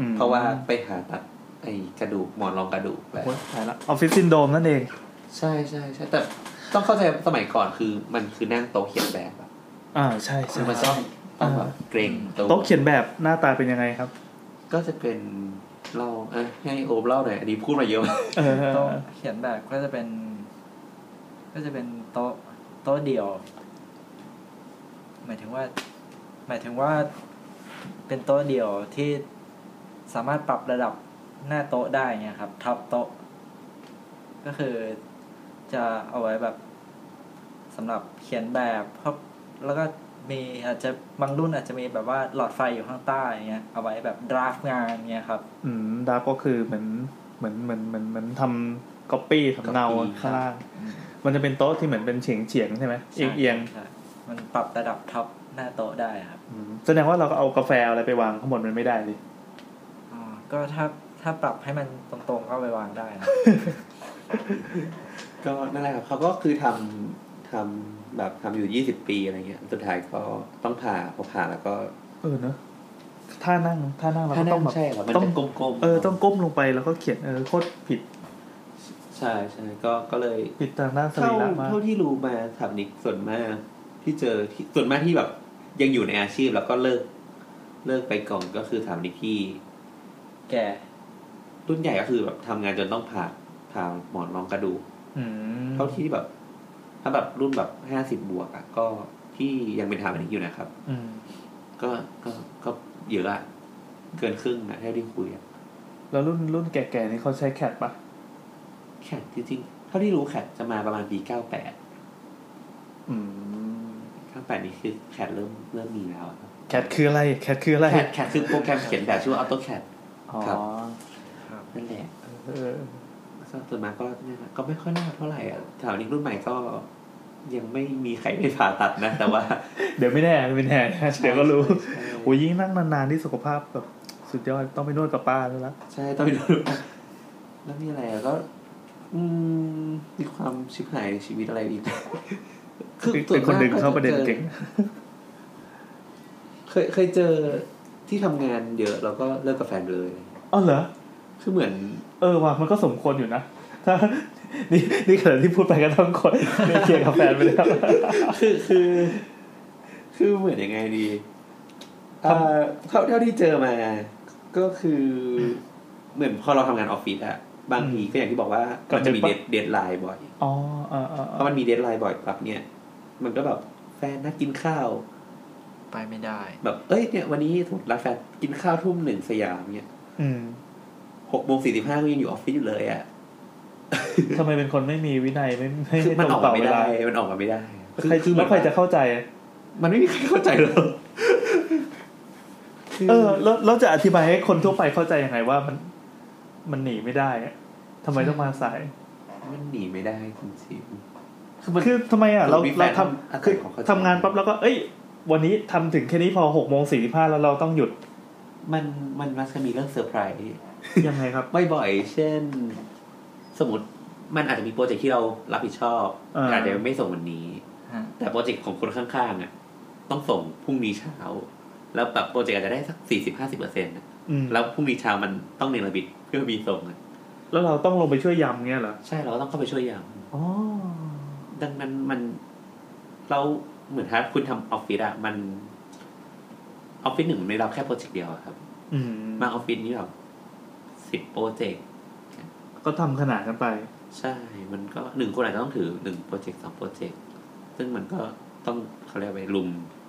[SPEAKER 3] อืม
[SPEAKER 4] เพราะว่าไปหาตัดไอกระดูกหมอนรองกระดูกไป
[SPEAKER 3] โอ๊ยตายละออฟฟิศซินโดรมนั่นเอง
[SPEAKER 4] ใช่ใช่ใช่แต่ต้องเข้าใจสมัยก่อนคือ มันคือนั่งโต๊ะเขียนแบบอะ
[SPEAKER 3] อ่าใช่ใช่
[SPEAKER 4] คือมันต้องต้องแบบเกรงตัว
[SPEAKER 3] โต๊ะเขียนแบบหน้าตาเป็นยังไงครับ
[SPEAKER 4] ก็จะเป็น เล่าอ่ะให้โอบเล่าหน่อยอันนี้พูดมาเยอะ
[SPEAKER 3] เออ
[SPEAKER 5] โต๊ะเขียนแบบก็จะเป็น ก็จะเป็นโต๊ะโต๊ะเดี่ยว หมายถึงว่า หมายถึงว่า เป็นโต๊ะเดี่ยวที่สามารถปรับระดับหน้าโต๊ะได้เงี้ยครับ ทับโต๊ะ ก็คือจะเอาไว้แบบสำหรับเขียนแบบเพราะแล้วก็มีอาจจะบางรุ่นอาจจะมีแบบว่าหลอดไฟอยู่ข้างใต้เงี้ยเอาไว้แบบดราฟงานเงี้ยครับ
[SPEAKER 3] อืมดาร์กก็คือเหมือนเหมือนเหมือนเหมือนเหมือนทำก๊อปปี้สำเนา
[SPEAKER 4] copy
[SPEAKER 3] ข้างล่าง มันจะเป็นโต๊ะที่เหมือนเป็นเฉียงเฉียงๆใช่ไหมเอียงเอียง
[SPEAKER 5] ใช่มันปรับระดับท็อปหน้าโต๊ะได้ครับ
[SPEAKER 3] ๆอืมแสดงว่าเราก็เอากาแฟอะไรไปวางข้างบนมันไม่ได้ดิ
[SPEAKER 5] อ๋อก็ถ้าถ้าปรับให้มันตรงๆก็เอาไปวางได้นะ
[SPEAKER 4] ก็นั่นแหละครับเขาก็คือทำทำแบบทำอยู่ยี่สิบปีอะไรเงี้ย สุดท้ายก็ต้องผ่าพอผ่าแล้วก็
[SPEAKER 3] เออเนอะท่านั่งท่านั่งเรา
[SPEAKER 4] ถ้า
[SPEAKER 3] ก็
[SPEAKER 4] นั่
[SPEAKER 3] ต้อง งแบบ
[SPEAKER 4] ใช่ครับมัน
[SPEAKER 3] ต้อง
[SPEAKER 4] เป็นกลมๆ
[SPEAKER 3] เออต้องก้มลงไปแล้วก็เขียนเออโคตรผิด
[SPEAKER 4] ใช่ใช่ก็ก็เลย
[SPEAKER 3] ผิดทางด้านส
[SPEAKER 4] เท่า
[SPEAKER 3] รีระมาก
[SPEAKER 4] เท่าที่รู้มาสถาปนิกส่วนมาก ที่เจอที่ส่วนมากที่แบบ ยังอยู่ในอาชีพแล้วก็เลิก เลิกไปก่อนก็คือสถาปนิกที่
[SPEAKER 5] แก
[SPEAKER 4] รุ่นใหญ่ก็คือแบบทำงานจนต้องผ่าผ่าหมอนรองกระดูก
[SPEAKER 3] อืม
[SPEAKER 4] เท่าที่แบบ ถ้าแบบรุ่นแบบห้าสิบบวกอะก็ที่ยังเป็นสถาปนิกอยู่นะครับ
[SPEAKER 3] อืม
[SPEAKER 4] ก็ก็ก็เยอะอะเกินครึ่งนะเท่าที่คุยอะ
[SPEAKER 3] แล้วรุ่นรุ่นแก่ๆนี่เขาใช้แคดปะ
[SPEAKER 4] แขกจริงๆเท่าที่รู้แขกจะมาประมาณปีเก้าแปด
[SPEAKER 3] อืม
[SPEAKER 4] เก้าแปดนี่คือแขกเริ่มเริ่มมีแล้วอะครับ
[SPEAKER 3] แคดคืออะไรแคดคืออะไร
[SPEAKER 4] แขกแขกคือโปรแกรมเขียนแบบชื่อว่า AutoCAD
[SPEAKER 3] อ๋อ
[SPEAKER 4] ครับ
[SPEAKER 5] ครับ
[SPEAKER 4] นั่นแหละ
[SPEAKER 3] เออ
[SPEAKER 4] ส่วนมากก็เนี่ยนะก็ไม่ค่อยรอดเท่าไหร่อ่ะแถวนี้รุ่นใหม่ก็ยังไม่มีใครไปผ่าตัด
[SPEAKER 3] [LAUGHS]
[SPEAKER 4] นะ แต่ว่า
[SPEAKER 3] เดี๋ยวไม่แน่ไม่แน่เดี๋ยวก็รู้
[SPEAKER 4] ใช่
[SPEAKER 3] โอ้ยยิ่งนั่งนานๆที่สุขภาพแบบสุดยอดต้องไปนวดกับป้าแล้วละ
[SPEAKER 4] ใช่ต้องไปดูแล้วมีอะไรอะก็ อืมมีความชิบหายในชีวิตอะไร
[SPEAKER 3] [LAUGHS]
[SPEAKER 4] อีก
[SPEAKER 3] เป็นคนหนึ่งเข้าประเด็นเก่ง
[SPEAKER 4] เคยเคยเจอที่ทำงานเยอะแล้วก็เลิกกับแฟนไปเลย
[SPEAKER 3] อ๋อเหรอ
[SPEAKER 4] คือเหมือน
[SPEAKER 3] เออว่ะมันก็สมควรอยู่นะ [LAUGHS] ถ้า นี่นี่ขณะที่พูดไปก็ต้องคนไม่เคลียร์กับแฟนไปแล้ว
[SPEAKER 4] คือคือ คือเหมือนยังไงดีเอ่อเท่าเท่าที่เจอมา ก็คือเหมือนพอเราทำงานออฟฟิศอะบางทีก็อย่างที่บอกว่า
[SPEAKER 3] ก็
[SPEAKER 4] มันจะมี
[SPEAKER 3] เดี๋
[SPEAKER 4] เด
[SPEAKER 3] ยว
[SPEAKER 4] ท
[SPEAKER 3] ปะ
[SPEAKER 4] เดทไลน์บ่อย
[SPEAKER 3] อ๋อเออเออ
[SPEAKER 4] เพ
[SPEAKER 3] เอ
[SPEAKER 4] ราะ
[SPEAKER 3] อ
[SPEAKER 4] มันมีเดทไลน์บ่อยปั๊บเนี่ย มันก็แบบแฟนนัดกินข้าว
[SPEAKER 5] ไปไม่ได้
[SPEAKER 4] แบบเอ้ยเนี่ยวันนี้ถูกรักแฟนกินข้าวทุ่มหนึ่งสยามเนี่ย
[SPEAKER 3] อืม
[SPEAKER 4] หกโมงสี่สิบห้าก็ยังอยู่ออฟฟิศอยู่เลยอะ
[SPEAKER 3] ทำไมเป็นคนไม่มีวินัยไม่ไม่
[SPEAKER 4] คือ
[SPEAKER 3] ไม่
[SPEAKER 4] มัน
[SPEAKER 3] ตร
[SPEAKER 4] อง อก
[SPEAKER 3] ต่อ
[SPEAKER 4] มา
[SPEAKER 3] เว
[SPEAKER 4] ไม่
[SPEAKER 3] ลา
[SPEAKER 4] ได้ มันออกมาไม่ได้
[SPEAKER 3] ใคร
[SPEAKER 4] อ
[SPEAKER 3] แล้วใครจะเข้าใจ
[SPEAKER 4] มันไม่มีใครเข้าใจหรอก
[SPEAKER 3] เออแล้วแล้วจะอธิบายให้คนทั่วไปเข้าใจยังไงว่ามันมันหนีไม่ได้อะทำไมต้องมาสาย
[SPEAKER 4] มันหนีไม่ได้จริงๆคือมัน
[SPEAKER 3] คือทำไมอ่ะเรา
[SPEAKER 4] มีแฟ
[SPEAKER 3] เรา
[SPEAKER 4] น
[SPEAKER 3] ท
[SPEAKER 4] อ่ะ
[SPEAKER 3] ำคือ
[SPEAKER 4] ของเขา
[SPEAKER 3] ทำงานปั๊บแล้วก็ เอ้ย วันนี้ทำถึงแค่นี้พอหกโมงสี่สิบห้าแล้วเราต้องหยุ
[SPEAKER 4] [LAUGHS]
[SPEAKER 3] ด
[SPEAKER 4] มันมันมักจะมีเรื่องเซอร์ไพรส์
[SPEAKER 3] ยังไงครับ
[SPEAKER 4] ไม่บ่อยๆเช่น สมมติมันอาจจะมีโปรเจกต์ที่เรารับผิดชอบ
[SPEAKER 3] เอออ
[SPEAKER 4] อาจจะไม่ส่งวันนี้
[SPEAKER 5] ฮะ
[SPEAKER 4] แต่โปรเจกต์ของคนข้างๆอ่ะต้องส่งพรุ่งนี้เช้า แล้วแบบโปรเจกต์อาจจะได้สักสี่สิบห้าสิบเปอร์เซ็นต์
[SPEAKER 3] อืม
[SPEAKER 4] แล้วพรุ่งนี้เช้ามันต้องเนรมิตเพื่อมีส่งอะ
[SPEAKER 3] แล้วเราต้องลงไปช่วยยำเงี้ยเหรอ
[SPEAKER 4] ใช่เราก็ต้องเข้าไปช่วยอย่าง
[SPEAKER 3] อ๋อ
[SPEAKER 4] ดังนั้นมัน เราเหมือนถ้าคุณทำออฟฟิศอ่ะมันออฟฟิศหนึ่งมันไม่รับแค่โปรเจกต์เดียวอะครับ
[SPEAKER 3] อืม
[SPEAKER 4] มางออฟฟิศนี่แบบสิบโปรเจกต์
[SPEAKER 3] ก็ทำขนาดกันไป
[SPEAKER 4] ใช่ มันก็หนึ่งคนอาจจะต้องถือหนึ่งโปรเจกต์สองโปรเจกต์ ซึ่งมันก็ต้องเขาเรียกไปลุม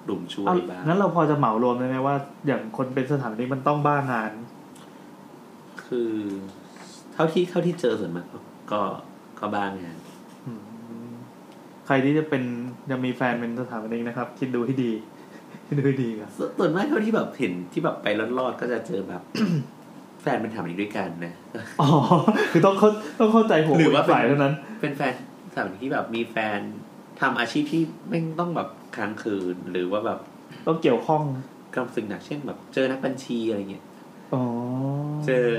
[SPEAKER 4] ลุมช่วย
[SPEAKER 3] เอา
[SPEAKER 4] บ้าง
[SPEAKER 3] งั้นเราพอจะเหมารวมได้ไหมว่า อย่างคนเป็นสถานนี้มันต้องบ้างาน
[SPEAKER 4] คือ เท่าที่เท่าที่เจอส่วนมากก็ก็บ้างงาน
[SPEAKER 3] อืมใครที่จะเป็นจะมีแฟนเป็นสถานนี้นะครับ คิดดูให้ดี [LAUGHS] คิดดูให้ดีครับ
[SPEAKER 4] ส่วนส่วนมากเท่าที่แบบเห็นที่แบบไปรอดๆก็จะเจอ
[SPEAKER 3] [COUGHS]
[SPEAKER 4] แบบ แฟนเป็นถามนี้ด้วยกันนะ
[SPEAKER 3] อ๋อ คือต้องเข้าต้องเข้าใจหัว
[SPEAKER 4] หรือว่าเป็น
[SPEAKER 3] ฝ่ายเท่านั้น
[SPEAKER 4] เป็นแฟนสามที่แบบมีแฟนทำอาชีพที่ไม่งต้องแบบค้างคืน หรือว่าแบบ
[SPEAKER 3] ต้องเกี่ยวข้อง
[SPEAKER 4] กำลังสึกหนักเช่นแบบ เจอนักบัญชีอะไรเงี้ย
[SPEAKER 3] อ๋อ
[SPEAKER 4] เจอ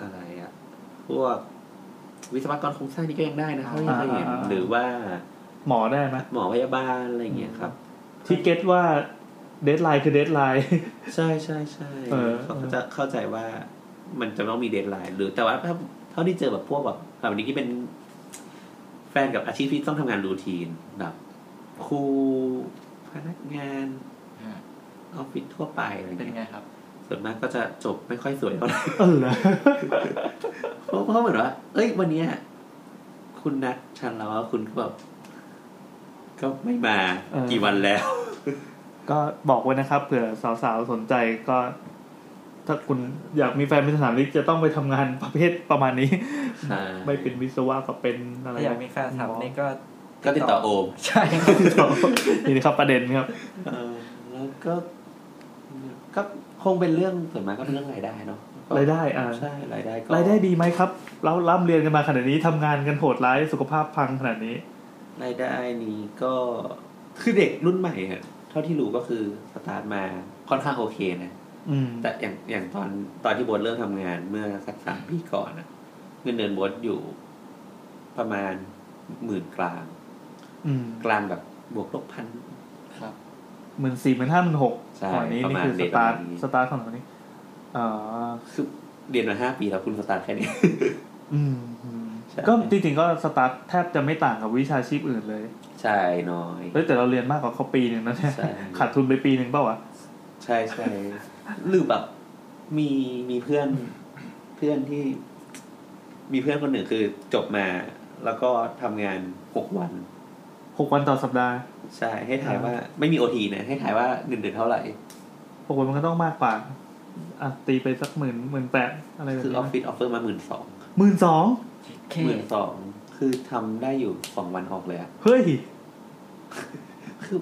[SPEAKER 4] อะไรอะพวกวิศวกรโครงสร้างนี่ก็ยังได้นะเขายังเคยเห็น
[SPEAKER 5] อ่าอ่า
[SPEAKER 4] หรือว่า
[SPEAKER 3] หมอได้ไหม
[SPEAKER 4] หมอพยาบาลอะไรอย่างเงี้ยครับ
[SPEAKER 3] ที่เก็ตว่าเดทไลน์คือเดทไลน์ [LAUGHS]
[SPEAKER 4] ใช่ใช่ใช่
[SPEAKER 3] เออ
[SPEAKER 4] เขาก็จะเข้าใจว่ามันจะต้องมีเดทไลน์หรือแต่ว่าถ้าเท่าที่เจอแบบพวกแบบแบบนี้ที่เป็น แฟนกับอาชีพที่ต้องทำงานรูทีนแบบครูพนักงาน
[SPEAKER 5] ฮะ
[SPEAKER 4] ออฟฟิศทั่วไปอะไร
[SPEAKER 5] เป็น
[SPEAKER 4] เงี้ย
[SPEAKER 5] ไงครับ
[SPEAKER 4] ส่วนมากก็จะจบไม่ค่อยสวยเท่าไหร่
[SPEAKER 3] เออเหรอ [LAUGHS]
[SPEAKER 4] เพราะเพราะเหมือนว่า เอ้ย วันเนี้ยคุณนัดฉันแล้วอะคุณก็แบบ ก็ไม่มา กี่วันแล้ว
[SPEAKER 3] ก็บอกไว้นะครับ เผื่อสาวๆสนใจก็ ถ้าคุณอยากมีแฟนเป็นสถานวิทย์จะต้องไปทำงานประเภทประมาณนี้ [LAUGHS]
[SPEAKER 4] ใช่
[SPEAKER 3] ไม่เป็นวิศวะก็เป็นอะไร
[SPEAKER 5] ถ้าอยากมีแฟนสามนี่ก็ [LAUGHS]
[SPEAKER 4] ก็ติดต่อโอม
[SPEAKER 5] ใช่
[SPEAKER 3] [LAUGHS] นี่นะครับประเด็น
[SPEAKER 4] [LAUGHS]
[SPEAKER 3] ครับ
[SPEAKER 4] เออแล้วก็ก็คงเป็นเรื่องส่วนมากก็เป็นเรื่องรายได้เนาะ
[SPEAKER 3] รายได้อ่า
[SPEAKER 4] ใช่รายได้ก็
[SPEAKER 3] รายได้ดีไหมครับ เราล่ำเรียนกันมาขนาดนี้ทำงานกันโหดร้ายสุขภาพพังขนาดนี้
[SPEAKER 4] รายได้นี้ก็คือเด็กรุ่นใหม่อะเท่าที่รู้ก็คือสตาร์ทมาค่อนข้างโอเคนะ
[SPEAKER 3] อืม
[SPEAKER 4] แต่อย่างอย่างตอนตอนที่โบทเริ่มทำงานเมื่อสักสามปีก่อนนะเงินเดือนโบทอยู่ประมาณหมื่นกลาง
[SPEAKER 3] อืม
[SPEAKER 4] กลางแบบบวกลบพัน
[SPEAKER 5] ครับ
[SPEAKER 3] หมื่นสี่หมื่นห้าหมื่นหก
[SPEAKER 4] ใช่
[SPEAKER 3] ตอนนี้
[SPEAKER 4] ประ
[SPEAKER 3] นี่
[SPEAKER 4] มาณ
[SPEAKER 3] คือ
[SPEAKER 4] เด็
[SPEAKER 3] ส
[SPEAKER 4] ก
[SPEAKER 3] ตาร์ท
[SPEAKER 4] ประมาณนี้
[SPEAKER 3] สตาร์ทของเรานี้อ่า
[SPEAKER 4] คือเรียนมาห้าปีแล้วคุณสตาร์ทแค่นี้ [LAUGHS]
[SPEAKER 3] อืมอืม
[SPEAKER 4] ใช่
[SPEAKER 3] ก็จริงๆก็สตาร์ทแทบจะไม่ต่างกับวิชาชีพอื่นเลย
[SPEAKER 4] ใช่น้อย
[SPEAKER 3] เฮ้ยแต่เราเรียนมากกว่าเขาปีหนึ่งนะเนี่ย
[SPEAKER 4] ใช่
[SPEAKER 3] ขาดทุนไปปีหนึ่งเปล่าวะ
[SPEAKER 4] ใช่ใช่หรือแบบมีมีเพื่อนเพื่อนที่ มีเพื่อนคนหนึ่งคือจบมา แล้วก็ทำงานหกวัน
[SPEAKER 3] หกวันต่อสัปดาห์
[SPEAKER 4] ใช่ ให้ทายว่า ไม่มีโอทีนะ ให้ทายว่าเงินเดือนเท่าไหร่
[SPEAKER 3] หกวันมันก็ต้องมากกว่าอ่ะตีไปสักหมื่นหมื่นแปดอะไรแบบ
[SPEAKER 4] คืออ
[SPEAKER 3] นี้
[SPEAKER 4] อฟฟิศออฟเฟอร์มาหมื่นสอง
[SPEAKER 3] หมื่นสอง
[SPEAKER 5] เค
[SPEAKER 4] หมื่นสองคือทำได้อยู่สองวันออกเลยอะ
[SPEAKER 3] เฮ้ย
[SPEAKER 4] คือ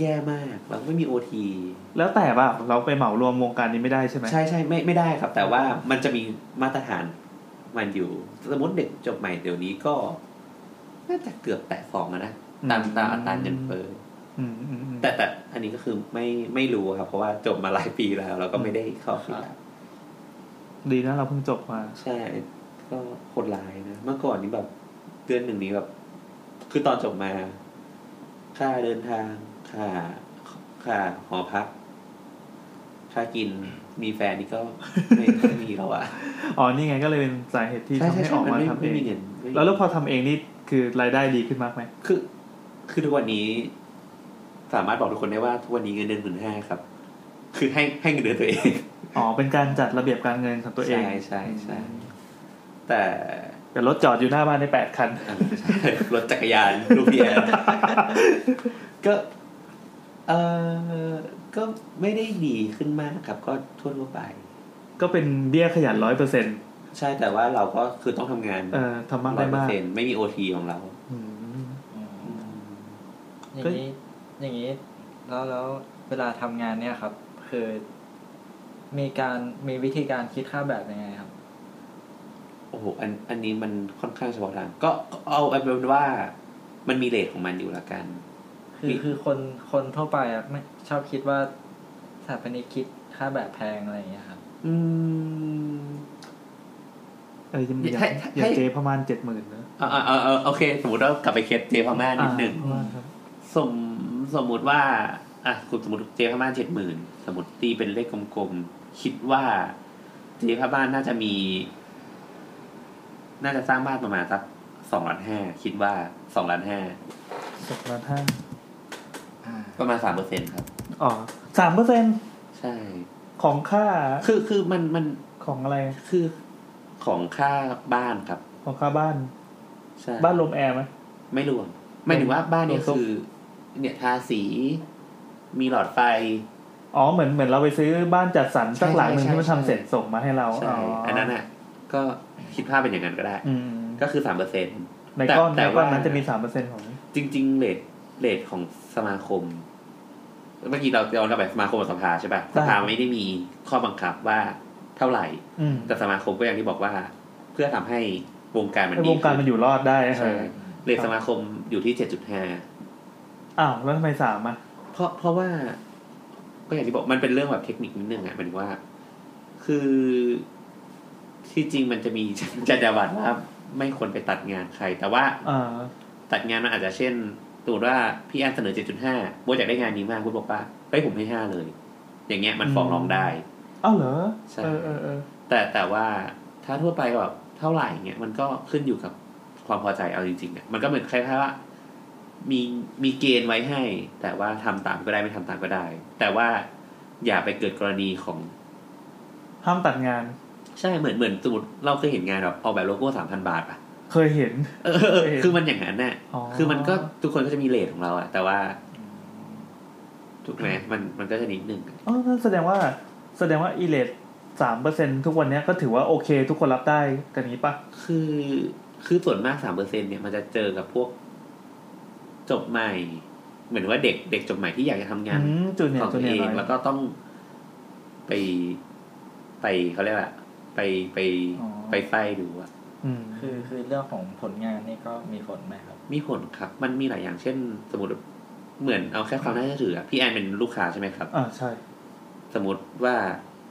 [SPEAKER 4] แย่มากแล้วไม่มีโอที
[SPEAKER 3] แล้วแต่ป่ะเราไปเหมารวมวงการนี้ไม่ได้ใช่ไหม
[SPEAKER 4] ใช่ใช่ไม่ไม่ได้ครับ แต่ว่ามันจะมีมาตรฐานมันอยู่ สมมติเด็กจบใหม่เดี๋ยวนี้ก็ น่าจะเกือบแตะสองแล้วนะ ตามตามอัตราเงินเฟ้อ
[SPEAKER 3] อืมอืมอืม
[SPEAKER 4] แต่แต่อันนี้ก็คือไม่ไม่รู้ครับ เพราะว่าจบมาหลายปีแล้ว แล้วก็ไม่ได้เข้าฟิล
[SPEAKER 3] ดีนะเราเพิ่งจบมา
[SPEAKER 4] ใช่ก็โหดร้ายนะ เมื่อก่อนนี้แบบ เดือนหนึ่งนี้แบบ คือตอนจบมา ค่าเดินทาง ค่า ค่าหอพัก ค่ากินมีแฟนนี่ก็ไม่ ไม่มีแล้วอ่ะ
[SPEAKER 3] อ๋อ นี่ไงก็เลยเป็นสาเหตุที่
[SPEAKER 4] ใช่
[SPEAKER 3] ทำ
[SPEAKER 4] ใช่
[SPEAKER 3] ให้
[SPEAKER 4] ใช่
[SPEAKER 3] ออก
[SPEAKER 4] มั
[SPEAKER 3] มา
[SPEAKER 4] นไม่
[SPEAKER 3] ทำเอ
[SPEAKER 4] ไม่มี
[SPEAKER 3] ง
[SPEAKER 4] เงินไม่มี
[SPEAKER 3] แล้วแล้วพอทำเองนี่คือรายได้ดีขึ้นมากไหม
[SPEAKER 4] คือ คือทุกวันนี้ สามารถบอกทุกคนได้ว่าทุกวันนี้เงินเดือนหมื่นห้าครับ คือให้ให้เงินเดือนตัวเอง
[SPEAKER 3] อ๋อ เป็นการจัดระเบียบการเงินของตัวเอง
[SPEAKER 4] ใช่ใช่ใช่
[SPEAKER 3] อืม
[SPEAKER 4] แต่
[SPEAKER 3] แต่รถจอดอยู่หน้าบ้านในแปดคัน
[SPEAKER 4] อ่ะรถจักรยานลูกเบียร์ [LAUGHS] ก็เออก็ไม่ได้ดีขึ้นมากครับ ก็ทั่วทั่วๆไป
[SPEAKER 3] ก็เป็นเบี้ยขยันร้อยเปอร์เซ็นต์
[SPEAKER 4] ใช่แต่ว่าเราก็คือต้องทำงาน
[SPEAKER 3] เอ่อทำมาก
[SPEAKER 4] ร้
[SPEAKER 3] ได้
[SPEAKER 4] อยเปอ
[SPEAKER 3] มา
[SPEAKER 4] ร์
[SPEAKER 3] ก
[SPEAKER 4] เซ็นต์ไม่มีโอทีของเรา
[SPEAKER 3] อืม
[SPEAKER 5] อืม อย่างนี้อย่างนี้แล้วแล้วเวลาทำงานเนี่ยครับ คือ มีการมีวิธีการคิดค่าแบบยังไงครับ
[SPEAKER 4] โอ้โหอันอันนี้มันค่อนข้างเฉพาะทางก็ก็เอาเป็นว่ามันมีเลทของมันอยู่ละกัน
[SPEAKER 5] คือ
[SPEAKER 4] มี
[SPEAKER 5] คือคนคนทั่วไปอะไม่ชอบคิดว่าสถาปนิกคิดค่าแบบแพงอะไรอย่างเงี้ยครับ
[SPEAKER 4] อืม
[SPEAKER 3] เออยังยัง
[SPEAKER 4] ให้ให้
[SPEAKER 3] ยังเจประมาณเจ็ดหมื่นนะ
[SPEAKER 4] เอาเอาเอาเอาโอเค สมมติว่ากลับไปเคสเจพม่านิดหนึ่ง
[SPEAKER 3] อ่าประมาณครับ
[SPEAKER 4] สมสมมุติว่าอ่ะคุณสมมติเจพม่าเจ็ดหมื่นสมมติตีเป็นเลขกลมๆ คิดว่า เจพม่าน่าจะมี น่าจะสร้างบ้านประมาณสักสองล้านห้าคิดว่าสองล้านห้า
[SPEAKER 3] สองล้านห้า
[SPEAKER 5] อ่า
[SPEAKER 4] ประมาณสามเปอร์เซ็นครับ
[SPEAKER 3] อ๋อสามเปอร์เซ็นต์
[SPEAKER 4] ใช่
[SPEAKER 3] ของค่า
[SPEAKER 4] คือคือมันมัน
[SPEAKER 3] ของอะไร
[SPEAKER 4] คือของค่าบ้านครับ
[SPEAKER 3] ของค่าบ้าน
[SPEAKER 4] ใช่
[SPEAKER 3] บ้านลมแอร์ไหม
[SPEAKER 4] ไม่รวมหมายถึงว่าบ้านเนี่ย
[SPEAKER 3] รวมซุป
[SPEAKER 4] คือ เนี่ยทาสี มีหลอดไฟ
[SPEAKER 3] อ๋อเหมือนเหมือนเราไปซื้อบ้านจัดสรรสักหลังหนึ่ง
[SPEAKER 4] ใช่ใช่
[SPEAKER 3] ที่มัน
[SPEAKER 4] ใช่
[SPEAKER 3] ทำเสร็จส่งมาให้เรา
[SPEAKER 4] ใช่อันนั้นอ่ะ ก็คิดภาพเป็นอย่างนั้นก็ได้
[SPEAKER 3] อืม
[SPEAKER 4] ก็คือสามเปอร์เซ็นต์
[SPEAKER 3] ในก้อนใน
[SPEAKER 4] แต่แต่
[SPEAKER 3] ก้อน
[SPEAKER 4] ว่านั้
[SPEAKER 3] นั้นจะมีสามเปอร์เซ็นต์ของ
[SPEAKER 4] จริง ๆเลทเลทของสมาคม เมื่อกี้เราเราแบบสมาคมกับสภาใช่ป่ะ
[SPEAKER 3] ใช่
[SPEAKER 4] สภาไม่ได้มีข้อบังคับว่าเท่าไหร่
[SPEAKER 3] อืม
[SPEAKER 4] แต่สมาคมก็อย่างที่บอกว่า เพื่อทำให้วงการมัน
[SPEAKER 3] ให้
[SPEAKER 4] ดี
[SPEAKER 3] วงการมันอยู่รอดได้
[SPEAKER 4] ขึ้นใช่
[SPEAKER 3] เออ
[SPEAKER 4] เลทสมาคมอยู่ที่เจ็ดจุดห้า
[SPEAKER 3] อ้าวแล้วทำไมสามอ่ะ
[SPEAKER 4] เพราะเพราะว่า ก็อย่างที่บอกมันเป็นเรื่องแบบเทคนิคนิดนึงอ่ะหมายถึงว่า คือที่จริงมันจะมี [LAUGHS] จรรยาบรรณว่าไม่ควรไปตัดงานใคร แต่ว่า
[SPEAKER 3] อ่า
[SPEAKER 4] ตัดงานมันอาจจะเช่นสมมติว่าพี่แอนเสนอ 7.5บัวอยากได้งานนี้มากบัวบอกว่าเฮ้ยผมให้ 5 เลย อย่างเงี้ยมันฟ้องร้องได้
[SPEAKER 3] เอ้าเหรอ
[SPEAKER 4] ใช่
[SPEAKER 3] เออเออเออ
[SPEAKER 4] แต่แต่ว่าถ้าทั่วไปแบบเท่าไหร่เงี้ยมันก็ขึ้นอยู่กับความพอใจเอาจริงๆอ่ะมันก็เหมือนคล้ายๆว่ามีมีเกณฑ์ไว้ให้ แต่ว่าทำตามก็ได้ไม่ทำตามก็ได้ แต่ว่าอย่าไปเกิดกรณีของ
[SPEAKER 3] ห้ามตัดงาน
[SPEAKER 4] ใช่เหมือนเหมือนสมมติเราเคยเห็นงานแบบออกแบบโลโก้สามพันบาทอะ [LAUGHS]
[SPEAKER 3] เคยเห็น
[SPEAKER 4] เออ คือมันอย่างนั้นน่ะ
[SPEAKER 3] อ๋อ
[SPEAKER 4] คือมันก็ทุกคนก็จะมีเลทของเราอะแต่ว่าถูกไหมมันมันก็จะนิดนึงอะ
[SPEAKER 3] อ๋อนั่นแสดงว่าแสดงว่าอีเลทสามเปอร์เซ็นทุกวันเนี้ยก็ถือว่าโอเคทุกคนรับได้กันนี้ปะ
[SPEAKER 4] คือคือส่วนมากสามเปอร์เซ็นเนี่ยมันจะเจอกับพวกจบใหม่ เหมือนว่าเด็กเด็กจบใหม่ที่อยากจะทำงาน
[SPEAKER 3] อืมจูเนีย
[SPEAKER 4] ขอ
[SPEAKER 3] ร์
[SPEAKER 4] ง
[SPEAKER 3] จู
[SPEAKER 4] ตัว
[SPEAKER 3] เนีย
[SPEAKER 4] เอ
[SPEAKER 3] ร์
[SPEAKER 4] ง
[SPEAKER 3] น้อย
[SPEAKER 4] แล้วก็ต้องไปไปเขาเรียกว่า ไปไป
[SPEAKER 5] อ๋อ
[SPEAKER 4] ไปไส้ดูอะ
[SPEAKER 3] อืม
[SPEAKER 5] คือคือเรื่องของผลงานนี่ก็มีผลไหมครับ
[SPEAKER 4] มีผลครับ มันมีหลายอย่างเช่น สมมติเหมือนเอาแค่ความน่าเชื่อถืออะพี่แอนเป็นลูกค้าใช่ไหมครับ
[SPEAKER 3] อ่าใช่
[SPEAKER 4] สมมติว่า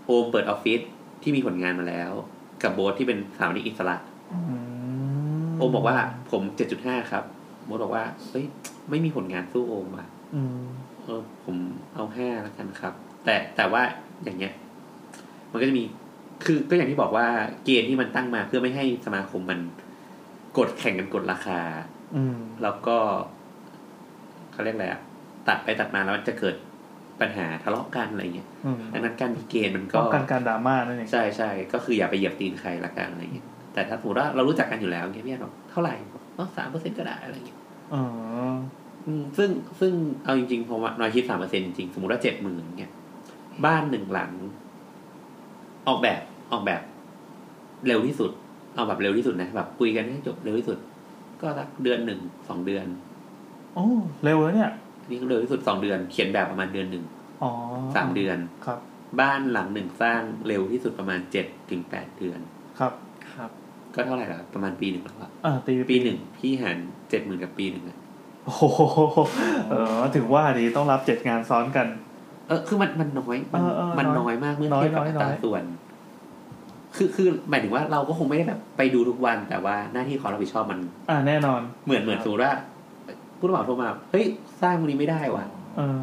[SPEAKER 4] โอมเปิดออฟฟิศที่มีผลงานมาแล้ว กับโบทที่เป็นสาวนิกอิสระ
[SPEAKER 3] อืม
[SPEAKER 4] โอมบอกว่า ผมเจ็ดจุดห้าครับโบทบอกว่าเฮ้ยไม่มีผลงานสู้โอมอ่ะ
[SPEAKER 3] อืม
[SPEAKER 4] เออผมเอาห้าแล้วกันครับ แต่แต่ว่าอย่างเงี้ย มันก็จะมีคือก็อย่างที่บอกว่าเกณฑ์ที่มันตั้งมาเพื่อไม่ให้สมาคมมันกดแข่งกันกดราคา
[SPEAKER 3] อืม
[SPEAKER 4] แล้วก็เขาเรียกอะไรอะตัดไปตัดมาแล้วมันจะเกิดปัญหาทะเลาะกันอะไรเงี้ย
[SPEAKER 3] อืม
[SPEAKER 4] ดังนั้นการมีเกณฑ์มันก็
[SPEAKER 3] ป้องกันการดราม่านั่นเอง
[SPEAKER 4] ใช่ใช่ก็คืออย่าไปเหยียบตีนใครละกันอะไรอย่างเงี้ยแต่ถ้าสมมติว่าเรารู้จักกันอยู่แล้วเงี้ยพี่แอนบอกเท่าไหร่บอกสามเปอร์เซ็นต์ก็ได้อะไรอย่างเงี้ย
[SPEAKER 3] อ๋อ
[SPEAKER 4] อืมซึ่งซึ่งเอาจริงๆพอมาน้อยคิดสามเปอร์เซ็นต์จริงๆสมมติว่าเจ็ดหมื่นเงี้ยบ้านหนึ่งหลัง ออกแบบออกแบบเร็วที่สุด เอาแบบเร็วที่สุดนะแบบคุยกันให้จบเร็วที่สุด ก็สักเดือนหนึ่งสองเดือน
[SPEAKER 3] โอ้เร็วแล้วเนี่ย
[SPEAKER 4] นี่ก็เร็วที่สุดสองเดือน เขียนแบบประมาณเดือนหนึ่ง
[SPEAKER 3] อ๋อ
[SPEAKER 4] สามเดือน
[SPEAKER 3] ครับ
[SPEAKER 4] บ้านหลังหนึ่งสร้างเร็วที่สุดประมาณเจ็ดถึงแปดเดือน
[SPEAKER 3] ครับ
[SPEAKER 5] ครับ
[SPEAKER 4] ก็เท่าไหร่ละประมาณปีหนึ่งแล้วอะ
[SPEAKER 3] อ่าตี
[SPEAKER 4] ปีหนึ่งพี่หารเจ็ดหมื่นกับปีหนึ่งอะ
[SPEAKER 3] โอ้โหเออถึงว่าดีต้องรับเจ็ดงานซ้อนกัน
[SPEAKER 4] เออคือมันมันน้อย มัน
[SPEAKER 3] เออเออ
[SPEAKER 4] มัน
[SPEAKER 3] น้
[SPEAKER 4] น้
[SPEAKER 3] อ
[SPEAKER 4] อย ยมากเมื่อเทียบกับ
[SPEAKER 3] น้อย
[SPEAKER 4] อั
[SPEAKER 3] น้อย
[SPEAKER 4] ตราส่วน คือคือหมายถึงว่าเราก็คงไม่ได้แบบไปดูทุกวัน แต่ว่าหน้าที่ความรับผิดชอบมัน
[SPEAKER 3] อ่าแน่นอน
[SPEAKER 4] เหมือนเหมือนสมมติว่าผู้รับเหมาโทรมาเฮ้ยสร้างวันนี้ไม่ได้ว่ะ
[SPEAKER 3] เออ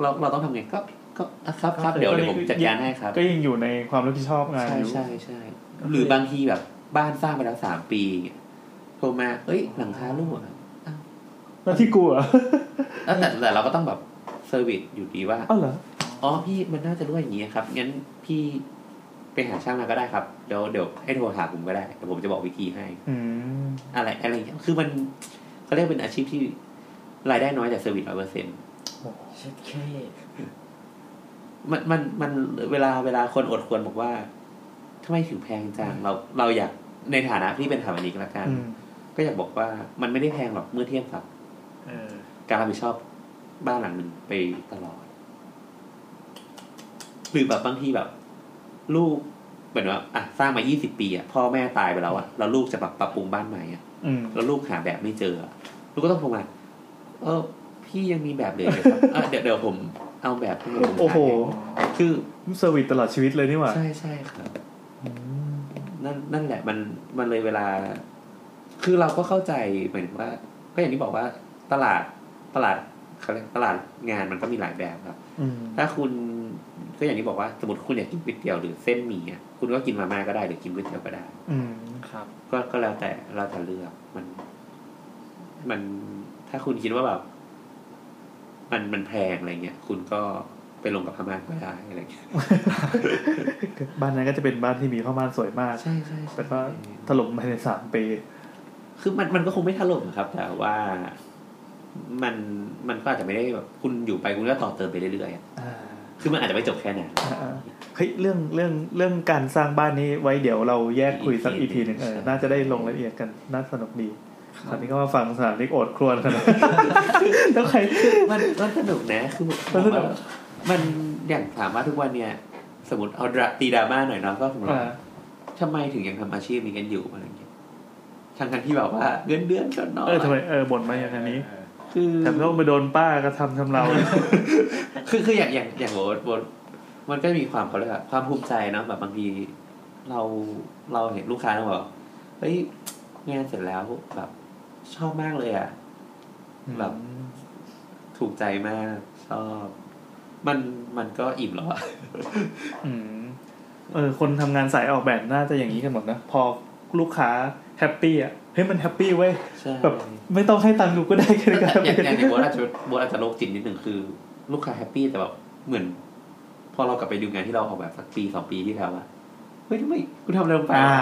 [SPEAKER 4] เราเราต้องทำไงก็ก็อ่ะครับครับเดี๋ยวเดี๋ยวผมจัดการให้ครับ
[SPEAKER 3] ก็ยังอยู่ในความรับผิดชอบงาน
[SPEAKER 4] ใช่
[SPEAKER 3] อยู่
[SPEAKER 4] ใช่ใช่หรือบางทีแบบบ้านสร้างไปแล้วสามปีเงี้ยโทรมาเอ้ยหลังคารั่ว
[SPEAKER 3] แล้วที่กลัว
[SPEAKER 4] เอ้าแต่แต่เราก็ต้องแบบเซอร์วิสอยู่ดีว่า
[SPEAKER 3] อ้าวเหรอ
[SPEAKER 4] อ๋อพี่มันน่าจะรู้อย่างนี้ครับ งั้นพี่ไปหาช่างมาก็ได้ครับ เดี๋ยวเดี๋ยวให้โทรหาผมก็ได้เดี๋ยวผมจะบอกวิธีให้
[SPEAKER 3] อืม
[SPEAKER 4] อะไรอะไรอย่างเงี้ยคือมันเขาเรียกเป็นอาชีพที่รายได้น้อยแต่เซอร์วิสร้อยเปอร์เซ็นต์
[SPEAKER 5] เช็ดเค
[SPEAKER 4] มันมันมันเวลาเวลาคนอดควรบอกว่าทำไมถึงแพงจังเราเราอยากในฐานะที่เป็นถาปนิกละกัน
[SPEAKER 3] อืม
[SPEAKER 4] ก็อยากบอกว่ามันไม่ได้แพงหรอกเมื่อเทียบกับ
[SPEAKER 5] เออ
[SPEAKER 4] การรับผิดชอบบ้านหลังหนึ่งไปตลอด หรือแบบบางทีแบบ ลูกเหมือนว่าอ่ะสร้างมา 20 ปีอ่ะพ่อแม่ตายไปแล้วอ่ะแล้วลูกจะแบบปรับปรุงบ้านใหม่อ่ะ
[SPEAKER 3] อืม
[SPEAKER 4] แล้วลูกหาแบบไม่เจออะลูกก็ต้องโทรมาเออ พี่ยังมีแบบเหลยครับอ่ะเดี๋ยวเดี๋ยวผมเอาแบบให้ผม
[SPEAKER 3] โอ้โห
[SPEAKER 4] คือ
[SPEAKER 3] เซอร์วิสตลอดชีวิตเลยนี่หว่า
[SPEAKER 4] ใช่ใช่ครับ
[SPEAKER 3] อืม
[SPEAKER 4] นั่นนั่นแหละมันมันเลยเวลา คือเราก็เข้าใจเหมือนว่า ก็อย่างที่บอกว่าตลาดตลาดเขาเรียกตลาดงานมันก็มีหลายแบบครับ
[SPEAKER 3] อืม
[SPEAKER 4] ถ้าคุณก็อย่างที่บอกว่าสมมติคุณอยากกินก๋วยเตี๋ยวหรือเส้นหมี่อ่ะคุณก็กินมาม่าก็ได้หรือกินก๋วยเตี๋ยวก็ได้
[SPEAKER 3] อืม
[SPEAKER 5] ครับ
[SPEAKER 4] ก็ก็แล้วแต่เราแต่เลือกมัน มันถ้าคุณคิดว่าแบบ มันมันแพงอะไรเงี้ยคุณก็ไปลงกับพม่าก็ได้อะไรเงี้ย
[SPEAKER 3] บ้านนั้นก็จะเป็นบ้านที่มีข้าวม่านสวยมาก
[SPEAKER 4] ใช่ใช่
[SPEAKER 3] แต่ก็ถล่มภายในสามปี
[SPEAKER 4] คือมันมันก็คงไม่ถล่มครับ แต่ว่ามันมันก็อาจจะไม่ได้แบบ คุณอยู่ไปคุณก็ต่อเติมไปเรื่อยๆอะ
[SPEAKER 3] อ่า
[SPEAKER 4] คือมันอาจจะไม่จบแค่นั้น
[SPEAKER 3] อ่าเฮ้ยเรื่องเรื่องเรื่องการสร้างบ้านนี้ไว้เดี๋ยวเราแยกคุยสักอีพีหนึ่งเออน่าจะได้ลงรายละเอียดกันน่าสนุกดีตอนนี้ก็มาฟังสถานนิกโอดครวญกันนะ [LAUGHS] แล้วใคร
[SPEAKER 4] มันมันสนุกนะคือ
[SPEAKER 3] มันสนุก
[SPEAKER 4] ผมว่ามันอย่างถามว่าทุกวันเนี่ย สมมติเอาดราตีดราม่าหน่อยเนาะก็สมมติ
[SPEAKER 3] อ่า
[SPEAKER 4] ว่าทำไมถึงยังทำอาชีพนี้กันอยู่อะไรอย่างเงี้ยทางกันที่แบบว่าเงินเดือนก็น้อย
[SPEAKER 3] เออทำไมเออบ่นมาอย่างอันนี้
[SPEAKER 4] คือ
[SPEAKER 3] แต่ต้องไปโดนป้ากระทำทำเรา
[SPEAKER 4] คือคืออย่างอย่างอย่างโบทโบทมันก็มีความเขาเรียกว่าความภูมิใจเนาะแบบบางที เราเราเห็นลูกค้าเราบอกเฮ้ยงานเสร็จแล้วแบบชอบมากเลยอ่ะ แบบ ถูกใจมากชอบ มันมันก็อิ่มแล้วอะ
[SPEAKER 3] อืมเออคนทำงานสายออกแบบน่าจะอย่างนี้กันหมดนะ พอลูกค้าแฮปปี้อ่ะเฮ้ยมันแฮปปี้เว้ย
[SPEAKER 4] ใช่
[SPEAKER 3] แบบไม่ต้องให้ตังค์กูก็ได้แค่
[SPEAKER 4] แต่
[SPEAKER 3] การ
[SPEAKER 4] [LAUGHS] อย่างอย่างในโบทอาจจะโบทอาจจะโรคจิตนิดหนึ่งคือ ลูกค้าแฮปปี้แต่แบบเหมือน พอเรากลับไปดูงานที่เราออกแบบสักปีสองปีที่แล้วอะ เฮ้ยทำไมกูทำอะไรลงไป
[SPEAKER 3] อ่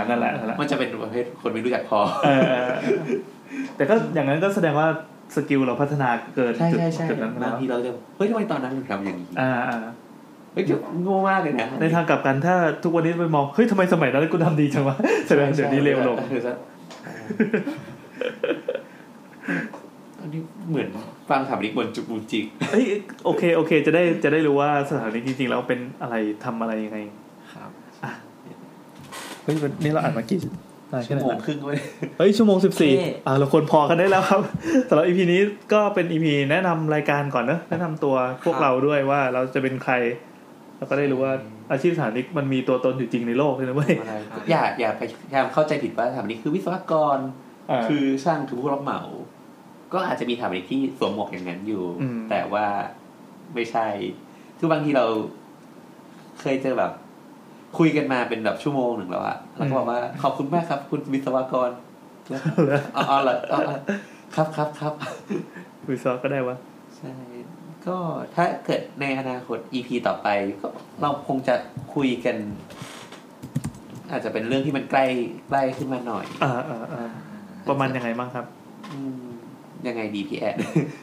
[SPEAKER 3] านั่นแหละนั่นแหละ
[SPEAKER 4] มันจะเป็นประเภทคนไม่รู้จักพอ
[SPEAKER 3] เออเออเออแต่ก็อย่างนั้นก็แสดงว่าสกิลเราพัฒนาเกิน
[SPEAKER 4] ใช่
[SPEAKER 3] จุด
[SPEAKER 4] ใช่ใช่
[SPEAKER 3] จุดนั้น
[SPEAKER 4] บา
[SPEAKER 3] แล้
[SPEAKER 4] ง
[SPEAKER 3] ว
[SPEAKER 4] ทีเราจะเฮ้ยทำไมตอนนั้นถึงทำอย่างนี้
[SPEAKER 3] อ่าอ่า
[SPEAKER 4] เฮ้ยจะโง่มากเลยนะ
[SPEAKER 3] ในทางกลับกันถ้าทุกวันนี้ไปมองเฮ้ยทำไมสมัยนั้นกูทำดีจังวะ [LAUGHS] แสดงเดี๋ยวนี้เร็วลง
[SPEAKER 4] ออซะอันนี้เหมือนฟังถามนิกบนจุกมูจิก
[SPEAKER 3] เอ้ยโอเคโอเค จะได้จะได้รู้ว่าสถานีจริงๆแล้วเป็นอะไรทำอะไรยังไง
[SPEAKER 4] ครับ
[SPEAKER 3] เฮ้ยนี่เราอ่านมากี่นา
[SPEAKER 4] ชั่ว
[SPEAKER 3] ไหน
[SPEAKER 4] โมงครึ่งเลย
[SPEAKER 3] เฮ้ยชั่วโมงสิบสี่
[SPEAKER 5] โอเค
[SPEAKER 3] อ่าเราควรพอกันได้แล้วครับ [LAUGHS] สำหรับอีพีนี้ก็เป็นอีพีแนะนำรายการก่อนเนอะแนะนำตัวพวกเราด้วยว่าเราจะเป็นใคร แล้วก็ได้รู้ว่าอาชีพสถานีมันมีตัวตนอยู่จริงในโลกเลยนะเว้ย
[SPEAKER 4] อะไรอย่าอย่าไปพยายามเข้าใจผิดว่าถามนิกคือวิศวกร
[SPEAKER 3] คื
[SPEAKER 4] คือ อช่างคือผู้รับเหมา ก็อาจจะมีถามนิกที่สวมหมวกอย่างนั้นอยู่
[SPEAKER 3] อืม
[SPEAKER 4] แต่ว่าไม่ใช่ คือบางทีเราเคยเจอแบบ คุยกันมาเป็นแบบชั่วโมงหนึ่งแล้วอะแล้วก็บอกว่าขอบคุณมากครับ คุณวิศวกร อ๋ออ๋อเหรออ๋ออ๋อครับครับครับ
[SPEAKER 3] วิศวะก็ได้วะ
[SPEAKER 4] ใช่ก็ถ้าเกิดในอนาคต EP ต่อไป ก็เราคงจะคุยกัน อาจจะเป็นเรื่องที่มันใกล้ใกล้ขึ้นมาหน่อย
[SPEAKER 3] อ่าอ่าอ่าประมาณยังไงบ้างครับ
[SPEAKER 4] อืมยังไงดีพีแอด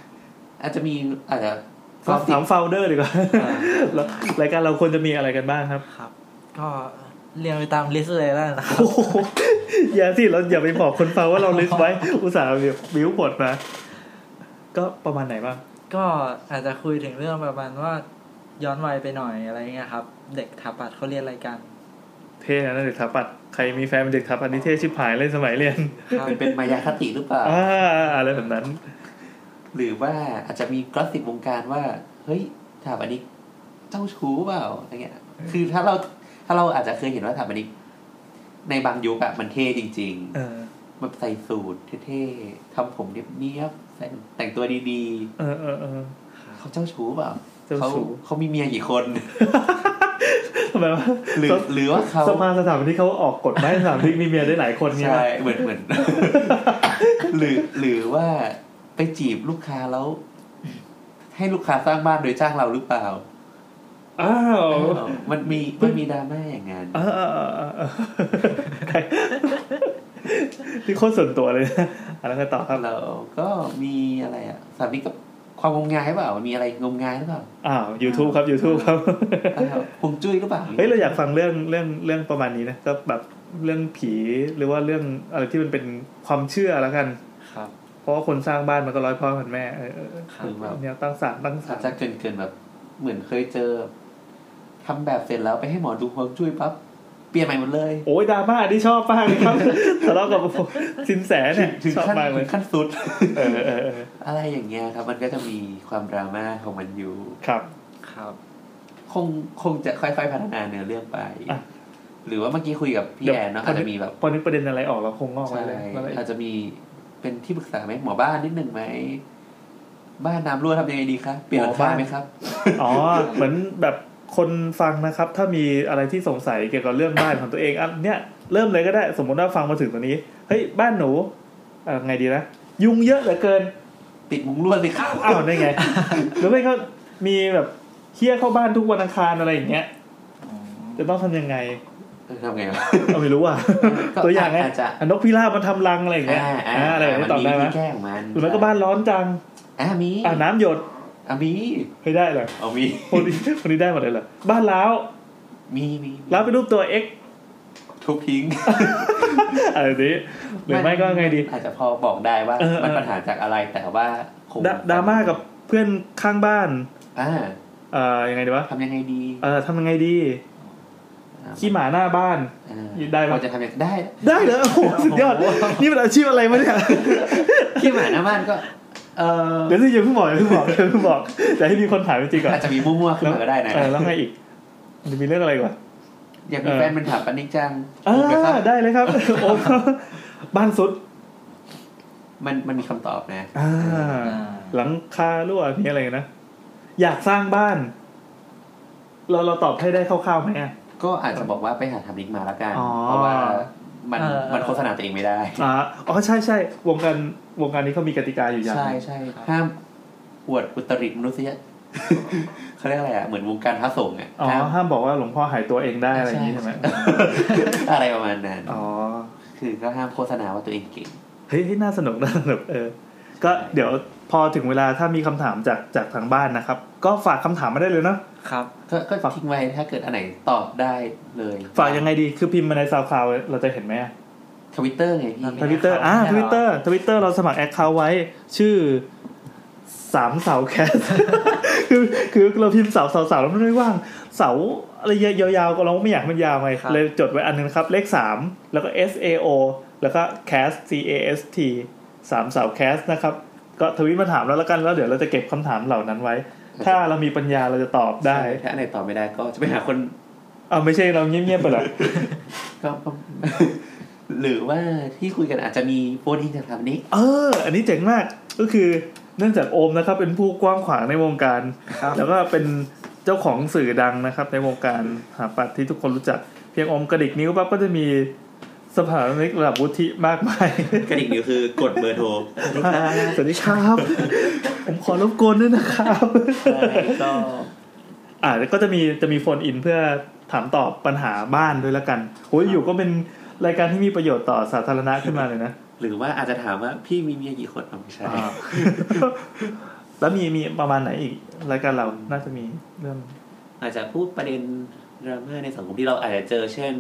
[SPEAKER 4] [LAUGHS] อาจจะมีอาจจะ
[SPEAKER 3] ถามถามโฟลเดอร์ดี
[SPEAKER 5] [LAUGHS]
[SPEAKER 3] กว่า
[SPEAKER 4] อ่าร
[SPEAKER 3] ายการเราควรจะมีอะไรกันบ้างครับ
[SPEAKER 5] ครับ ก็เรียงไปตามลิสต์เลยแล้วกันนะครับ
[SPEAKER 3] โอ้โหอย่าสิเราอย่าไปบอกคนฟังว่าเราลิสต์ไว้ อุตส่าห์แบบบิ้วบทมาก็ประมาณไหนบ้าง
[SPEAKER 5] ก็อาจจะคุยถึงเรื่องประมาณว่าย้อนวัยไปหน่อยอะไรเงี้ยครับ เด็กถาปัดเขาเรียนอะไรกัน
[SPEAKER 3] เท่นะเด็กถาปัดใครมีแฟนเป็นเด็กถาปัดนี่เท่ชิบหายเลยสมัยเรียน
[SPEAKER 5] ครับ
[SPEAKER 4] เป็นเป็นมายาคติหรือเปล่า
[SPEAKER 3] อ่าอะไรแบบนั้น
[SPEAKER 4] หรือว่าอาจจะมีกรอสสิบวงการว่า เฮ้ยถามอันนี้เจ้าชู้เปล่าอะไรเงี้ย คือถ้าเราถ้าเราอาจจะเคยเห็นว่าถามอันนี้ ในบางยุคอะมันเท่จริง ๆ
[SPEAKER 3] เออ
[SPEAKER 4] มาใส่สูทเท่ๆ ทำผมเนียบๆใส่แต่งตัวดี
[SPEAKER 3] เออเออเออ
[SPEAKER 4] ๆ เขาเจ้าชู้เปล่า
[SPEAKER 3] เจ้าชู้
[SPEAKER 4] เขามีเมียกี่คน
[SPEAKER 3] ทำไมวะ
[SPEAKER 4] หรือหรือว่าเขา
[SPEAKER 3] สภาสถาปนิกเขาออกกฎหมายให้สถาปนิกมีเมียได้หลายคนเนี่ย
[SPEAKER 4] ใช่เหมือนเหมือน [LAUGHS] หรือหรือว่าไปจีบลูกค้าแล้ว ให้ลูกค้าสร้างบ้านโดยจ้างเราหรือเปล่า
[SPEAKER 3] อ้าว
[SPEAKER 4] มันมีมันมีดราม่าอย่างนั้น
[SPEAKER 3] เออเออเออเออเออใครนี่โคตรส่วนตัวเลยนะอ่ะแล้วก็ต่อครับ
[SPEAKER 4] แล้วก็มีอะไรอ่ะสามีกับความงมงายเปล่ามีอะไรงมงายหรือเปล่า
[SPEAKER 3] อ้าว YouTube ครับ YouTube ครับ
[SPEAKER 4] อ้าวฮวงจุ้ยหรือเปล่า
[SPEAKER 3] เฮ้ยเราอยากฟังเรื่องเรื่องเรื่องประมาณนี้นะก็แบบเรื่องผีหรือว่าเรื่องอะไรที่มันเป็นความเชื่อแล้วกัน
[SPEAKER 5] ครับ
[SPEAKER 3] เพราะว่าคนสร้างบ้านมันก็ร้อยพ่อพันแม่เออเออเออ
[SPEAKER 5] ครับ
[SPEAKER 4] คือแบบ
[SPEAKER 3] แนวตั้งศาลตั้งศา
[SPEAKER 4] อาจ
[SPEAKER 3] ล
[SPEAKER 4] จะเกินเกินๆแบบ เหมือนเคยเจอทำแบบเสร็จแล้วไปให้หมอดูฮวงจุ้ยปั๊บเปลี่ยนใหม่หมดเลย
[SPEAKER 3] โอ้ยดราม่าที่ชอบมากเลยครับ ทะเลาะกับสินแสเนี่ย
[SPEAKER 4] ถึง
[SPEAKER 3] ชอบ
[SPEAKER 4] ขั้น
[SPEAKER 3] มากเล
[SPEAKER 4] ถึ
[SPEAKER 3] ย
[SPEAKER 4] งขั้นสุด
[SPEAKER 3] เออเออเออ
[SPEAKER 4] อะไรอย่างเงี้ยครับ มันก็จะมีความดราม่าของมันอยู่
[SPEAKER 3] ครับ
[SPEAKER 5] ครับ
[SPEAKER 4] คงคงจะค่อยๆพัฒนาเนื้อเรื่องไป
[SPEAKER 3] อ่ะ
[SPEAKER 4] หรือว่าเมื่อกี้คุยกับพี่
[SPEAKER 3] ดี๋ยว
[SPEAKER 4] แอนเนาะอาจจะมีแบบ
[SPEAKER 3] พอนึกประเด็นอะไรออกเราคงงอกไว้
[SPEAKER 4] ใช่
[SPEAKER 3] เลยว่าอะไร
[SPEAKER 4] อาจจะมีเป็นที่ปรึกษาไหมหมอบ้านนิดหนึ่งไหมบ้านน้ำรั่วทำยังไงดีครับเปลี่ยนหลังคาไหมครับ
[SPEAKER 3] อ๋อเหมือนแบบคนฟังนะครับ ถ้ามีอะไรที่สงสัยเกี่ยวกับเรื่องบ้านของตัวเองอ่ะเนี่ยเริ่มเลยก็ได้สมมติว่าฟังมาถึงตรงนี้เฮ้ยบ้านหนูเอ่อไงดีนะยุงเยอะเหลือเกิน
[SPEAKER 4] ปิดมุ้งรั่วสิครับ
[SPEAKER 3] อ้าวได้ไง หรือไม่ก็มีแบบเฮี้ยเข้าบ้านทุกวันอังคารอะไรอย่างเงี้ย จะต้องทำยังไง
[SPEAKER 4] เออทำไงวะ
[SPEAKER 3] เอาไม่รู้ [LAUGHS] อ่ะ
[SPEAKER 4] ก็
[SPEAKER 3] ตัวอย่างไง
[SPEAKER 4] อาจจะ
[SPEAKER 3] อ่ะนกพิราบมันทำรังอะไรอย่างเงี้ยอ่าอะไรแบบนี้ตอบได้ไหม
[SPEAKER 4] วิธีแก้ของมัน
[SPEAKER 3] หรือไม่ก็บ้านร้อนจัง
[SPEAKER 4] อ่ามี
[SPEAKER 3] อ่าน้ำหยด
[SPEAKER 4] อ่ามี
[SPEAKER 3] เฮ้ยได้เหรอ
[SPEAKER 4] เอามี
[SPEAKER 3] คนนี้คนนี้ได้หมดเลยเหรอบ้านร้าว
[SPEAKER 4] มีมี
[SPEAKER 3] ร้าวเป็นรูปตัว x
[SPEAKER 4] ทุบทิ้ง
[SPEAKER 3] อะไรแบบนี้หรือไม่ก็ไงดี
[SPEAKER 4] อาจจะพอบอกได้ว่า
[SPEAKER 3] เออเออ
[SPEAKER 4] มันปัญหาจากอะไรแต่ว่าคง
[SPEAKER 3] ดราดราม่ากับเพื่อนข้างบ้าน
[SPEAKER 4] อ่า
[SPEAKER 3] เอ่อยังไงดีวะ
[SPEAKER 4] ทำยังไงดี
[SPEAKER 3] เอ่อทำยังไงดีขี้หมาหน้าบ้าน
[SPEAKER 4] อ่า
[SPEAKER 3] ได้ปะ
[SPEAKER 4] เราจะทำยังได้
[SPEAKER 3] ได้เหรอโอ้โหสุดยอดนี่มันอาชีพอะไรมาเนี่ย
[SPEAKER 4] ขี้หมาหน้าบ้านก็ เออ
[SPEAKER 3] เดี๋ยวสิอย่าเพิ่งบอกอย่าเพิ่งบอกอย่าเพิ่งบอกแต่ให้มีคนถามจริงๆก่อน
[SPEAKER 4] อาจจะมีมั่วๆขึ้นมาก็ได้นะ
[SPEAKER 3] เออแล้วไงอีกมันจะมีเรื่องอะไรอีกวะ
[SPEAKER 4] อยากมีแฟนเป็นถาปนิกจัง
[SPEAKER 3] อ่
[SPEAKER 4] ถูกไหมครั
[SPEAKER 3] า
[SPEAKER 4] บ
[SPEAKER 3] ได้เลยครับโอ้บ้านสุด
[SPEAKER 4] มันมันมีคำตอบนะ
[SPEAKER 3] อ่า
[SPEAKER 5] อ่า
[SPEAKER 3] หลังคารั่วมีอะไรนะอยากสร้างบ้าน เราเราตอบให้ได้คร่าวๆไหมอะ
[SPEAKER 4] ก็อาจจะบอกว่าไปหาทำนิกมาละกัน
[SPEAKER 3] อ๋อ
[SPEAKER 4] เพราะว่ามัน
[SPEAKER 5] เออ
[SPEAKER 4] มันโฆษณาตัวเองไม่ได้
[SPEAKER 3] อ่าอ๋อใช่ใช่วงการวงการนี้เขามีกติกาอยู่อย่างห
[SPEAKER 4] ใช่
[SPEAKER 3] นึ่ง
[SPEAKER 4] ใช่
[SPEAKER 5] ครับ
[SPEAKER 4] ห้ามอวดอุตริมนุษย ข [LAUGHS] เขาเรียกอะไรอ่ะเหมือนวงการพระสงฆ์อ่ะ
[SPEAKER 3] อ๋อ
[SPEAKER 4] ห้าม [LAUGHS]
[SPEAKER 3] ห้ามบอกว่าหลวงพ่อหายตัวเองได้อะไรอย่างนี้ใช่ไหม
[SPEAKER 4] อะไรประมาณนั้น
[SPEAKER 3] อ๋อ
[SPEAKER 4] คือก็ห้ามโฆษณาว่าตัวเองเก่ง
[SPEAKER 3] เฮ้ยเฮ้ยน่าสนุกน่าสนุกเออ ก็
[SPEAKER 4] ใช่
[SPEAKER 3] เดี๋ยวพอถึงเวลาถ้ามีคำถามจากจากทางบ้านนะครับ ก็ฝากคำถามมาได้เลยเนาะ
[SPEAKER 5] ครับ
[SPEAKER 4] ก็ก็ทิ้งไว้ถ้าเกิดอันไหนตอบได้เลย
[SPEAKER 3] ฝากยังไงดี คือพิมพ์มาในซาวคลาวเราจะเห็นไหม
[SPEAKER 4] ทวิตเตอร์ไงพี่
[SPEAKER 5] นั่นแห
[SPEAKER 3] ท
[SPEAKER 5] ละ
[SPEAKER 3] วิตเตอร์
[SPEAKER 5] account
[SPEAKER 3] อ่าท
[SPEAKER 5] ให้เรา
[SPEAKER 3] วิตเตอร์ทวิตเตอร์เราสมัครแอคเคาท์ไว้ ชื่อสามเสาแคส [LAUGHS] คือคือเราพิมพ์เสาเสาเสาแล้วมันไม่ว่าง เสาอะไรยาวๆก็เราไม่อยากให้มันยาวไง
[SPEAKER 5] ครับ
[SPEAKER 3] เลยจดไว้อันหนึงครับ เลขสามแล้วก็ S A O แล้วก็ cast C A S T สามเสาแคสนะครับ ก็ทวิตมาถามแล้วแล้วกันแล้วเดี๋ยวเราจะเก็บคำถามเหล่านั้นไว้ ถ้าเรามีปัญญาเราจะตอบได้
[SPEAKER 4] ถ้าอันไหนตอบไม่ได้ก็จะไปหาคน
[SPEAKER 3] เอาไม่ใช่เราเงียบๆไปเหรอ
[SPEAKER 4] ก็ก็ [LAUGHS] หรือว่าที่คุยกันอาจจะมีโฟนอินจากทางนี้
[SPEAKER 3] เออ อันนี้เจ๋งมาก ก็คือเนื่องจากโอมนะครับ เป็นผู้กว้างขวางในวงการ
[SPEAKER 5] ครับ
[SPEAKER 3] แล้วก็เป็นเจ้าของสื่อดังนะครับ ในวงการหาปัดที่ทุกคนรู้จัก เพียงโอมกระดิกนิ้วปั๊บก็จะมีสถานิกระดับวุฒิมากมาย
[SPEAKER 4] กระดิ่งนิ้วคือกดเบอร์โทร
[SPEAKER 3] สวัสดีครับ ผมขอรบกวนด้วยนะครับ
[SPEAKER 4] ก็
[SPEAKER 3] อ่าแล้วก็จะมีจะมีโฟนอินเพื่อถามตอบปัญหาบ้านด้วยละกันโอ้ยอยู่ก็เป็นรายการที่มีประโยชน์ต่อสาธารณะขึ้นมาเลยนะ
[SPEAKER 4] หรือว่าอาจจะถามว่าพี่มีเมียกี่คนเอาไม่ใช่
[SPEAKER 3] อ่า แล้วมีมีประมาณไหนอีก รายการเราน่าจะมีเรื่อง
[SPEAKER 4] อาจจะพูดประเด็นดราม่าในสังคมที่เราอาจจะเจอเช่น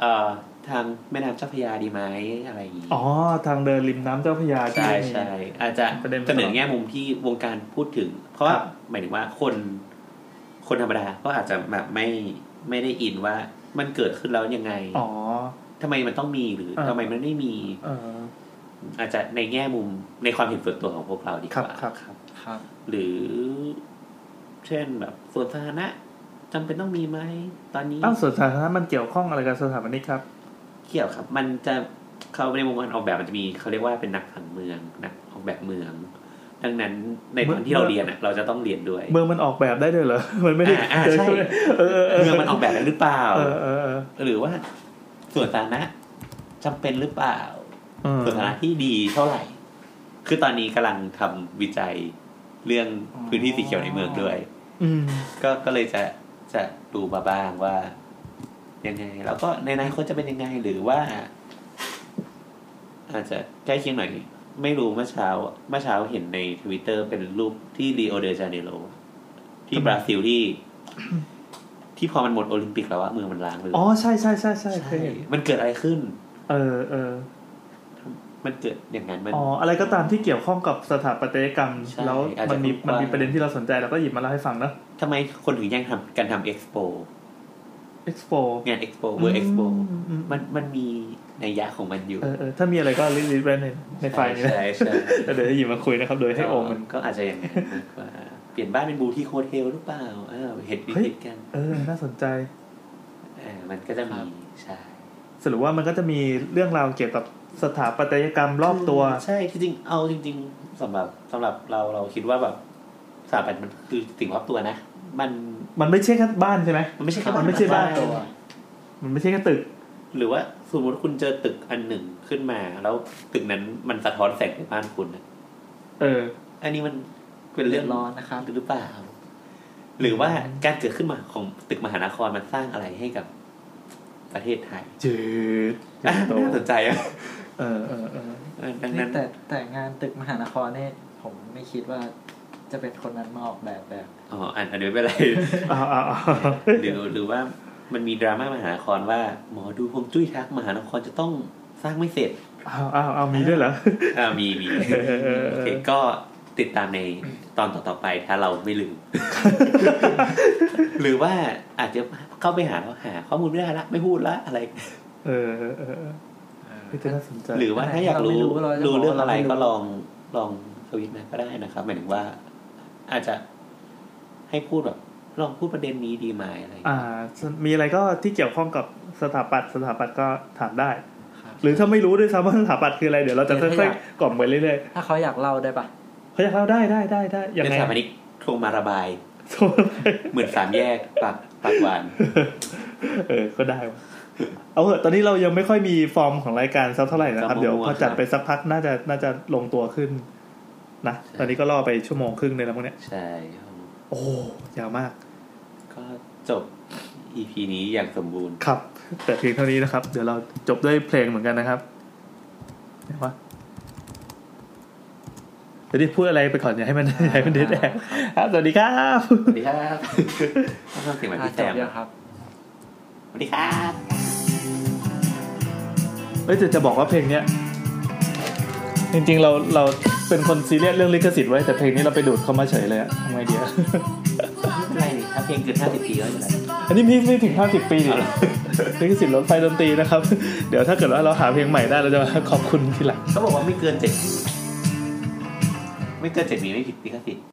[SPEAKER 4] เอ่อทางแม่น้ำเจ้าพระยาดีไหมอะไรอย่างนี้
[SPEAKER 3] อ๋อ ทางเดินริมน้ำเจ้าพระยาที่
[SPEAKER 4] ใช่
[SPEAKER 3] มี
[SPEAKER 4] ใช่อาจจะ
[SPEAKER 3] ประเด็นมัน
[SPEAKER 4] เสนอแง่มุมที่วงการพูดถึง เพราะว่า
[SPEAKER 3] ครับ
[SPEAKER 4] หมายถึงว่าคน คนธรรมดาก็อาจจะแบบไม่ไม่ได้อินว่า มันเกิดขึ้นแล้วยังไง
[SPEAKER 3] อ๋อ
[SPEAKER 4] ทำไมมันต้องมีหรือ
[SPEAKER 3] เออ
[SPEAKER 4] ทำไมมันไม่มี
[SPEAKER 3] เออ
[SPEAKER 4] อาจจะในแง่มุมในความเห็นส่วนตัวของพวกเราดีกว่า
[SPEAKER 3] ครับ
[SPEAKER 4] ครับ
[SPEAKER 5] ครับ
[SPEAKER 4] หรือ เช่นแบบสวนสาธารณะจำเป็นต้องมีไหมตอนนี้
[SPEAKER 3] อ้าวสวนสาธารณะมันเกี่ยวข้องอะไรกับสถาปนิกครับ
[SPEAKER 4] เกี่ยวครับ มันจะเขาในวงการออกแบบมันจะมีเขาเรียกว่าเป็นนักผังเมืองนักออกแบบเมือง ดังนั้นในตอนที่เราเรียนอะเราจะต้องเรียนด้วย
[SPEAKER 3] เมืองมันออกแบบได้ด้วยเหรอ มันไม่ได้
[SPEAKER 4] อ่าอ่าใช่
[SPEAKER 3] เออเออเออ
[SPEAKER 4] เมืองมันออกแบบแล้วหรือเปล่า
[SPEAKER 3] เออเออเออ
[SPEAKER 4] หรือว่าสวนสาธารณะจำเป็นหรือเปล่า
[SPEAKER 3] เออ
[SPEAKER 4] สถานะที่ดีเท่าไหร่ คือตอนนี้กำลังทำวิจัยเรื่อง
[SPEAKER 5] อ๋อ
[SPEAKER 4] พื้นที่สีเขียวในเมืองด้วย
[SPEAKER 3] อืม
[SPEAKER 4] ก็ก็เลยจะจะดูมาบ้างว่า ยังไง แล้วก็ในอนาคตจะเป็นยังไงหรือว่า อาจจะใกล้เคียงหน่อย ไม่รู้เมื่อเช้าเมื่อเช้าเห็นในทวิตเตอร์เป็นรูปที่รีโอเดจาเนโรที่บราซิลที่ ที่พอมันหมดโอลิมปิกแล้วอะเมืองมันล้างไปเลย
[SPEAKER 3] อ๋อ ใช่ใช่ใช่ใช่เคยเห็น
[SPEAKER 4] มันเกิดอะไรขึ้น
[SPEAKER 3] เออเออ
[SPEAKER 4] มันเกิดอย่างนั้นมัน
[SPEAKER 3] อ๋อ อะไรก็ตามที่เกี่ยวข้องกับสถาปัตยกรรม
[SPEAKER 4] ใช่
[SPEAKER 3] แล้ว
[SPEAKER 4] อาจจะ
[SPEAKER 3] มันมี
[SPEAKER 4] กว้าง
[SPEAKER 3] มันมีประเด็นที่เราสนใจเราก็หยิบมาเล่าให้ฟังเนอะ
[SPEAKER 4] ทำไมคนถึงแย่งทำกันทำเอ็กซ์โป
[SPEAKER 3] เอ็กซ์โป
[SPEAKER 4] งานเอ็กซ์โปเวอร์เอ็กซ์โป
[SPEAKER 3] มั
[SPEAKER 4] มัน นมันมีนัยยะของมันอยู่
[SPEAKER 3] เออเออถ้ามีอะไรก็ลิสต์ลิสต์ไว้ในในไฟล์นี้นะ
[SPEAKER 4] ใช่ใช่
[SPEAKER 3] แล้วเดี๋ยวจะหยิบมาคุยนะครับ โดยให้โอมมัน
[SPEAKER 4] ก็อาจจะอย่างนั้นมากกว่าเปลี่ยนบ้านเป็นบูที่โคเทลหรือเปล่าอ้าวเห็นวิ
[SPEAKER 3] เฮ้ย
[SPEAKER 4] จิตกัน
[SPEAKER 3] เออ น่าสนใจ
[SPEAKER 4] เออมันก็จะมีใช่
[SPEAKER 3] สรุปว่ามันก็จะมีเรื่องราวเกี่ยวกับสถาปัตยกรรมรอบตัว
[SPEAKER 4] ใช่ที่จริงเอาจริง ๆสำหรับสำหรับเราเราคิดว่าแบบสถาปัตย์มันคือสิ่งรอบตัวนะ มัน
[SPEAKER 3] มันไม่ใช่แค่บ้านใช่ไหม
[SPEAKER 4] มันไม่ใช่แค่
[SPEAKER 3] มันไม่ใช่บ้าน
[SPEAKER 4] ตัว
[SPEAKER 3] มันไม่ใช่แค่ตึก
[SPEAKER 4] หรือว่าสมมติคุณเจอตึกอันหนึ่งขึ้นมา แล้วตึกนั้นมันสะท้อนแสงในบ้านคุณนะ
[SPEAKER 3] เออ
[SPEAKER 4] อันนี้มันเป็น
[SPEAKER 5] เดื
[SPEAKER 4] เรื่
[SPEAKER 5] อ
[SPEAKER 4] อง
[SPEAKER 5] ดร้อนนะครับ
[SPEAKER 4] หรือเปล่า หรือว่าการเกิดขึ้นมาของตึกมหานครมันสร้างอะไรให้กับประเทศไทย
[SPEAKER 3] จืด
[SPEAKER 4] อ่ะ
[SPEAKER 3] โต
[SPEAKER 4] น่าสนใจอ่ะ
[SPEAKER 3] เออเออเออ
[SPEAKER 4] เออดัง
[SPEAKER 5] นี่
[SPEAKER 4] นั้น
[SPEAKER 5] แต่แต่งานตึกมหานครเนี่ยผมไม่คิดว่าจะเป็นคนนั้นมาออกแบบแบบ
[SPEAKER 4] อ๋ออันอันนี้ไม่เป็นไร [LAUGHS]
[SPEAKER 3] เอาเอาเอา
[SPEAKER 4] หรือหรือว่ามันมีดราม่ามหานครว่า หมอดูพวงจุ้ยทักมหานครจะต้องสร้างไม่เสร็จ
[SPEAKER 3] เอาเอาเอามีด้วยเหรอ
[SPEAKER 4] อ่ามีมี
[SPEAKER 3] เออเออเออ
[SPEAKER 4] โอเคก็ติดตามในตอนต่อๆไปถ้าเราไม่ลืม [LAUGHS] หรือว่าอาจจะเข้าไปหาแล้วหา ข้อมูลไม่ได้ละไม่พูดละอะไร
[SPEAKER 3] เออเออเออเออเฮ้ยจะน่าสนใจ
[SPEAKER 4] หรือว่า
[SPEAKER 5] อันไหน
[SPEAKER 4] ถ้าอยาก
[SPEAKER 5] เรา
[SPEAKER 4] รู้
[SPEAKER 5] ไม่รู้เราจะ
[SPEAKER 4] รู้เรื่องอะไร
[SPEAKER 5] บอก
[SPEAKER 4] ก็
[SPEAKER 5] ว่า
[SPEAKER 4] ล
[SPEAKER 5] เรา
[SPEAKER 4] องลองทวิตมาก็ได้นะครับหมายถึงว่า อาจจะให้พูดแบบลองพูดประเด็นนี้ดีไหมอะไรอย่างเงี้ย
[SPEAKER 3] อ่า มีอะไรก็ที่เกี่ยวข้องกับสถาปัตย์สถาปัตย์ก็ถามได้
[SPEAKER 5] ครับ
[SPEAKER 3] หรือถ้าไม่รู้ด้วยซ้ำว่าสถาปัตย์คืออะไรเดี๋ยวเราจะ
[SPEAKER 5] เดี๋ยว
[SPEAKER 3] ค่
[SPEAKER 5] ถ้า
[SPEAKER 3] อ
[SPEAKER 5] อย ยาก
[SPEAKER 3] ๆกล่อมไปเรื่อย
[SPEAKER 5] ถ้าเขาอยากเล่าได้ปะ
[SPEAKER 3] ๆเขาอยากเล่าได้ได้ได้ได้ยัง
[SPEAKER 4] เป็น
[SPEAKER 3] ไง
[SPEAKER 4] สถาปนิกโทรมาระบาย
[SPEAKER 3] โซ่
[SPEAKER 4] เหมือนสามแยก [LAUGHS] ปากปากหวาน
[SPEAKER 3] เออก็ได้วะเอาเถอะตอนนี้เรายังไม่ค่อยมีฟอร์มของรายการสักเท่าไหร่นะครับ
[SPEAKER 4] ก็มั่วๆ
[SPEAKER 3] เดี๋ยวพอจัด
[SPEAKER 4] ครับ
[SPEAKER 3] ไปสักพักน่าจะน่าจะลงตัวขึ้นนะ
[SPEAKER 4] ใช่
[SPEAKER 3] ตอนนี้ก็ล่อไปชั่วโมงครึ่งเลยแล้วพวกเนี้ย
[SPEAKER 4] ใช่
[SPEAKER 3] โอ้ยาวมาก
[SPEAKER 4] ก็จบ EP นี้อย่างสมบูรณ์
[SPEAKER 3] ครับ แต่เพียงเท่านี้นะครับ เดี๋ยวเราจบด้วยเพลงเหมือนกันนะครับไหนวะเดี๋ยวได้พูดอะไรไปก่อนอย่าให้มัน อย่าให้มันเด็ดแอบครับสวัสดีครับ
[SPEAKER 4] สวัสดีครับต้องทำเสียงแบบ
[SPEAKER 5] อ่าจ
[SPEAKER 4] พี่แซ
[SPEAKER 5] บ
[SPEAKER 4] ม
[SPEAKER 5] แล้วครับ
[SPEAKER 4] สวัสดีครับ
[SPEAKER 3] เอ้ยแต่จะบอกว่าเพลงเนี้ย จริงๆเราเราเป็นคนซีเรียสเรื่องลิขสิทธิ์ไว้แต่เพลงนี้เราไปดูดเข้ามาเฉยเลยอะทำไงดีอะ [LAUGHS]
[SPEAKER 4] อะไรนี่ถ้าเพลงเกิน50 ปีแล้วจะไร
[SPEAKER 3] อันนี้ไม่ไม่ถึงห้าสิบปีดิลิขสิทธิ์รถไฟดนตรีนะครับ [LAUGHS] เดี๋ยวถ้าเกิดว่าเราหาเพลงใหม่ได้เราจะมา [LAUGHS] ขอบคุณทีหลัง
[SPEAKER 4] เขาบอกว่าไม่เกินเจ็ดไม่เกินเจ็ดปีไม่ผิดลิขสิทธิ์